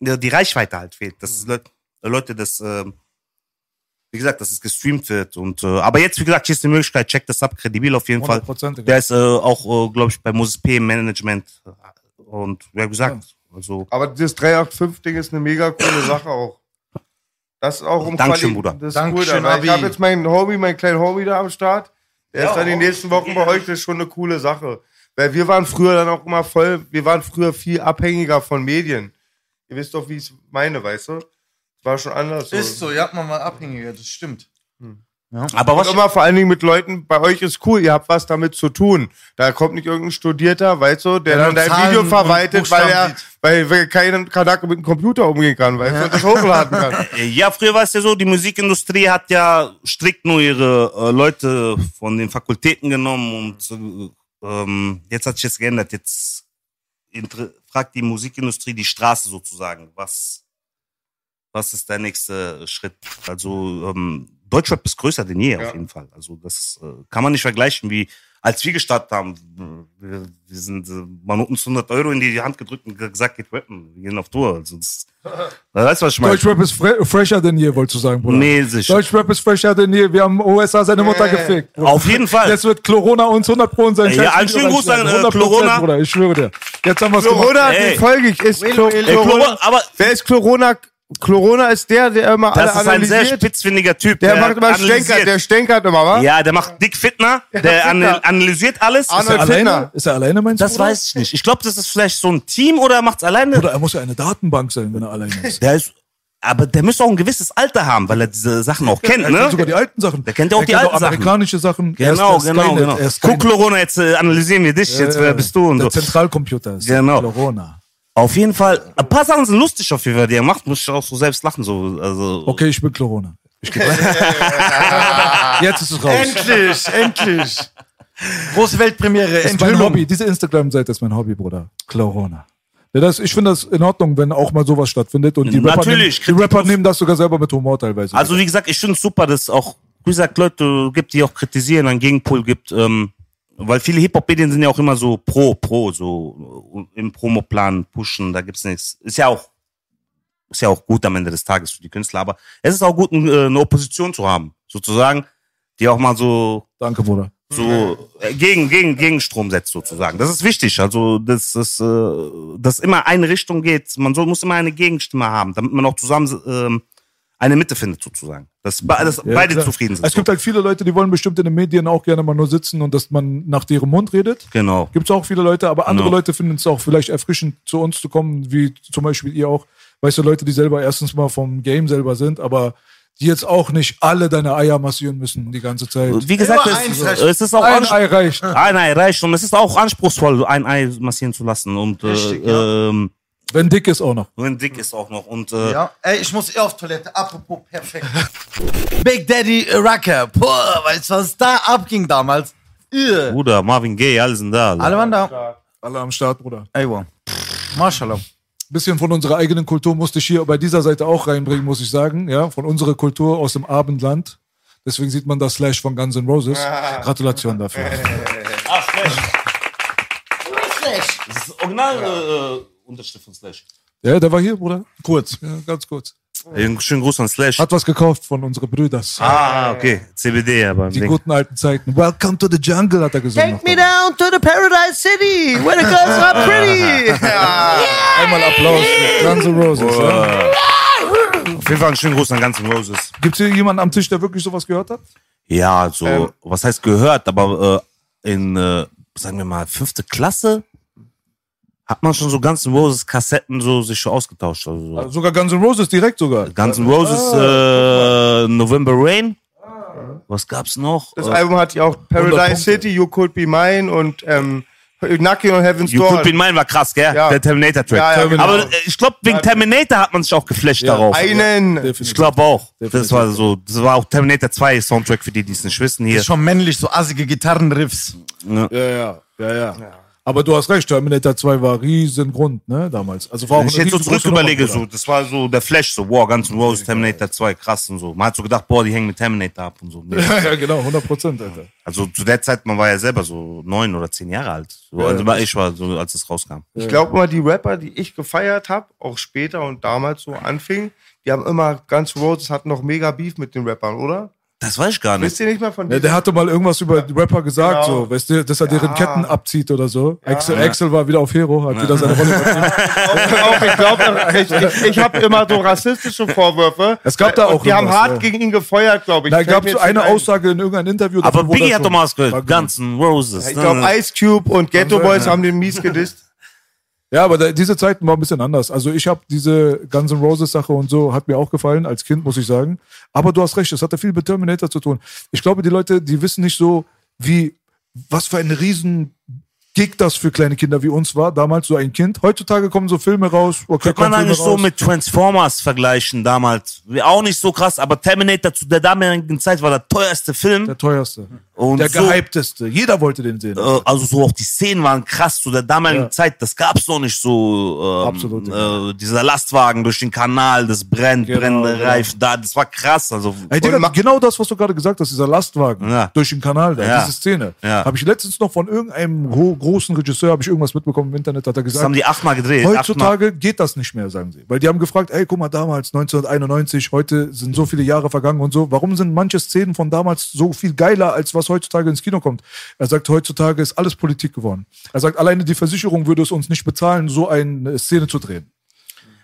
Speaker 4: ja, die Reichweite halt fehlt. Das ist Le Leute, das ähm, wie gesagt, dass es gestreamt wird und äh, aber jetzt wie gesagt, hier ist die Möglichkeit, checkt das ab, kredibil auf jeden Fall.
Speaker 6: 100%.
Speaker 4: Der ist äh, auch, äh, glaube ich, bei Moses P im Management und wie gesagt, also
Speaker 3: Aber dieses 385-Ding ist eine mega coole Sache auch. Das ist auch um
Speaker 4: Dankeschön,
Speaker 3: Quali-
Speaker 4: Bruder.
Speaker 3: Das ist
Speaker 2: Dankeschön,
Speaker 3: cool. Aber ich
Speaker 2: Abi.
Speaker 3: habe jetzt meinen Homie, meinen kleinen Homie da am Start. Der
Speaker 4: Ja,
Speaker 3: ist dann die
Speaker 4: Homie.
Speaker 3: nächsten Wochen bei euch. Das ist schon eine coole Sache. Weil wir waren früher dann auch immer voll, wir waren früher viel abhängiger von Medien. Ihr wisst doch, wie ich es meine, weißt du? War schon anders.
Speaker 2: Ist so, ihr habt mal mal Abhängiger, das stimmt.
Speaker 4: aber was
Speaker 3: Und immer vor allen Dingen mit Leuten, bei euch ist cool, ihr habt was damit zu tun. Da kommt nicht irgendein Studierter, weißt du, der
Speaker 2: Der
Speaker 3: dann
Speaker 2: nur
Speaker 3: dein
Speaker 2: Zahlen
Speaker 3: Video
Speaker 2: und
Speaker 3: verwaltet, weil er,
Speaker 2: Buchstaben sieht.
Speaker 3: weil, weil kein Kanake mit dem Computer umgehen kann, weißt du, und das
Speaker 4: [laughs]
Speaker 3: hochladen kann.
Speaker 4: Äh, Ja, früher war es ja so, die Musikindustrie hat ja strikt nur ihre äh, Leute von den Fakultäten genommen und äh, ähm, jetzt hat sich das geändert. Jetzt inter- fragt die Musikindustrie die Straße sozusagen, was, was ist der nächste Schritt? Also ähm, Deutschrap ist größer denn je
Speaker 3: Ja.
Speaker 4: auf jeden Fall. Also das äh, kann man nicht vergleichen, wie als wir gestartet haben. Wir, wir sind, äh, man hat uns 100 Euro in die Hand gedrückt und gesagt, geht rappen, wir gehen auf Tour. Also das, weißt du, was ich meine?
Speaker 6: Deutschrap ist fre fresher denn je, wolltest du sagen, Bruder.
Speaker 4: Nee, sicher.
Speaker 6: Deutschrap ist fresher denn je. Wir haben USA seine Mutter gefickt.
Speaker 4: Auf jeden Fall.
Speaker 6: Jetzt wird Corona uns 100 Pro in seinen
Speaker 4: Ja,
Speaker 6: Scheiß
Speaker 4: einen schönen Gruß an, äh,
Speaker 6: 100%,
Speaker 4: Corona.
Speaker 6: Bruder, ich schwöre dir. Jetzt haben wir es gemacht.
Speaker 3: Corona,
Speaker 4: Ey.
Speaker 3: den folge ich, ist Chlor
Speaker 4: Ey, Chloro,
Speaker 3: Chlorona.
Speaker 4: aber
Speaker 3: Wer ist Chlorona? Chlorona ist der, der immer alle
Speaker 4: das ist ein sehr
Speaker 3: analysiert.
Speaker 4: spitzfindiger Typ.
Speaker 3: Der macht immer
Speaker 4: analysiert.
Speaker 3: Stänkert, der stänkert immer, wa?
Speaker 4: Ja, der macht Dick Fitner, der
Speaker 3: Fitner.
Speaker 4: anal- analysiert alles.
Speaker 3: Arnold
Speaker 6: Ist er alleine?
Speaker 3: Fitner.
Speaker 6: Ist er alleine, meinst
Speaker 4: Das
Speaker 6: du? Bruder?
Speaker 4: weiß ich nicht. Ich glaube, das ist vielleicht so ein Team oder er macht's alleine.
Speaker 6: Bruder, er muss ja eine Datenbank sein, wenn er alleine ist.
Speaker 4: Der ist, aber der müsste auch ein gewisses Alter haben, weil er diese Sachen auch kennt,
Speaker 6: Er kennt sogar
Speaker 4: ne?
Speaker 6: die alten Sachen.
Speaker 4: Der kennt ja auch die alten Sachen.
Speaker 6: amerikanische Sachen. Er ist-
Speaker 4: Genau,
Speaker 6: er ist
Speaker 4: genau,
Speaker 6: Skynet,
Speaker 4: genau.
Speaker 6: er ist
Speaker 4: Guck,
Speaker 6: Skynet.
Speaker 4: Lorona, jetzt äh, analysieren wir dich, jetzt
Speaker 6: Ja,
Speaker 4: wer bist du und
Speaker 6: Der
Speaker 4: so.
Speaker 6: Zentralcomputer ist
Speaker 4: Genau.
Speaker 6: Corona.
Speaker 4: Auf jeden Fall, ein paar Sachen sind lustig auf jeden Fall, die er macht, muss ich auch so selbst lachen, so, also.
Speaker 6: Okay, ich bin Corona. Ich geb-
Speaker 4: [laughs]
Speaker 6: Jetzt ist es raus.
Speaker 3: Endlich, endlich.
Speaker 2: Große Weltpremiere,
Speaker 6: Das ist mein
Speaker 2: Enthüllung.
Speaker 6: Hobby. Diese Instagram-Seite ist mein Hobby, Bruder. Corona. Ja, das, ich finde das in Ordnung, wenn auch mal sowas stattfindet. Und die Rapper,
Speaker 4: Natürlich,
Speaker 6: nehmen, die Rapper
Speaker 4: kritiklos.
Speaker 6: nehmen das sogar selber mit Humor teilweise.
Speaker 4: Also wie gesagt, ich finde es super, dass es auch, wie gesagt, Leute gibt, die auch kritisieren, einen Gegenpol gibt. Ähm, weil viele Hip-Hop-Medien sind ja auch immer so pro, pro, so äh, im Promoplan pushen, da gibt's nichts. Ist ja auch, ist ja auch gut am Ende des Tages für die Künstler, aber es ist auch gut, ein, äh, eine Opposition zu haben, sozusagen, die auch mal so,
Speaker 6: Danke, Bruder.
Speaker 4: so äh, gegen, gegen, gegen Strom setzt, sozusagen. Das ist wichtig, also, dass das, äh, dass immer eine Richtung geht. Man so, muss immer eine Gegenstimme haben, damit man auch zusammen, ähm, eine Mitte findet, sozusagen. Dass, be dass
Speaker 6: Ja,
Speaker 4: beide
Speaker 6: klar.
Speaker 4: zufrieden sind.
Speaker 6: Es gibt halt viele Leute, die wollen bestimmt in den Medien auch gerne mal nur sitzen und dass man nach deren Mund redet.
Speaker 4: Genau.
Speaker 6: Gibt es auch viele Leute, aber andere
Speaker 4: Genau.
Speaker 6: Leute finden es auch vielleicht erfrischend, zu uns zu kommen, wie zum Beispiel ihr auch. Weißt du, Leute, die selber erstens mal vom Game selber sind, aber die jetzt auch nicht alle deine Eier massieren müssen die ganze Zeit.
Speaker 4: Wie gesagt, es, es ist auch
Speaker 6: Ein
Speaker 4: anspruchsvoll.
Speaker 6: Ei reicht.
Speaker 4: Ein Ei reicht und es ist auch anspruchsvoll, ein Ei massieren zu lassen. Und
Speaker 2: Richtig,
Speaker 4: äh, ähm,
Speaker 6: Wenn dick ist auch noch.
Speaker 4: wenn dick ist auch noch. Und äh,
Speaker 2: Ja, ey, ich muss eh auf Toilette. Apropos perfekt. [laughs] Big Daddy äh, Rucker. Boah, weißt du, was da abging damals? Ugh.
Speaker 4: Bruder, Marvin Gaye, alle sind da.
Speaker 2: Alle waren da.
Speaker 6: Alle am Start, Bruder.
Speaker 2: Ey, wow. Mashallah.
Speaker 6: bisschen von unserer eigenen Kultur musste ich hier bei dieser Seite auch reinbringen, muss ich sagen. Ja, von unserer Kultur aus dem Abendland. Deswegen sieht man das Slash von Guns N' Roses. Gratulation dafür.
Speaker 4: Ach, Slash. Slash. Das ist Original äh, Unterschrift von Slash.
Speaker 6: Ja, der war hier, Bruder.
Speaker 2: Kurz.
Speaker 6: Ja, ganz kurz.
Speaker 4: Äh, Schönen Gruß an Slash.
Speaker 6: Hat was gekauft von unseren Brüders.
Speaker 4: Ah, okay. CBD, ja, beim
Speaker 6: Die
Speaker 4: Ding.
Speaker 6: guten alten Zeiten. Welcome to the jungle, hat er gesungen.
Speaker 2: Take me down to the Paradise City, where the girls
Speaker 3: [laughs]
Speaker 2: are pretty.
Speaker 6: Einmal Applaus. für Guns N' Roses. Ja.
Speaker 4: Auf jeden Fall einen schönen Gruß an ganzen Roses.
Speaker 6: Gibt es hier jemanden am Tisch, der wirklich sowas gehört hat?
Speaker 4: Ja, so, was heißt gehört, aber äh, in, äh, sagen wir mal, fünfte Klasse hat man schon so ganzen Roses Kassetten so sich schon ausgetauscht. Also, so.
Speaker 6: Sogar Guns N' Roses direkt sogar.
Speaker 4: Guns N' Roses, äh, November Rain. Was gab's noch?
Speaker 3: Das
Speaker 4: Äh,
Speaker 3: Album hatte ich auch
Speaker 6: Punkte.
Speaker 3: Paradise City, You Could Be Mine und ähm, Knocking on Heaven's
Speaker 4: You
Speaker 3: Door.
Speaker 4: Could Be Mine war krass, gell?
Speaker 3: Ja.
Speaker 4: Der Terminator-Track.
Speaker 3: Ja, ja, genau.
Speaker 4: Aber äh, ich glaube, wegen Terminator hat man sich auch geflasht darauf.
Speaker 3: einen.
Speaker 6: Definitiv.
Speaker 4: Ich glaube auch. Das
Speaker 6: Definitiv.
Speaker 4: war so, das war auch Terminator 2 Soundtrack für die, die es nicht wissen hier.
Speaker 2: Ist schon männlich, so assige Gitarrenriffs.
Speaker 6: Ja, ja, ja, ja. Aber du hast recht, Terminator 2 war Riesengrund, ne, damals. Also war auch
Speaker 4: Wenn ich
Speaker 6: eine
Speaker 4: jetzt so
Speaker 6: riesengroße
Speaker 4: zurück überlege,
Speaker 6: Nummer, Bruder.
Speaker 4: so, das war so der Flash, so, wow, ganz Rose, Terminator 2, krass und so. Man hat so gedacht, boah, die hängen mit Terminator ab und so. Nee.
Speaker 6: Ja, ja, genau, 100 Prozent, Alter.
Speaker 4: Also zu der Zeit, man war ja selber so neun oder zehn Jahre alt. So, also war- ich war so, als es rauskam.
Speaker 6: Äh.
Speaker 3: Ich glaube mal, die Rapper, die ich gefeiert habe, auch später und damals so anfingen, die haben immer ganz Roses hatten noch mega Beef mit den Rappern, oder?
Speaker 4: Das weiß ich gar nicht.
Speaker 3: Wisst ihr nicht mehr von
Speaker 6: Ja, der hatte mal irgendwas über die Rapper gesagt,
Speaker 3: Genau.
Speaker 6: so, weißt du, dass er deren Ketten abzieht oder so. Axel,
Speaker 4: Ja.
Speaker 6: Axel war wieder auf Hero, hat wieder seine Rolle
Speaker 4: [laughs]
Speaker 6: übernommen.
Speaker 3: [laughs] auch, ich glaube, ich, [laughs] ich, ich habe immer so rassistische Vorwürfe.
Speaker 6: Es gab da auch
Speaker 3: Und die haben
Speaker 6: irgendwas,
Speaker 3: hart
Speaker 6: ja.
Speaker 3: gegen ihn gefeuert, glaube ich.
Speaker 6: Da
Speaker 3: Fällt
Speaker 6: gab
Speaker 3: mir
Speaker 6: es
Speaker 3: jetzt
Speaker 6: eine
Speaker 3: nicht ein.
Speaker 6: Aussage in irgendeinem Interview.
Speaker 4: Aber
Speaker 6: davon wurde
Speaker 4: Biggie
Speaker 6: das
Speaker 4: hat doch
Speaker 6: schon-
Speaker 4: mal was gehört.
Speaker 6: War-
Speaker 4: Ganzen Roses.
Speaker 3: Ich
Speaker 4: ne?
Speaker 3: glaube, Ice Cube und Ghetto Boys haben den mies gedisst.
Speaker 6: Ja, aber da, diese Zeiten waren ein bisschen anders. Also ich habe diese Guns N' Roses Sache und so, hat mir auch gefallen, als Kind, muss ich sagen. Aber du hast recht, das hatte viel mit Terminator zu tun. Ich glaube, die Leute, die wissen nicht so, wie, was für ein riesen Gig das für kleine Kinder wie uns war, damals so ein Kind. Heutzutage kommen so Filme raus. Okay,
Speaker 4: Könnte man
Speaker 6: kommen Filme
Speaker 4: eigentlich so
Speaker 6: raus.
Speaker 4: mit Transformers vergleichen damals. Auch nicht so krass, aber Terminator zu der damaligen Zeit war der teuerste Film.
Speaker 6: Der teuerste.
Speaker 4: Und
Speaker 6: der
Speaker 4: so,
Speaker 6: gehypteste. Jeder wollte den sehen.
Speaker 4: äh, also so auch die Szenen waren krass zu der damaligen
Speaker 6: Ja.
Speaker 4: Zeit. Das gab's noch nicht so. Ähm,
Speaker 6: Absolut,
Speaker 4: Äh, dieser Lastwagen durch den Kanal, das brennt,
Speaker 6: Genau,
Speaker 4: brennende
Speaker 6: genau.
Speaker 4: Reifen da, das war krass. Also
Speaker 6: Ey, Digga, genau das, was du gerade gesagt hast, dieser Lastwagen
Speaker 4: Ja.
Speaker 6: durch den Kanal, da,
Speaker 4: Ja.
Speaker 6: diese Szene.
Speaker 4: Ja.
Speaker 6: Habe ich letztens noch von irgendeinem gro großen Regisseur, habe ich irgendwas mitbekommen im Internet, hat er
Speaker 4: das haben
Speaker 6: gesagt,
Speaker 4: die achtmal gedreht. achtmal.
Speaker 6: heutzutage geht das nicht mehr, sagen sie. Weil die haben gefragt, ey, guck mal, damals, 1991, heute sind so viele Jahre vergangen und so, warum sind manche Szenen von damals so viel geiler, als was heutzutage ins Kino kommt? Er sagt, heutzutage ist alles Politik geworden. Er sagt, alleine die Versicherung würde es uns nicht bezahlen, so eine Szene zu drehen.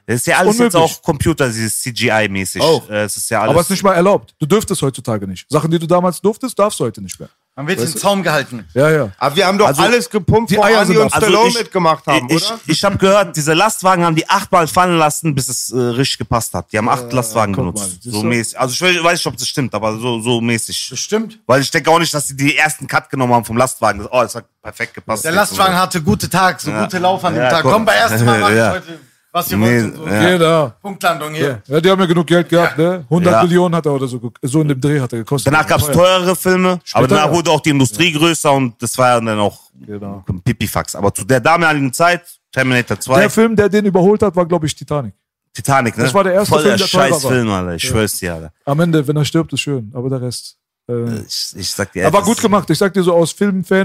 Speaker 4: Das ist ja alles jetzt
Speaker 6: unmöglich.
Speaker 4: auch Computer, dieses CGI-mäßig.
Speaker 6: Auch.
Speaker 4: Äh, Es ist ja alles.
Speaker 6: Aber es ist nicht mal erlaubt. Du dürftest heutzutage nicht. Sachen, die du damals durftest, darfst du heute nicht mehr.
Speaker 2: Man wird im Zaum gehalten.
Speaker 6: Ja, ja.
Speaker 3: Aber wir haben doch
Speaker 4: Also,
Speaker 3: alles gepumpt,
Speaker 6: die
Speaker 3: wo
Speaker 6: Eier
Speaker 3: Andy
Speaker 6: sind
Speaker 3: und
Speaker 6: da.
Speaker 4: Also
Speaker 3: Stallone
Speaker 4: ich-
Speaker 3: mitgemacht haben,
Speaker 4: ich
Speaker 3: oder?
Speaker 4: ich habe gehört, diese Lastwagen haben die achtmal fallen lassen, bis es äh, richtig gepasst hat. Die haben acht Lastwagen
Speaker 6: Äh, guck mal,
Speaker 4: benutzt.
Speaker 6: siehst
Speaker 4: so
Speaker 6: du?
Speaker 4: mäßig. Also ich weiß- weiß nicht, ob das stimmt, aber so, so mäßig.
Speaker 2: Bestimmt.
Speaker 4: Weil ich denke auch nicht, dass sie die ersten Cut genommen haben vom Lastwagen. Oh, das hat perfekt gepasst.
Speaker 2: Der Lastwagen hatte gute Tag, so
Speaker 4: Ja.
Speaker 2: gute Lauf an dem
Speaker 4: Ja,
Speaker 2: Tag.
Speaker 4: komm.
Speaker 2: Komm, bei erstem [laughs] Mal mach
Speaker 4: Ja.
Speaker 2: ich heute, was ihr
Speaker 4: Nee,
Speaker 2: wollt. und So.
Speaker 4: ja.
Speaker 6: Jeder.
Speaker 2: Punktlandung hier.
Speaker 6: Ja. ja, die haben ja genug Geld gehabt, ne? 100
Speaker 4: Ja.
Speaker 6: Millionen hat er oder so, ge- so in dem Dreh hat er gekostet.
Speaker 4: Danach gab es teurere Filme, aber danach
Speaker 6: ja.
Speaker 4: wurde auch die Industrie größer und das war ja dann auch
Speaker 6: Genau.
Speaker 4: ein Pipifax. Aber zu der damaligen Zeit, Terminator 2,
Speaker 6: Der Film, der den überholt hat, war, glaube ich, Titanic.
Speaker 4: Titanic, ne?
Speaker 6: das war der erste
Speaker 4: Voll
Speaker 6: Film,
Speaker 4: der
Speaker 6: der teurer
Speaker 4: scheiß
Speaker 6: war.
Speaker 4: Film, Alter. Ich schwör's dir, Alter.
Speaker 6: Am Ende, wenn er stirbt, ist schön, aber der Rest. Äh,
Speaker 4: Ich, ich sag dir
Speaker 6: aber
Speaker 4: das-
Speaker 6: gut gemacht, ich sag dir so aus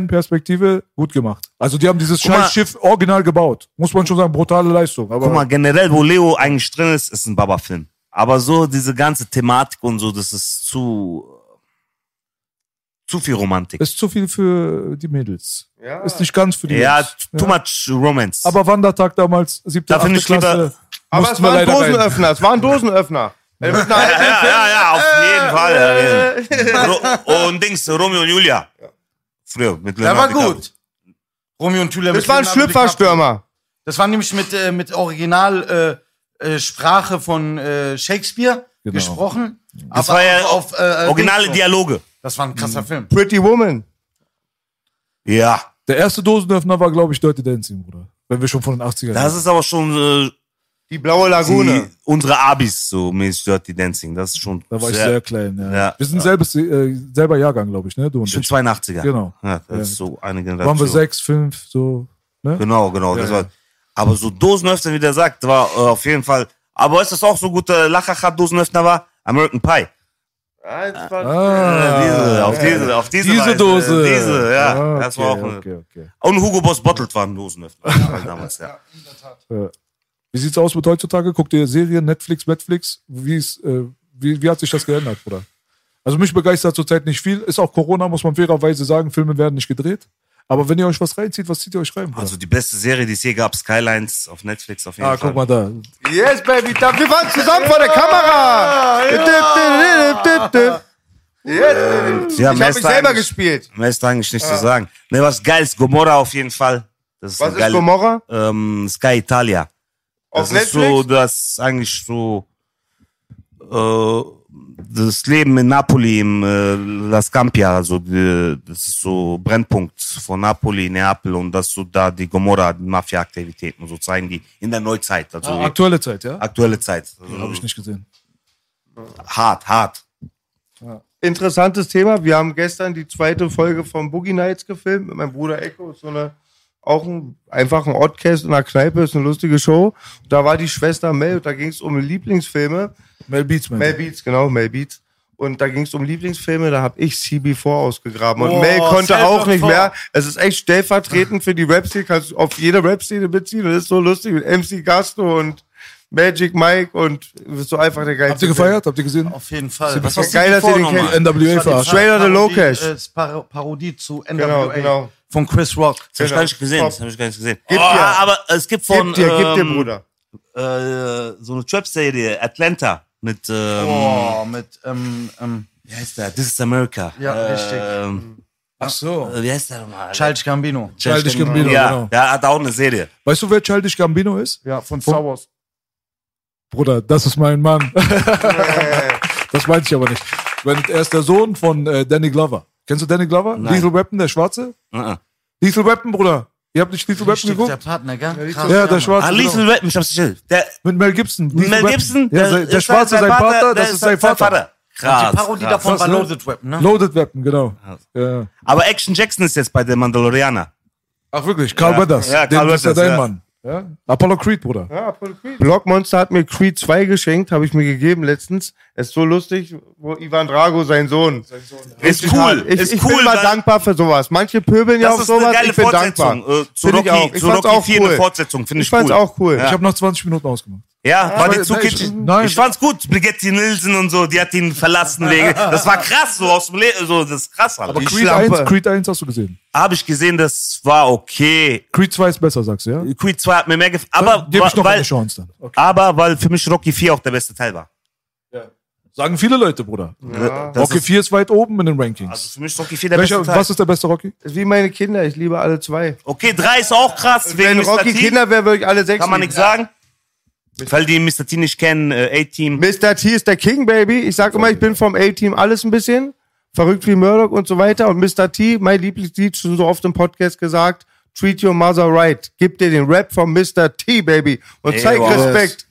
Speaker 6: Filmfan-Perspektive, gut gemacht. Also die haben dieses
Speaker 4: Guck mal.
Speaker 6: scheiß Schiff original gebaut. Muss man schon sagen, brutale Leistung. Aber
Speaker 4: Guck mal, generell, wo Leo eigentlich drin ist, ist ein Baba-Film. Aber so diese ganze Thematik und so, das ist zu. zu viel Romantik.
Speaker 6: ist zu viel für die Mädels.
Speaker 3: Ja.
Speaker 6: Ist nicht ganz für die
Speaker 4: ja,
Speaker 6: Jungs.
Speaker 4: too much romance.
Speaker 6: Aber Wandertag damals, siebte,
Speaker 4: Da finde
Speaker 6: achte
Speaker 4: ich lieber-
Speaker 6: Klasse.
Speaker 3: Aber es
Speaker 6: mussten wir
Speaker 3: war ein
Speaker 6: leider rein.
Speaker 3: Dosenöffner, es war ein
Speaker 6: [laughs]
Speaker 3: Dosenöffner. Wenn du mit einer
Speaker 4: ja,
Speaker 3: alten
Speaker 4: ja, ja, ja, auf
Speaker 3: Äh,
Speaker 4: jeden Fall. ja, ja. Ro oh, und Dings, Romeo und Julia. Früher, mit
Speaker 2: Der
Speaker 4: Leonardo
Speaker 2: war
Speaker 4: DiCaprio.
Speaker 2: gut. Romeo und Julia.
Speaker 3: Das
Speaker 2: mit
Speaker 3: war ein
Speaker 2: Leonardo
Speaker 3: Schlüpferstürmer.
Speaker 2: DiCaprio. Das war nämlich mit, äh, mit Originalsprache äh, äh, Sprache von äh, Shakespeare.
Speaker 6: Genau.
Speaker 2: gesprochen.
Speaker 4: Das
Speaker 2: aber
Speaker 4: war ja
Speaker 2: auf, auf, äh,
Speaker 4: Originale
Speaker 2: Dings-
Speaker 4: Dialoge.
Speaker 2: Das war ein krasser Film.
Speaker 3: Pretty Woman.
Speaker 4: Ja.
Speaker 6: Der erste Dosenöffner war, glaube ich, Dirty Dancing, Bruder. Wenn wir schon von den 80ern
Speaker 4: Das ist aber schon äh,
Speaker 3: Die blaue
Speaker 4: die,
Speaker 3: Lagune.
Speaker 4: unsere Abis, so mäßig Dirty Dancing. Das ist schon.
Speaker 6: Da war ich
Speaker 4: sehr-
Speaker 6: sehr klein. Ja.
Speaker 4: Ja.
Speaker 6: Wir sind selbes, äh, selber Jahrgang, glaube ich, ne? Du und
Speaker 4: Ich bin
Speaker 6: ich.
Speaker 4: 82er.
Speaker 6: Genau.
Speaker 4: Ja, das
Speaker 6: Ja.
Speaker 4: ist so eine Generation.
Speaker 6: Waren wir sechs, fünf, so.
Speaker 4: Genau, genau.
Speaker 6: Ja,
Speaker 4: das
Speaker 6: ja.
Speaker 4: War, aber so Dosenöffner, wie der sagt, war äh, auf jeden Fall. Aber weißt du, was auch so äh, guter Lachacha-Dosenöffner war? American Pie.
Speaker 6: Ah,
Speaker 4: Äh, diese, auf diese, auf diese,
Speaker 6: Diese
Speaker 4: Weise.
Speaker 6: Dose.
Speaker 4: Diese, ja.
Speaker 6: Ah,
Speaker 4: das war auch
Speaker 6: okay,
Speaker 4: eine,
Speaker 6: okay, okay.
Speaker 4: Und Hugo Boss Bottelt war ein Dosenöffner damals, ja.
Speaker 6: Wie sieht's aus mit heutzutage? Guckt ihr Serien, Netflix, Netflix? Wie, ist, äh, wie, wie hat sich das geändert, Bruder? Also mich begeistert zurzeit nicht viel. Ist auch Corona, muss man fairerweise sagen. Filme werden nicht gedreht. Aber wenn ihr euch was reinzieht, was zieht ihr euch rein, Bruder?
Speaker 4: Also die beste Serie, die es je gab, Skylines auf Netflix auf jeden
Speaker 6: ah,
Speaker 4: Fall.
Speaker 6: guck mal da.
Speaker 3: Yes, baby. Da, wir waren zusammen vor der Kamera. Dip, dip, dip, dip, dip. Yes, baby.
Speaker 4: Ja,
Speaker 3: Ich
Speaker 4: mehr
Speaker 3: habe
Speaker 4: ist
Speaker 3: mich
Speaker 4: da
Speaker 3: selber
Speaker 4: eigentlich-
Speaker 3: gespielt.
Speaker 4: Mehr ist da eigentlich nicht zu sagen. Ne, was geil ist, Gomorra auf jeden Fall. Das ist
Speaker 3: Was
Speaker 4: eine
Speaker 3: ist
Speaker 4: geile,
Speaker 3: Gomorra?
Speaker 4: ähm, Sky Italia.
Speaker 3: Auf
Speaker 4: Das ist
Speaker 3: Netflix?
Speaker 4: so, das eigentlich so äh, das Leben in Napoli im äh, La Scampia, also die, das ist so Brennpunkt von Napoli, Neapel und das so da die Gomorra, die Mafia-Aktivitäten so zeigen die in der Neuzeit, also
Speaker 6: Ah, aktuelle Zeit, ja?
Speaker 4: aktuelle Zeit. Also,
Speaker 6: Habe ich nicht gesehen.
Speaker 4: Hart, hart.
Speaker 3: interessantes Thema. Wir haben gestern die zweite Folge von Boogie Nights gefilmt mit meinem Bruder Echo. Ist so eine, auch ein, einfach ein Oddcast in einer Kneipe, ist eine lustige Show. Da war die Schwester Mel, da ging es um Lieblingsfilme.
Speaker 6: Mel Beats, Mel.
Speaker 3: Mel Beats, genau, Mel Beats. Und da ging es um Lieblingsfilme, da habe ich CB4 ausgegraben. Und Mel konnte auch nicht mehr. Es ist echt stellvertretend für die Rap-Szene, kannst du auf jede Rap-Szene beziehen. Das ist so lustig mit MC Gasto und Magic Mike und das ist so einfach der geilste.
Speaker 6: Habt ihr
Speaker 3: Film.
Speaker 6: gefeiert? Habt ihr gesehen?
Speaker 2: Auf jeden Fall.
Speaker 3: Das war geil, dass ihr den kennt.
Speaker 6: NWA verarscht.
Speaker 3: Trailer der Lokesh.
Speaker 2: äh, Das Parodie zu NWA
Speaker 3: Genau, genau.
Speaker 2: von Chris Rock.
Speaker 4: Das habe ich gar nicht gesehen.
Speaker 3: Top.
Speaker 4: Das habe ich gar nicht gesehen.
Speaker 3: Genau. Gib
Speaker 4: oh,
Speaker 3: dir.
Speaker 4: Aber es gibt von
Speaker 3: Gib dir, gib dir,
Speaker 4: ähm,
Speaker 3: Bruder.
Speaker 4: Äh, so eine Trap-Serie, Atlanta, mit ähm,
Speaker 2: Oh, mit, ähm, ähm,
Speaker 4: wie heißt der? This is America.
Speaker 2: Ja,
Speaker 4: Ähm,
Speaker 6: Ach so.
Speaker 4: äh, wie heißt der nochmal?
Speaker 2: Childish Gambino.
Speaker 6: Childish Gambino,
Speaker 4: Ja,
Speaker 6: genau.
Speaker 4: der hat auch eine Serie.
Speaker 6: Weißt du, wer Childish Gambino ist?
Speaker 2: Ja, von
Speaker 6: Star
Speaker 2: Wars.
Speaker 6: Bruder, das ist
Speaker 4: [laughs]
Speaker 6: mein Mann. das meinte ich aber nicht. Wenn- Er ist der Sohn von äh, Danny Glover. Kennst du Danny Glover?
Speaker 4: Nein.
Speaker 6: Lethal Weapon, der Schwarze?
Speaker 4: Uh-uh.
Speaker 6: Lethal Weapon, Bruder. Ihr habt nicht Lethal Weapon
Speaker 2: Richtig, der
Speaker 6: geguckt?
Speaker 2: Partner, gell? Krass,
Speaker 6: Ja, der
Speaker 2: Mann.
Speaker 4: Ah,
Speaker 6: Schwarze. Genau.
Speaker 4: Lethal Weapon, ich hab's nicht gesehen. Der
Speaker 6: Mit Mel Gibson. Lethal
Speaker 4: Mel
Speaker 6: Weapon.
Speaker 4: Gibson,
Speaker 6: Ja, der, der
Speaker 4: ist
Speaker 6: Schwarze, sein Vater,
Speaker 4: der
Speaker 6: das ist sein
Speaker 4: sein
Speaker 6: Vater.
Speaker 4: Krass.
Speaker 2: Die Parodie
Speaker 4: krass.
Speaker 2: davon war
Speaker 6: ne?
Speaker 2: Loaded Weapon, ne?
Speaker 6: Loaded Weapon, genau. Ja.
Speaker 4: Aber Action Jackson ist jetzt bei der Mandalorianer.
Speaker 6: Ach wirklich, Carl Weathers.
Speaker 4: Ja,
Speaker 6: Den
Speaker 4: Carl
Speaker 6: ist ja
Speaker 4: Weathers,
Speaker 6: dein
Speaker 4: ja.
Speaker 6: Mann. Ja? Apollo Creed, Bruder.
Speaker 3: Ja, Apollo Creed. Blockmonster hat mir Creed 2 geschenkt, habe ich mir gegeben letztens. Ist so lustig, wo Ivan Drago, sein Sohn.
Speaker 4: Ist
Speaker 3: Richtig
Speaker 4: cool,
Speaker 3: hart. Ich,
Speaker 4: ist
Speaker 3: ich
Speaker 4: cool,
Speaker 3: bin mal
Speaker 4: weil-
Speaker 3: dankbar für sowas. Manche pöbeln ja
Speaker 4: Das
Speaker 3: auf
Speaker 4: ist eine
Speaker 3: sowas.
Speaker 4: geile
Speaker 3: Ich bin
Speaker 4: Fortsetzung.
Speaker 3: dankbar.
Speaker 4: Äh, zu
Speaker 3: Find ich auch.
Speaker 4: Rocky,
Speaker 3: Ich
Speaker 4: zu
Speaker 3: fand's
Speaker 4: Rocky
Speaker 3: auch
Speaker 4: 4 eine
Speaker 3: cool.
Speaker 4: Fortsetzung, finde
Speaker 3: Ich
Speaker 4: ich cool.
Speaker 3: fand's auch cool.
Speaker 6: Ich habe noch 20 Minuten ausgemacht.
Speaker 4: Ja, war
Speaker 6: Aber-
Speaker 4: dir zu
Speaker 6: nein,
Speaker 4: kitschig?
Speaker 6: ich- nein.
Speaker 4: Ich fand's gut. Brigitte Nielsen und so, die hat ihn verlassen
Speaker 3: [laughs]
Speaker 4: wegen. Das war krass, so aus dem Leben, so, das ist krass, Alter.
Speaker 3: Die
Speaker 6: Creed
Speaker 3: Schlampe.
Speaker 6: 1, Creed 1 hast du gesehen.
Speaker 4: Habe ich gesehen, das war okay.
Speaker 6: Creed 2 ist besser, sagst du, ja?
Speaker 4: Creed 2 hat mir mehr gefallen, aber,
Speaker 6: Gib ich noch
Speaker 4: weil,
Speaker 6: eine Chance dann.
Speaker 4: aber weil für mich Rocky 4 auch der beste Teil war.
Speaker 6: Sagen viele Leute, Bruder.
Speaker 4: Das
Speaker 6: Rocky
Speaker 4: ist,
Speaker 6: 4 ist weit oben in den Rankings.
Speaker 4: also für mich Rocky 4 der
Speaker 6: Welcher,
Speaker 4: beste Teil.
Speaker 6: was ist der beste Rocky?
Speaker 3: Das ist wie meine Kinder, ich liebe alle zwei.
Speaker 4: Okay, 3 ist auch krass, wegen
Speaker 3: Wenn
Speaker 4: Mr.
Speaker 3: Rocky
Speaker 4: T.
Speaker 3: Kinder wäre, würde ich alle sechs
Speaker 4: kann man
Speaker 3: lieben.
Speaker 4: nichts sagen. Weil die Mr. T nicht kennen, äh, A-Team.
Speaker 3: Mr. T ist der King, Baby. Ich sag immer, ich bin vom A-Team alles ein bisschen. Verrückt wie Murdoch und so weiter. Und Mr. T, mein Lieblingslied, schon so oft im Podcast gesagt, Treat Your Mother Right. Gib dir den Rap von Mr. T, Baby. Und
Speaker 4: Ey,
Speaker 3: zeig
Speaker 4: wow.
Speaker 3: Respekt.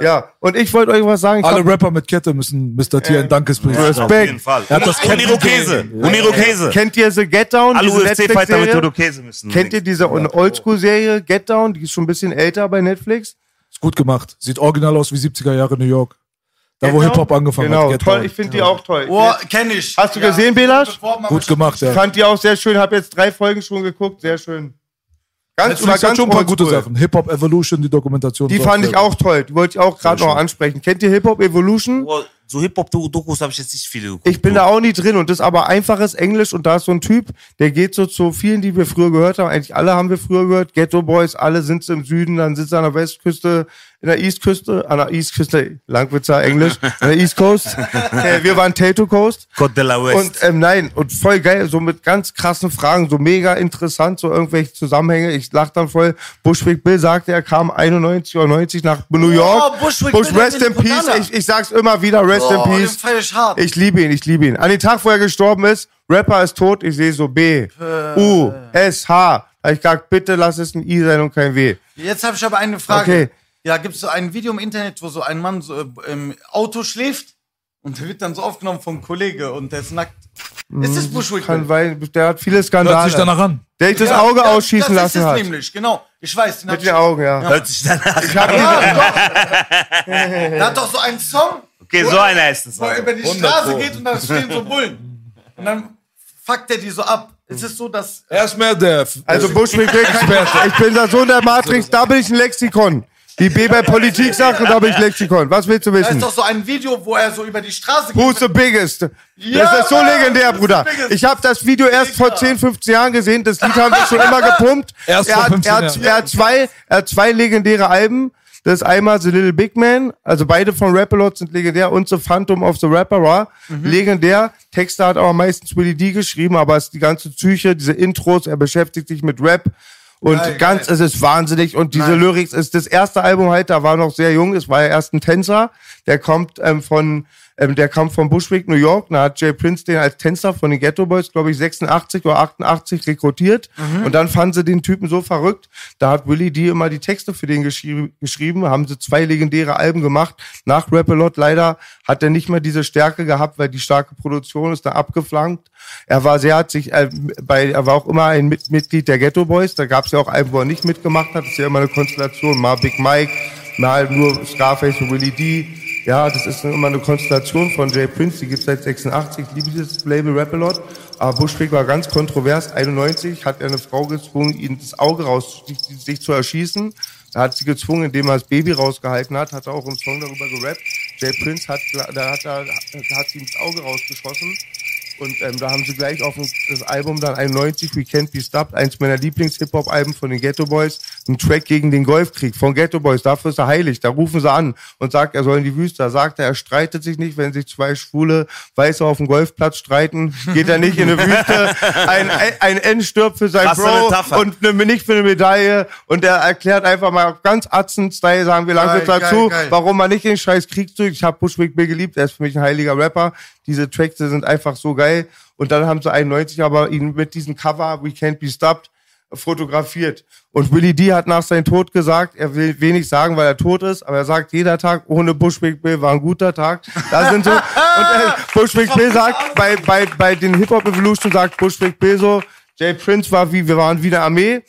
Speaker 3: Ja, und ich wollte euch was sagen. Ich
Speaker 6: Alle
Speaker 3: hab-
Speaker 6: Rapper mit Kette müssen Mr. T einen Dankesbrief
Speaker 4: Also Auf
Speaker 6: schreiben.
Speaker 4: jeden Fall.
Speaker 6: Er hat das
Speaker 4: und
Speaker 6: Captain
Speaker 4: Irokese.
Speaker 6: Kirk.
Speaker 4: Und Irokese.
Speaker 3: Kennt ihr The Get Down?
Speaker 4: Alle
Speaker 3: diese
Speaker 4: UFC-Fighter mit
Speaker 3: Netflix-Serie?
Speaker 4: Irokese müssen.
Speaker 3: Kennt ihr diese Oldschool-Serie Get Down? Die ist schon ein bisschen älter bei Netflix.
Speaker 6: Ist gut gemacht. Sieht original aus wie 70er Jahre New York. Da, Äh, wo
Speaker 3: Get
Speaker 6: Hip-Hop
Speaker 3: Down?
Speaker 6: angefangen
Speaker 3: genau,
Speaker 6: hat. Get
Speaker 3: toll.
Speaker 6: Down.
Speaker 3: Ich finde die auch toll.
Speaker 2: Oh, kenn ich.
Speaker 3: Hast du gesehen, Belasch?
Speaker 6: Gut gemacht, ja.
Speaker 3: Fand die auch sehr schön. Habe jetzt drei Folgen schon geguckt. Sehr schön. Ganz,
Speaker 6: Netflix hat schon ein paar gute
Speaker 3: oldschool.
Speaker 6: Sachen. Hip-Hop Evolution, die Dokumentation.
Speaker 3: Die
Speaker 6: war
Speaker 3: fand
Speaker 6: sehr
Speaker 3: ich
Speaker 6: gut.
Speaker 3: auch toll. Die wollte ich auch gerade noch ansprechen. Kennt ihr Hip Hop Evolution?
Speaker 4: Boah, So Hip-Hop-Dokus habe ich jetzt nicht viele geguckt.
Speaker 3: Ich bin da auch nicht drin und das ist aber einfaches Englisch und da ist so ein Typ, der geht so zu vielen, die wir früher gehört haben. Eigentlich alle haben wir früher gehört. Ghetto Boys, alle sind im Süden, dann sitzt er an der Westküste. in der Eastküste, an der Eastküste, Langwitzer, Englisch, an der East
Speaker 6: [laughs]
Speaker 3: Coast. äh, wir waren Tato Coast.
Speaker 4: Côte de la West.
Speaker 3: Und ähm, nein, und voll geil, so mit ganz krassen Fragen, so mega interessant, so irgendwelche Zusammenhänge. Ich lach dann voll. Bushwick Bill sagte, er kam 91 oder 90 nach New York.
Speaker 2: Oh, Bushwick
Speaker 3: Bush,
Speaker 2: Bill,
Speaker 3: rest
Speaker 2: der
Speaker 3: in peace.
Speaker 2: Venezuela.
Speaker 3: Ich, ich sag's immer wieder, rest in
Speaker 2: den
Speaker 3: peace.
Speaker 2: Oh, feier ich hart.
Speaker 3: Ich liebe ihn, ich liebe ihn. An den Tag, wo er gestorben ist, Rapper ist tot, ich sehe so B,
Speaker 2: Äh.
Speaker 3: U, S, H. Da hab ich gesagt, bitte lass es ein I sein und kein W.
Speaker 2: Jetzt habe ich aber eine Frage.
Speaker 3: Okay.
Speaker 2: Ja, gibt es so ein Video im Internet, wo so ein Mann so äh, im Auto schläft und der wird dann so aufgenommen vom Kollege und der ist nackt. Ist das Bushwick?
Speaker 3: Hm, Kann, weil der hat viele
Speaker 6: Hört sich
Speaker 3: Skandale.
Speaker 6: danach an.
Speaker 3: Der ich das
Speaker 2: Ja,
Speaker 3: Auge
Speaker 2: ja,
Speaker 3: ausschießen
Speaker 2: das ist
Speaker 3: lassen
Speaker 2: es
Speaker 3: hat.
Speaker 2: nämlich, genau. Ich weiß. Den hab
Speaker 3: Mit
Speaker 2: ich-
Speaker 3: den Augen, ja.
Speaker 4: Hört sich danach
Speaker 3: Ich hab die, [laughs]
Speaker 2: Der hat doch so einen Song,
Speaker 4: Okay, so einer ist es.
Speaker 2: wo er über die
Speaker 6: 100
Speaker 2: Straße
Speaker 6: Pro.
Speaker 2: geht und da stehen so Bullen. Und dann fuckt er die so ab. Ist es so, dass...
Speaker 6: Er ist mehr der. F-
Speaker 3: also Bushwick Bill, kann- ich bin der Sohn der Matrix, da bin ich ein Lexikon. Wie B bei Politik sagt, da bin ich Lexikon. Was willst du
Speaker 2: Da
Speaker 3: wissen?
Speaker 2: ist doch so ein Video, wo er so über die Straße geht.
Speaker 3: Who's the biggest?
Speaker 2: Ja,
Speaker 3: das ist so
Speaker 2: Mann,
Speaker 3: legendär,
Speaker 2: who's the
Speaker 3: Bruder.
Speaker 2: biggest?
Speaker 3: Ich habe das Video erst vor 10, 15 Jahren gesehen. Das Lied haben wir schon immer gepumpt.
Speaker 6: [laughs] Erst
Speaker 3: er,
Speaker 6: vor
Speaker 3: hat,
Speaker 6: 15
Speaker 3: er, hat,
Speaker 6: Jahren.
Speaker 3: er, hat zwei, er hat zwei legendäre Alben. Das ist einmal The Little Big Man, also beide von Rappalots sind legendär und The Phantom of the Rapper.
Speaker 2: Mhm.
Speaker 3: Legendär. Texte hat aber meistens Willie D geschrieben, aber es ist die ganze Psyche, diese Intros, er beschäftigt sich mit Rap. Und ganz, es ist wahnsinnig. Und diese Lyrics ist das erste Album halt, da war noch sehr jung, es war ja erst ein Tänzer, der kommt ähm, von, ähm, der kam von Bushwick, New York. Da hat Jay Prince den als Tänzer von den Ghetto Boys, glaube ich, 86 oder 88 rekrutiert. Und dann fanden sie den Typen so verrückt. Da hat Willie D immer die Texte für den geschrie geschrieben, haben sie zwei legendäre Alben gemacht. Nach Rap-A-Lot leider hat er nicht mehr diese Stärke gehabt, weil die starke Produktion ist da abgeflankt. Er war sehr, hat sich, äh, bei, er war auch immer ein Mit Mitglied der Ghetto Boys. Da gab es ja auch einen, wo er nicht mitgemacht hat. Das ist ja immer eine Konstellation. Mal Big Mike, mal nur Scarface und Willie D. Ja, das ist immer eine Konstellation von Jay Prince, die gibt's seit 86, ich liebe dieses Label Rap-A-Lot. Aber Bushwick war ganz kontrovers, 91 hat er eine Frau gezwungen, ihn das Auge raus, sich, sich zu erschießen. Er hat sie gezwungen, indem er das Baby rausgehalten hat, hat er auch im Song darüber gerappt. Jay Prince hat, da hat er, hat ihm das Auge rausgeschossen. Und ähm, da haben sie gleich auf dem- das Album dann 91 We Can't Be Stopped, eins meiner Lieblings-Hip-Hop-Alben von den Ghetto Boys, ein Track gegen den Golfkrieg von Ghetto Boys. Dafür ist er heilig. Da rufen sie an und sagt, er soll in die Wüste. Da sagt er, er streitet sich nicht, wenn sich zwei schwule Weiße auf dem Golfplatz streiten, geht er nicht in
Speaker 4: [laughs]
Speaker 3: eine Wüste. Ein, ein, ein N stirbt für sein
Speaker 4: Krasse
Speaker 3: Bro
Speaker 4: Metapher.
Speaker 3: und eine, nicht für eine Medaille. Und er erklärt einfach mal auf ganz Atzen-Style, sagen wir langsam
Speaker 2: Geil,
Speaker 3: dazu,
Speaker 2: geil, geil.
Speaker 3: warum man nicht den scheiß Kriegszug. Ich habe Bushwick Bill geliebt, er ist für mich ein heiliger Rapper. Diese Tracks die sind einfach so geil. Und dann haben sie 91 aber ihn mit diesem Cover We Can't Be Stopped fotografiert. Und Willie D hat nach seinem Tod gesagt, er will wenig sagen, weil er tot ist, aber er sagt, jeder Tag ohne Bushwick Bill war ein guter Tag. Da
Speaker 2: [laughs]
Speaker 3: sind so, und äh, Bushwick Bill sagt, bei, bei, bei den Hip-Hop Evolution sagt Bushwick Bill so, Jay Prince war wie, wir waren wie eine Armee,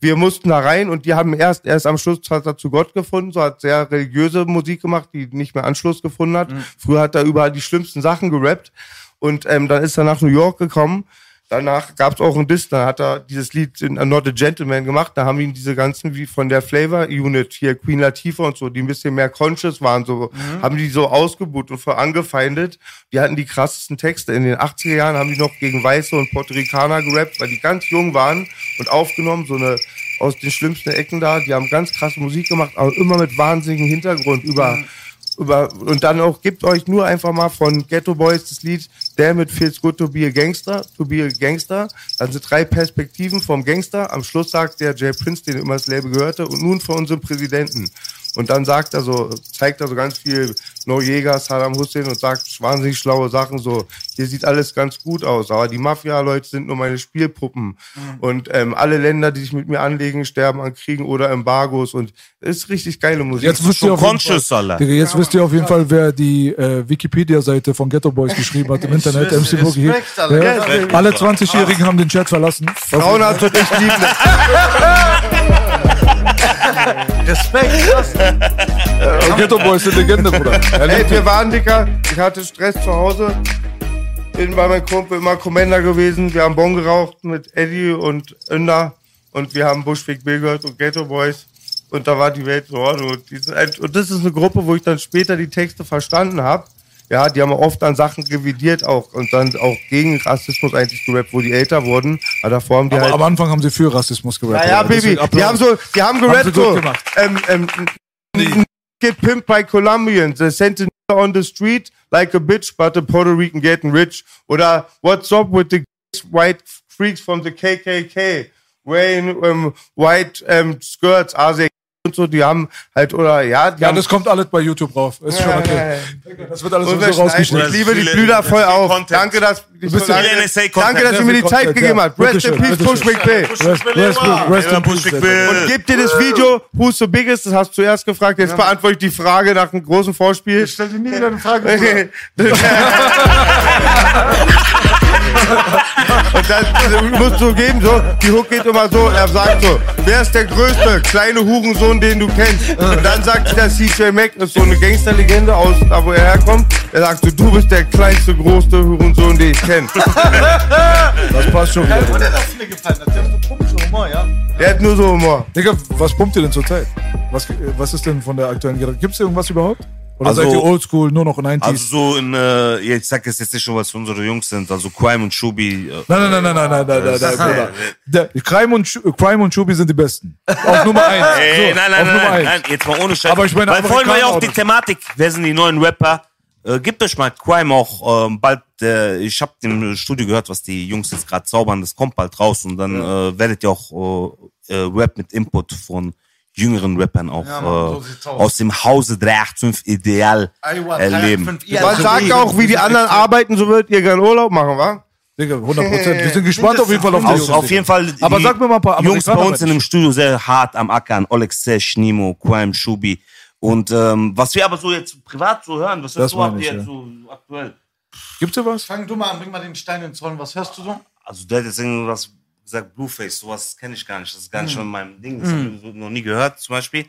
Speaker 3: wir mussten da rein und die haben erst, erst am Schluss hat er zu Gott gefunden, so hat sehr religiöse Musik gemacht, die nicht mehr Anschluss gefunden hat. Früher hat er überall die schlimmsten Sachen gerappt und ähm, dann ist er nach New York gekommen. Danach gab es auch einen Diss, dann hat er dieses Lied in I'm Not a Gentleman gemacht. Da haben ihn diese ganzen wie von der Flavor Unit hier Queen Latifah und so, die ein bisschen mehr conscious waren, so haben die so ausgebucht und voll angefeindet. Die hatten die krassesten Texte. In den 80er Jahren haben die noch gegen Weiße und Puerto Ricaner gerappt, weil die ganz jung waren und aufgenommen, so eine aus den schlimmsten Ecken da. Die haben ganz krasse Musik gemacht, aber immer mit wahnsinnigem Hintergrund über über, und dann auch gebt euch nur einfach mal von Ghetto Boys das Lied Damn it feels good to be a gangster, to be a gangster. Dann sind drei Perspektiven vom Gangster. Am Schluss sagt der Jay Prince, den immer das Label gehörte, und nun von unserem Präsidenten. Und dann sagt er so, zeigt er so ganz viel Noriega, Saddam Hussein und sagt wahnsinnig schlaue Sachen so, hier sieht alles ganz gut aus, aber die Mafia-Leute sind nur meine Spielpuppen. Und ähm, alle Länder, die sich mit mir anlegen, sterben an Kriegen oder Embargos. Und es ist richtig geile Musik.
Speaker 6: Jetzt wisst ihr
Speaker 4: So
Speaker 6: auf jeden Fall,
Speaker 4: conscious, Alter.
Speaker 6: Digga, jetzt wisst ihr auf jeden Fall, wer die äh, Wikipedia-Seite von Ghetto Boys geschrieben hat im Internet. MC Boogie.
Speaker 2: Respekt, Alter.
Speaker 6: Ja,
Speaker 4: Respekt.
Speaker 6: alle 20-Jährigen haben den Chat verlassen.
Speaker 3: Frauen hast du dich lieben.
Speaker 2: Respekt. krass.
Speaker 6: Ghetto Boys sind Legende, Bruder.
Speaker 3: Ey, wir waren, Dicker. Ich hatte Stress zu Hause. Bin bei meinem Kumpel immer Commander gewesen. Wir haben Bon geraucht mit Eddie und Önder. Und wir haben Bushwick Bill gehört und Ghetto Boys. Und da war die Welt in Ordnung. Und, die sind ein, und das ist eine Gruppe, wo ich dann später die Texte verstanden habe. Ja, die haben oft dann Sachen revidiert auch und dann auch gegen Rassismus eigentlich gerappt, wo die älter wurden. Aber davor haben die
Speaker 6: Aber
Speaker 3: halt
Speaker 6: am Anfang haben sie für Rassismus Also gerappt.
Speaker 3: ja, ja,
Speaker 6: Alter.
Speaker 3: Baby.
Speaker 6: Deswegen
Speaker 3: Die
Speaker 6: Applaus.
Speaker 3: haben so, Ähm, die haben
Speaker 6: Haben sie
Speaker 3: gerappt
Speaker 6: gut
Speaker 3: so.
Speaker 6: gemacht.
Speaker 3: Ähm, ähm, get pimped by Colombians. They sent a on the street like a bitch, but a Puerto Rican getting rich. Oder what's up with the white freaks from the KKK? Wearing um, white um, skirts, are they und so, die haben halt, oder ja, die
Speaker 6: Ja,
Speaker 3: haben
Speaker 6: das kommt alles bei YouTube rauf. Ist schon
Speaker 3: Ja,
Speaker 6: okay. Das wird alles
Speaker 3: Unser
Speaker 6: so rausgeschnitten.
Speaker 3: Schneiden. Ich liebe die
Speaker 4: Viele-
Speaker 3: Blüder voll
Speaker 4: viel
Speaker 3: auf.
Speaker 4: Content.
Speaker 3: Danke, dass, ich
Speaker 6: bist
Speaker 3: so
Speaker 6: ja-
Speaker 3: lange-
Speaker 4: Viel NSA Content.
Speaker 3: danke, dass ihr mir die Zeit gegeben habt. Rest in peace, Push Bill.
Speaker 6: Rest, rest, rest in peace. Alter.
Speaker 3: Und gib dir das Video, who's the biggest, das hast du zuerst gefragt. Jetzt beantworte ich die Frage nach einem großen Vorspiel. Ich stelle dir nie wieder eine Frage. Und dann musst du geben, so, die Hook geht immer so, er sagt so, wer ist der größte kleine Hurensohn, den du kennst? Und dann sagt der CJ Mac, das ist so eine Gangsterlegende aus da, wo er herkommt, er sagt so, du bist der kleinste, größte Hurensohn, den ich kenne.
Speaker 6: Das passt schon wieder.
Speaker 2: Hat dir das viele gefallen? Das ist ja so ein komischer Humor, ja?
Speaker 3: Der hat nur so Humor.
Speaker 6: Digga, was pumpt ihr denn zurzeit? Was, äh, was ist denn von der aktuellen Generation? Gibt's irgendwas überhaupt? Oder
Speaker 4: Also-
Speaker 6: seid ihr oldschool, nur noch 90s?
Speaker 4: Also so in, äh, ja, ich sag jetzt, jetzt nicht schon, was für unsere Jungs sind, also Crime und Shubi. Äh,
Speaker 6: Nein, nein, nein, nein, nein, nein, nein, nein, Bruder. Der, Crime und Schu- Crime und Schubi sind die besten. Auf Nummer eins.
Speaker 4: ey,
Speaker 6: So,
Speaker 4: nein,
Speaker 6: auf
Speaker 4: nein,
Speaker 6: Nummer
Speaker 4: nein, nein, nein,
Speaker 6: eins.
Speaker 4: jetzt mal ohne Scheiß.
Speaker 6: Aber ich meine,
Speaker 4: Weil vorhin war ja auch
Speaker 6: Amerikaner
Speaker 4: die
Speaker 6: oder-
Speaker 4: Thematik, wer sind die neuen Rapper? Äh, gebt euch mal Crime auch ähm, bald, äh, ich hab im Studio gehört, was die Jungs jetzt gerade zaubern, das kommt bald raus und dann äh, werdet ihr auch äh, äh, Rap mit Input von jüngeren Rappern auch
Speaker 2: Ja, Mann, so
Speaker 4: äh,
Speaker 2: sieht's aus.
Speaker 4: aus dem Hause 385 Ideal erleben.
Speaker 2: Also
Speaker 3: Man sagt auch, wie die anderen arbeiten, so würdet ihr gerne Urlaub machen, wa?
Speaker 6: Digga, 100 Prozent. Wir sind gespannt auf jeden Fall auf die
Speaker 4: Auf,
Speaker 6: Jungs.
Speaker 4: auf jeden Fall.
Speaker 6: Aber
Speaker 4: die
Speaker 6: sag mir mal ein paar
Speaker 4: Jungs bei
Speaker 6: Amerikaner,
Speaker 4: uns in dem Studio sehr hart am Ackern. Olexesh, Nimo, Quaim, Shubi. Und ähm, was wir aber so jetzt privat so hören, was
Speaker 6: Das
Speaker 4: hörst du ab
Speaker 6: meine ich,
Speaker 4: jetzt
Speaker 6: ja.
Speaker 4: so aktuell?
Speaker 6: Gibt's hier
Speaker 2: [laughs]
Speaker 6: was?
Speaker 2: Fang du mal an, bring mal den Stein ins Rollen. Was hörst du so?
Speaker 4: Also der hat jetzt irgendwas gesagt, Blueface, sowas kenne ich gar nicht. Das ist gar nicht
Speaker 6: Hm.
Speaker 4: in meinem Ding. Das habe ich noch nie gehört zum Beispiel.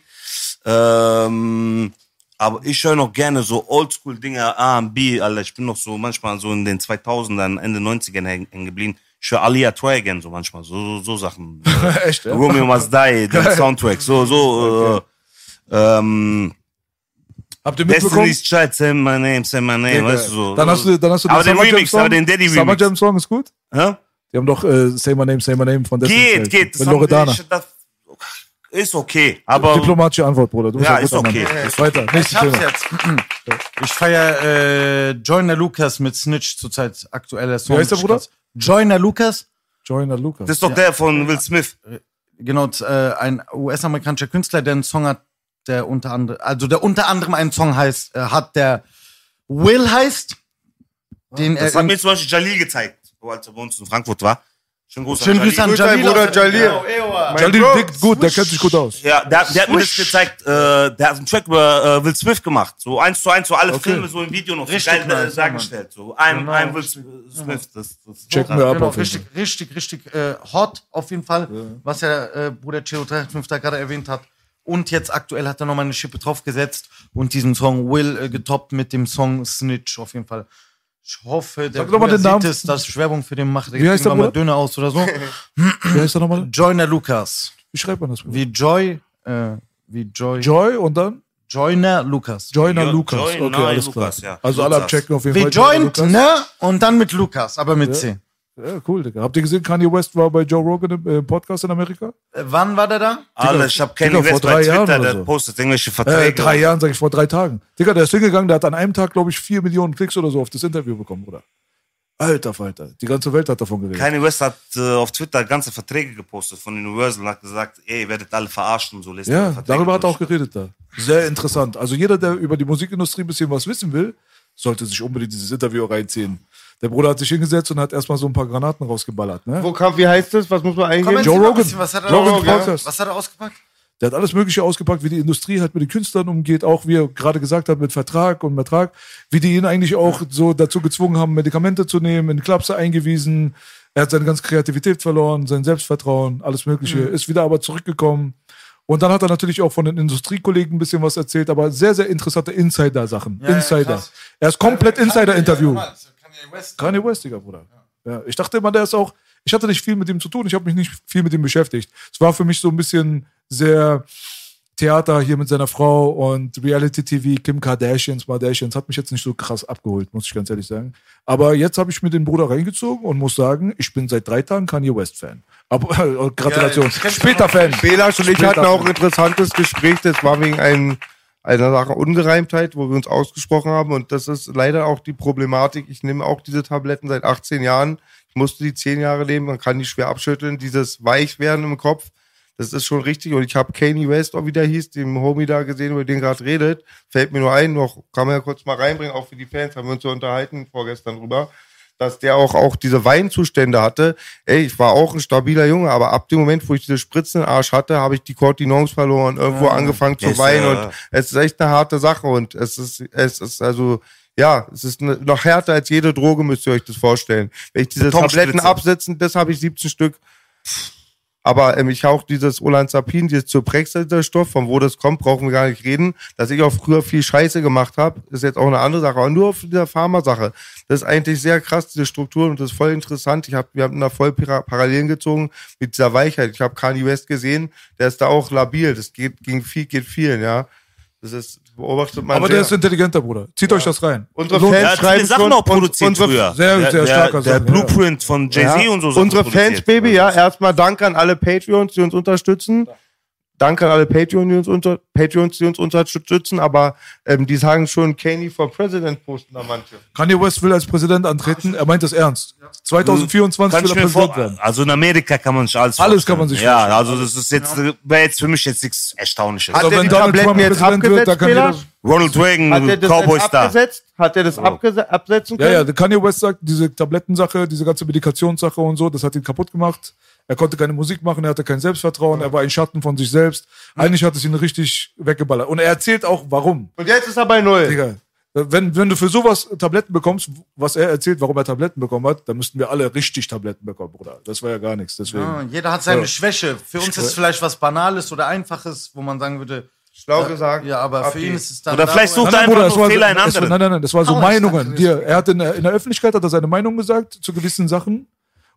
Speaker 4: Ähm, aber ich höre noch gerne so Oldschool-Dinger, R&B, Alter. Ich bin noch so manchmal so in den 2000ern, Ende 90ern hängen hängen geblieben. Ich höre Alia Try Again so manchmal, so, so, so
Speaker 6: [laughs]
Speaker 4: Sachen.
Speaker 6: Echt, ja?
Speaker 4: Romeo Must Die,
Speaker 6: [laughs]
Speaker 4: den Soundtrack, so, so. Äh, ähm,
Speaker 6: Habt ihr mitbekommen?
Speaker 4: Destiny's Child, say my name, say my name,
Speaker 6: Digga,
Speaker 4: weißt du so.
Speaker 6: äh, Dann hast du, dann hast du
Speaker 4: Aber den
Speaker 6: Summer Jam
Speaker 4: Remix,
Speaker 6: Song.
Speaker 4: aber den Daddy
Speaker 6: Summer
Speaker 4: Remix.
Speaker 6: Jam Song ist gut.
Speaker 4: Hä?
Speaker 6: Die haben doch äh, Say My Name, Say My Name von Destiny's
Speaker 4: Geht,
Speaker 6: Child.
Speaker 4: geht.
Speaker 6: Mit
Speaker 4: haben die-
Speaker 6: Loredana.
Speaker 4: das ist okay, aber
Speaker 6: Diplomatische Antwort, Bruder. Du bist
Speaker 4: Ja,
Speaker 6: ein
Speaker 4: ist
Speaker 6: guter
Speaker 4: okay.
Speaker 6: Mann. Weiter,
Speaker 2: Ich
Speaker 6: nächstes
Speaker 2: hab's
Speaker 6: Thema.
Speaker 2: jetzt. Ich feier äh, Joyner Lucas mit Snitch zurzeit aktueller Song.
Speaker 6: Wie heißt der Bruder?
Speaker 2: Joyner Lucas.
Speaker 6: Joyner Lucas.
Speaker 4: das ist doch der von Will Smith.
Speaker 2: Genau, z- äh, ein US-amerikanischer Künstler, der einen Song hat, der unter anderem, also der unter anderem einen Song heißt, äh, hat, der Will heißt. Den
Speaker 4: Das
Speaker 2: er
Speaker 4: hat mir zum Beispiel Jalil gezeigt, wo als er bei uns in Frankfurt war. Schönen Gruß
Speaker 2: Schönen
Speaker 4: an
Speaker 2: Grüße an
Speaker 4: Jalil.
Speaker 2: Jalil.
Speaker 3: Bruder Jalil.
Speaker 6: Jalil tickt gut, der kennt sich gut aus.
Speaker 4: Ja, der, der hat mir das gezeigt, äh, der hat einen Track über äh, Will Smith gemacht. So eins zu eins, so alle Filme so im Video noch
Speaker 2: Richtig
Speaker 4: geil äh,
Speaker 2: nice, ja, Mann.
Speaker 4: dargestellt. So ein,
Speaker 2: Genau,
Speaker 4: ein Will
Speaker 2: richtig.
Speaker 4: Smith. Das, das
Speaker 6: Checken wir ab
Speaker 2: Genau,
Speaker 6: auf jeden
Speaker 2: richtig, richtig, richtig äh, hot auf jeden Fall, was ja äh, Bruder Chiro 385 da gerade erwähnt hat. Und jetzt aktuell hat er nochmal eine Schippe draufgesetzt und diesen Song Will äh, getoppt mit dem Song Snitch auf jeden Fall. Ich hoffe, der
Speaker 6: Sag doch mal
Speaker 2: Bruder
Speaker 6: den Namen.
Speaker 2: sieht es, dass ich Werbung für den mache. Der
Speaker 6: Wie
Speaker 2: gibt
Speaker 6: heißt der
Speaker 2: irgendwann mal
Speaker 6: Bruder?
Speaker 2: Döner aus oder so.
Speaker 6: [laughs] Fall. Wer ist der nochmal?
Speaker 2: Joyner Lucas.
Speaker 6: Wie schreibt man das?
Speaker 2: Wie Joy, äh, wie Joy,
Speaker 6: Joy und dann
Speaker 2: Joyner Lucas.
Speaker 6: Joyner
Speaker 4: Jo-
Speaker 6: Lucas.
Speaker 4: Joyner
Speaker 6: okay, alles
Speaker 4: Lucas,
Speaker 6: klar.
Speaker 4: ja.
Speaker 6: Also alle
Speaker 4: Lucas.
Speaker 6: abchecken auf jeden
Speaker 2: Wie
Speaker 6: Fall.
Speaker 2: Joint,
Speaker 6: Joyner
Speaker 2: ne? Und dann mit Lukas, aber mit C. Äh,
Speaker 6: Lucas. Ja, cool, Digga. Habt ihr gesehen, Kanye West war bei Joe Rogan im äh, Podcast in Amerika?
Speaker 2: Äh, wann war der da?
Speaker 4: Alter, ich hab Kenny
Speaker 6: Digga, vor
Speaker 4: West bei
Speaker 6: drei Jahren
Speaker 4: Twitter,
Speaker 6: oder
Speaker 4: der
Speaker 6: so.
Speaker 4: postet irgendwelche
Speaker 6: Äh,
Speaker 4: Verträge.
Speaker 6: drei Jahren, sag ich, vor drei Tagen. Digga, der ist hingegangen, der hat an einem Tag, glaube ich, vier Millionen Klicks oder so auf das Interview bekommen, Bruder. Alter Falter. Die ganze Welt hat davon geredet.
Speaker 4: Kanye West hat äh, auf Twitter ganze Verträge gepostet von Universal und hat gesagt, ey, ihr werdet alle verarscht und so. Lest
Speaker 6: ja,
Speaker 4: die Verträge
Speaker 6: darüber hat er
Speaker 4: durch.
Speaker 6: auch geredet da. Sehr interessant. Also jeder, der über die Musikindustrie ein bisschen was wissen will, sollte sich unbedingt dieses Interview reinziehen. Der Bruder hat sich hingesetzt und hat erstmal so ein paar Granaten rausgeballert, ne?
Speaker 3: Wo kam, wie heißt das? Was muss man
Speaker 2: Komm,
Speaker 3: eingeben?
Speaker 2: erzähl mal ein
Speaker 6: Rogan.
Speaker 2: bisschen, Was hat er,
Speaker 6: Rogan
Speaker 2: ausgepackt?
Speaker 6: Podcast.
Speaker 2: was hat er ausgepackt?
Speaker 6: Der hat alles Mögliche ausgepackt, wie die Industrie halt mit den Künstlern umgeht, auch wie er gerade gesagt hat, mit Vertrag und Vertrag, wie die ihn eigentlich auch so dazu gezwungen haben, Medikamente zu nehmen, in Klapse eingewiesen. Er hat seine ganze Kreativität verloren, sein Selbstvertrauen, alles Mögliche,
Speaker 2: Mhm.
Speaker 6: ist wieder aber zurückgekommen. Und dann hat er natürlich auch von den Industriekollegen ein bisschen was erzählt, aber sehr, sehr interessante Insider-Sachen.
Speaker 2: ja,
Speaker 6: Insider.
Speaker 2: krass. Äh,
Speaker 6: er ist komplett Insider-Interview.
Speaker 2: Kanye West.
Speaker 6: Kanye West, Digga, Bruder. Ja. ich dachte immer, der ist auch. Ich hatte nicht viel mit ihm zu tun, ich habe mich nicht viel mit ihm beschäftigt. Es war für mich so ein bisschen sehr Theater hier mit seiner Frau und Reality TV, Kim Kardashians, Kardashians, hat mich jetzt nicht so krass abgeholt, muss ich ganz ehrlich sagen. Aber jetzt habe ich mir den Bruder reingezogen und muss sagen, ich bin seit drei Tagen Kanye West-Fan. Aber äh, Gratulation.
Speaker 2: ich kenn-
Speaker 6: Später Fan.
Speaker 3: Belasch und ich
Speaker 6: Später.
Speaker 3: hatten auch ein interessantes Gespräch. Das war wegen einem, einer Sache Ungereimtheit, wo wir uns ausgesprochen haben. Und das ist leider auch die Problematik. Ich nehme auch diese Tabletten seit 18 Jahren. Ich musste die 10 Jahre nehmen. Man kann die schwer abschütteln. Dieses Weichwerden im Kopf, das ist schon richtig. Und ich habe Kanye West, auch wie der hieß, dem Homie da gesehen, über den gerade redet. Fällt mir nur ein, noch kann man ja kurz mal reinbringen, auch für die Fans, haben wir uns ja unterhalten vorgestern drüber dass der auch, auch diese Weinzustände hatte. Ey, ich war auch ein stabiler Junge, aber ab dem Moment, wo ich diese Spritzen im Arsch hatte, habe ich die Cortinons verloren, irgendwo angefangen zu
Speaker 4: Ist,
Speaker 3: weinen
Speaker 4: äh,
Speaker 3: und es ist echt eine harte Sache und es ist, es ist also, ja, es ist ne- noch härter als jede Droge, müsst ihr euch das vorstellen. Wenn ich diese
Speaker 4: Betonstütze.
Speaker 3: Tabletten absetzen, das habe ich 17 Stück. Aber ähm, ich auch dieses Olanzapin, dieses Zyprexa, dieser Stoff, von wo das kommt, brauchen wir gar nicht reden. Dass ich auch früher viel Scheiße gemacht habe, ist jetzt auch eine andere Sache. Aber nur auf dieser Pharma-Sache. Das ist eigentlich sehr krass, diese Strukturen. Und das ist voll interessant. Ich hab, wir haben da voll Pira- Parallelen gezogen mit dieser Weichheit. Ich habe Kanye West gesehen, der ist da auch labil. Das geht gegen viel, geht vielen, ja. Das ist, beobachtet man
Speaker 6: Aber der ist
Speaker 3: sehr.
Speaker 6: intelligenter, Bruder. Zieht euch das rein.
Speaker 3: Unsere
Speaker 6: So-
Speaker 3: Fans
Speaker 4: Der hat
Speaker 3: schreiben
Speaker 4: viele Sachen
Speaker 3: schon,
Speaker 4: auch produziert
Speaker 3: unsere,
Speaker 4: früher.
Speaker 6: Sehr,
Speaker 4: der,
Speaker 6: sehr
Speaker 4: Der,
Speaker 6: starker
Speaker 4: der
Speaker 6: Sachen, ja.
Speaker 4: Blueprint von Jay-Z
Speaker 3: Ja.
Speaker 4: und so Sachen
Speaker 3: Unsere Fans,
Speaker 4: produziert. Also
Speaker 3: Baby, ja, erstmal Dank an alle Patreons, die uns unterstützen. Danke an alle Patreon, die uns unter, Patreons, die uns unterstützen, aber ähm, die sagen schon, Kanye for President posten da manche.
Speaker 6: Kanye West will als Präsident antreten. Er meint das ernst. 2024
Speaker 4: Kann
Speaker 6: will
Speaker 4: ich
Speaker 6: er
Speaker 4: mir
Speaker 6: Präsident
Speaker 4: vor
Speaker 6: werden.
Speaker 4: also in Amerika kann man sich alles
Speaker 6: Alles kann man sich
Speaker 4: Ja,
Speaker 6: vorstellen.
Speaker 4: also das ist jetzt, wäre jetzt für mich jetzt nichts Erstaunliches.
Speaker 3: Hat
Speaker 6: Also
Speaker 3: er
Speaker 6: wenn
Speaker 3: die
Speaker 6: Donald
Speaker 3: Tabletten
Speaker 6: Trump
Speaker 3: jetzt
Speaker 6: Präsident wird,
Speaker 3: abgesetzt,
Speaker 6: da kann
Speaker 3: Peter?
Speaker 6: jeder-
Speaker 4: Ronald
Speaker 3: Hat er
Speaker 4: Reagan,
Speaker 3: das jetzt
Speaker 4: Cowboy-Star.
Speaker 3: abgesetzt? Hat er das abgese- absetzen
Speaker 6: Ja,
Speaker 3: können?
Speaker 6: ja, der Kanye West sagt, diese Tablettensache, diese ganze Medikationssache und so, das hat ihn kaputt gemacht. Er konnte keine Musik machen, er hatte kein Selbstvertrauen, er war ein Schatten von sich selbst. Eigentlich hat es ihn richtig weggeballert. Und er erzählt auch, warum.
Speaker 3: Und jetzt ist er bei Null.
Speaker 6: Digga, wenn, wenn du für sowas Tabletten bekommst, was er erzählt, warum er Tabletten bekommen hat, dann müssten wir alle richtig Tabletten bekommen, Bruder. Das war ja gar nichts. Deswegen.
Speaker 2: Ja, Ah,
Speaker 3: Hm.
Speaker 2: jeder hat seine
Speaker 6: Ja.
Speaker 2: Schwäche. Für uns ist vielleicht was Banales oder Einfaches, wo man sagen würde, äh,
Speaker 3: Schlau gesagt.
Speaker 2: ja, aber
Speaker 3: ab
Speaker 2: für
Speaker 3: die-
Speaker 2: ihn ist es dann.
Speaker 4: Oder
Speaker 2: da,
Speaker 4: vielleicht
Speaker 2: wo er-
Speaker 4: sucht er einfach
Speaker 6: das
Speaker 4: nur
Speaker 6: war,
Speaker 4: Fehler in
Speaker 6: das war,
Speaker 4: anderen.
Speaker 6: nein, nein, nein, das war so
Speaker 2: Aber ich
Speaker 6: Meinungen.
Speaker 2: dachte,
Speaker 6: Die, er hat in der, in der Öffentlichkeit hat er seine Meinung gesagt zu gewissen Sachen.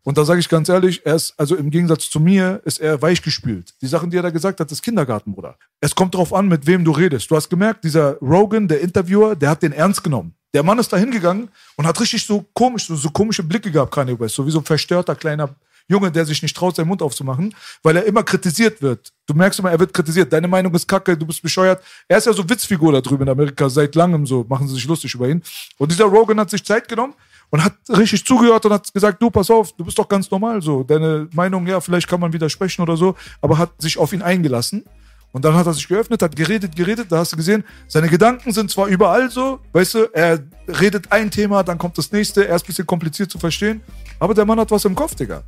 Speaker 6: Und da sage ich ganz ehrlich, er ist, also im Gegensatz zu mir, ist er weichgespült. Die Sachen, die er da gesagt hat, ist Kindergarten, Bruder. Es kommt drauf an, mit wem du redest. Du hast gemerkt, dieser Rogan, der Interviewer, der hat den ernst genommen. Der Mann ist da hingegangen und hat richtig so komisch, so, so komische Blicke gehabt, Kanye West. So wie so ein verstörter kleiner Junge, der sich nicht traut, seinen Mund aufzumachen, weil er immer kritisiert wird. Du merkst immer, er wird kritisiert. Deine Meinung ist kacke, du bist bescheuert. Er ist ja so Witzfigur da drüben in Amerika, seit langem so, machen sie sich lustig über ihn. Und dieser Rogan hat sich Zeit genommen und hat richtig zugehört und hat gesagt, du, pass auf, du bist doch ganz normal so. Deine Meinung, ja, vielleicht kann man widersprechen oder so, aber hat sich auf ihn eingelassen. Und dann hat er sich geöffnet, hat geredet, geredet. Da hast du gesehen, seine Gedanken sind zwar überall so, weißt du, er redet ein Thema, dann kommt das nächste, er ist ein bisschen kompliziert zu verstehen, aber der Mann hat was im Kopf, Digga.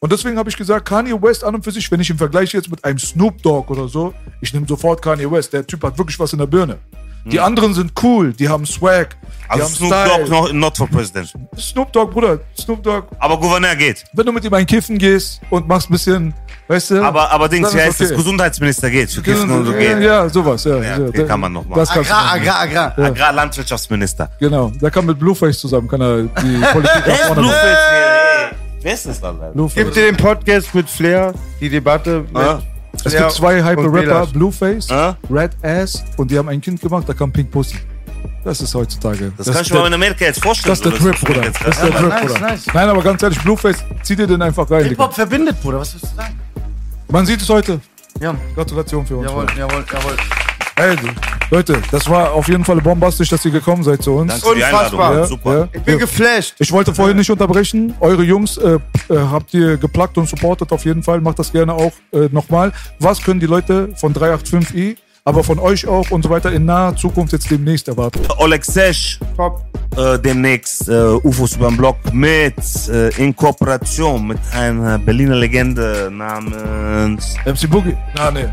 Speaker 6: Und deswegen habe ich gesagt, Kanye West an und für sich, wenn ich ihn vergleiche jetzt mit einem Snoop Dogg oder so, ich nehme sofort Kanye West. Der Typ hat wirklich was in der Birne. Die anderen sind cool, die haben Swag, die
Speaker 4: Mhm. Also
Speaker 6: haben
Speaker 4: Snoop
Speaker 6: Style.
Speaker 4: Dogg noch, not for President.
Speaker 6: Snoop Dogg, Bruder, Snoop Dogg,
Speaker 4: Aber Gouverneur geht.
Speaker 6: wenn du mit ihm ein Kiffen gehst und machst ein bisschen, weißt du.
Speaker 4: Aber, aber Dings,
Speaker 6: dann
Speaker 4: wie heißt
Speaker 6: ist
Speaker 4: das? Gesundheitsminister geht. Für Kissen und so
Speaker 6: ja,
Speaker 4: geht.
Speaker 6: ja, sowas, ja.
Speaker 4: Ja, den kann man noch machen.
Speaker 6: Das kannst du
Speaker 2: Agrar,
Speaker 6: machen.
Speaker 2: agrar, agrar.
Speaker 4: Agrarlandwirtschaftsminister.
Speaker 6: Genau, da kann mit Blueface zusammen, kann er
Speaker 4: [laughs]
Speaker 6: die Politik
Speaker 4: Wer
Speaker 6: nach
Speaker 4: ist
Speaker 6: vorne
Speaker 4: Blueface
Speaker 6: machen.
Speaker 4: hier? ey? Wer ist das dann? Alter?
Speaker 3: Gibt
Speaker 6: Blueface.
Speaker 3: ihr den Podcast mit Flair, die Debatte mit
Speaker 4: Ah.
Speaker 6: Es
Speaker 3: Flair
Speaker 6: gibt zwei
Speaker 3: und
Speaker 6: Hyper-Rapper,
Speaker 3: Belasch?
Speaker 6: Blueface,
Speaker 4: Äh?
Speaker 6: Red Ass und die haben ein Kind gemacht, da kam Pink Pussy. Das ist heutzutage.
Speaker 4: Das, kann
Speaker 6: ist
Speaker 4: ich mir
Speaker 6: der-
Speaker 4: in Amerika jetzt vorstellen.
Speaker 6: das ist der
Speaker 4: so,
Speaker 6: Trip, Bruder.
Speaker 4: jetzt-
Speaker 6: Das ist der
Speaker 2: Ja,
Speaker 6: Trip,
Speaker 2: nice,
Speaker 6: Bruder.
Speaker 2: nice.
Speaker 6: Nein, aber ganz ehrlich, Blueface, zieh dir den einfach rein. Digga.
Speaker 2: Hip-Hop verbindet, Bruder, was willst du sagen?
Speaker 6: Man sieht es heute.
Speaker 2: Ja,
Speaker 6: Gratulation für uns.
Speaker 2: jawohl, jawohl, jawohl.
Speaker 6: Hey, Also, Leute, das war auf jeden Fall bombastisch, dass ihr gekommen seid zu uns.
Speaker 4: Danke für die Einladung.
Speaker 3: Unfassbar.
Speaker 6: Ja,
Speaker 4: Super.
Speaker 6: ja.
Speaker 3: Ich bin geflasht.
Speaker 6: Ich wollte vorhin nicht unterbrechen. Eure Jungs äh, äh, habt ihr geplagt und supportet auf jeden Fall. Macht das gerne auch äh, nochmal. Was können die Leute von 385i, aber von euch auch und so weiter in naher Zukunft jetzt demnächst erwarten?
Speaker 4: Oleg Sesh,
Speaker 3: Top.
Speaker 4: äh, demnächst äh, UFOs über den Block mit äh, in Kooperation mit einer Berliner Legende namens
Speaker 6: MC Boogie? Na, nee.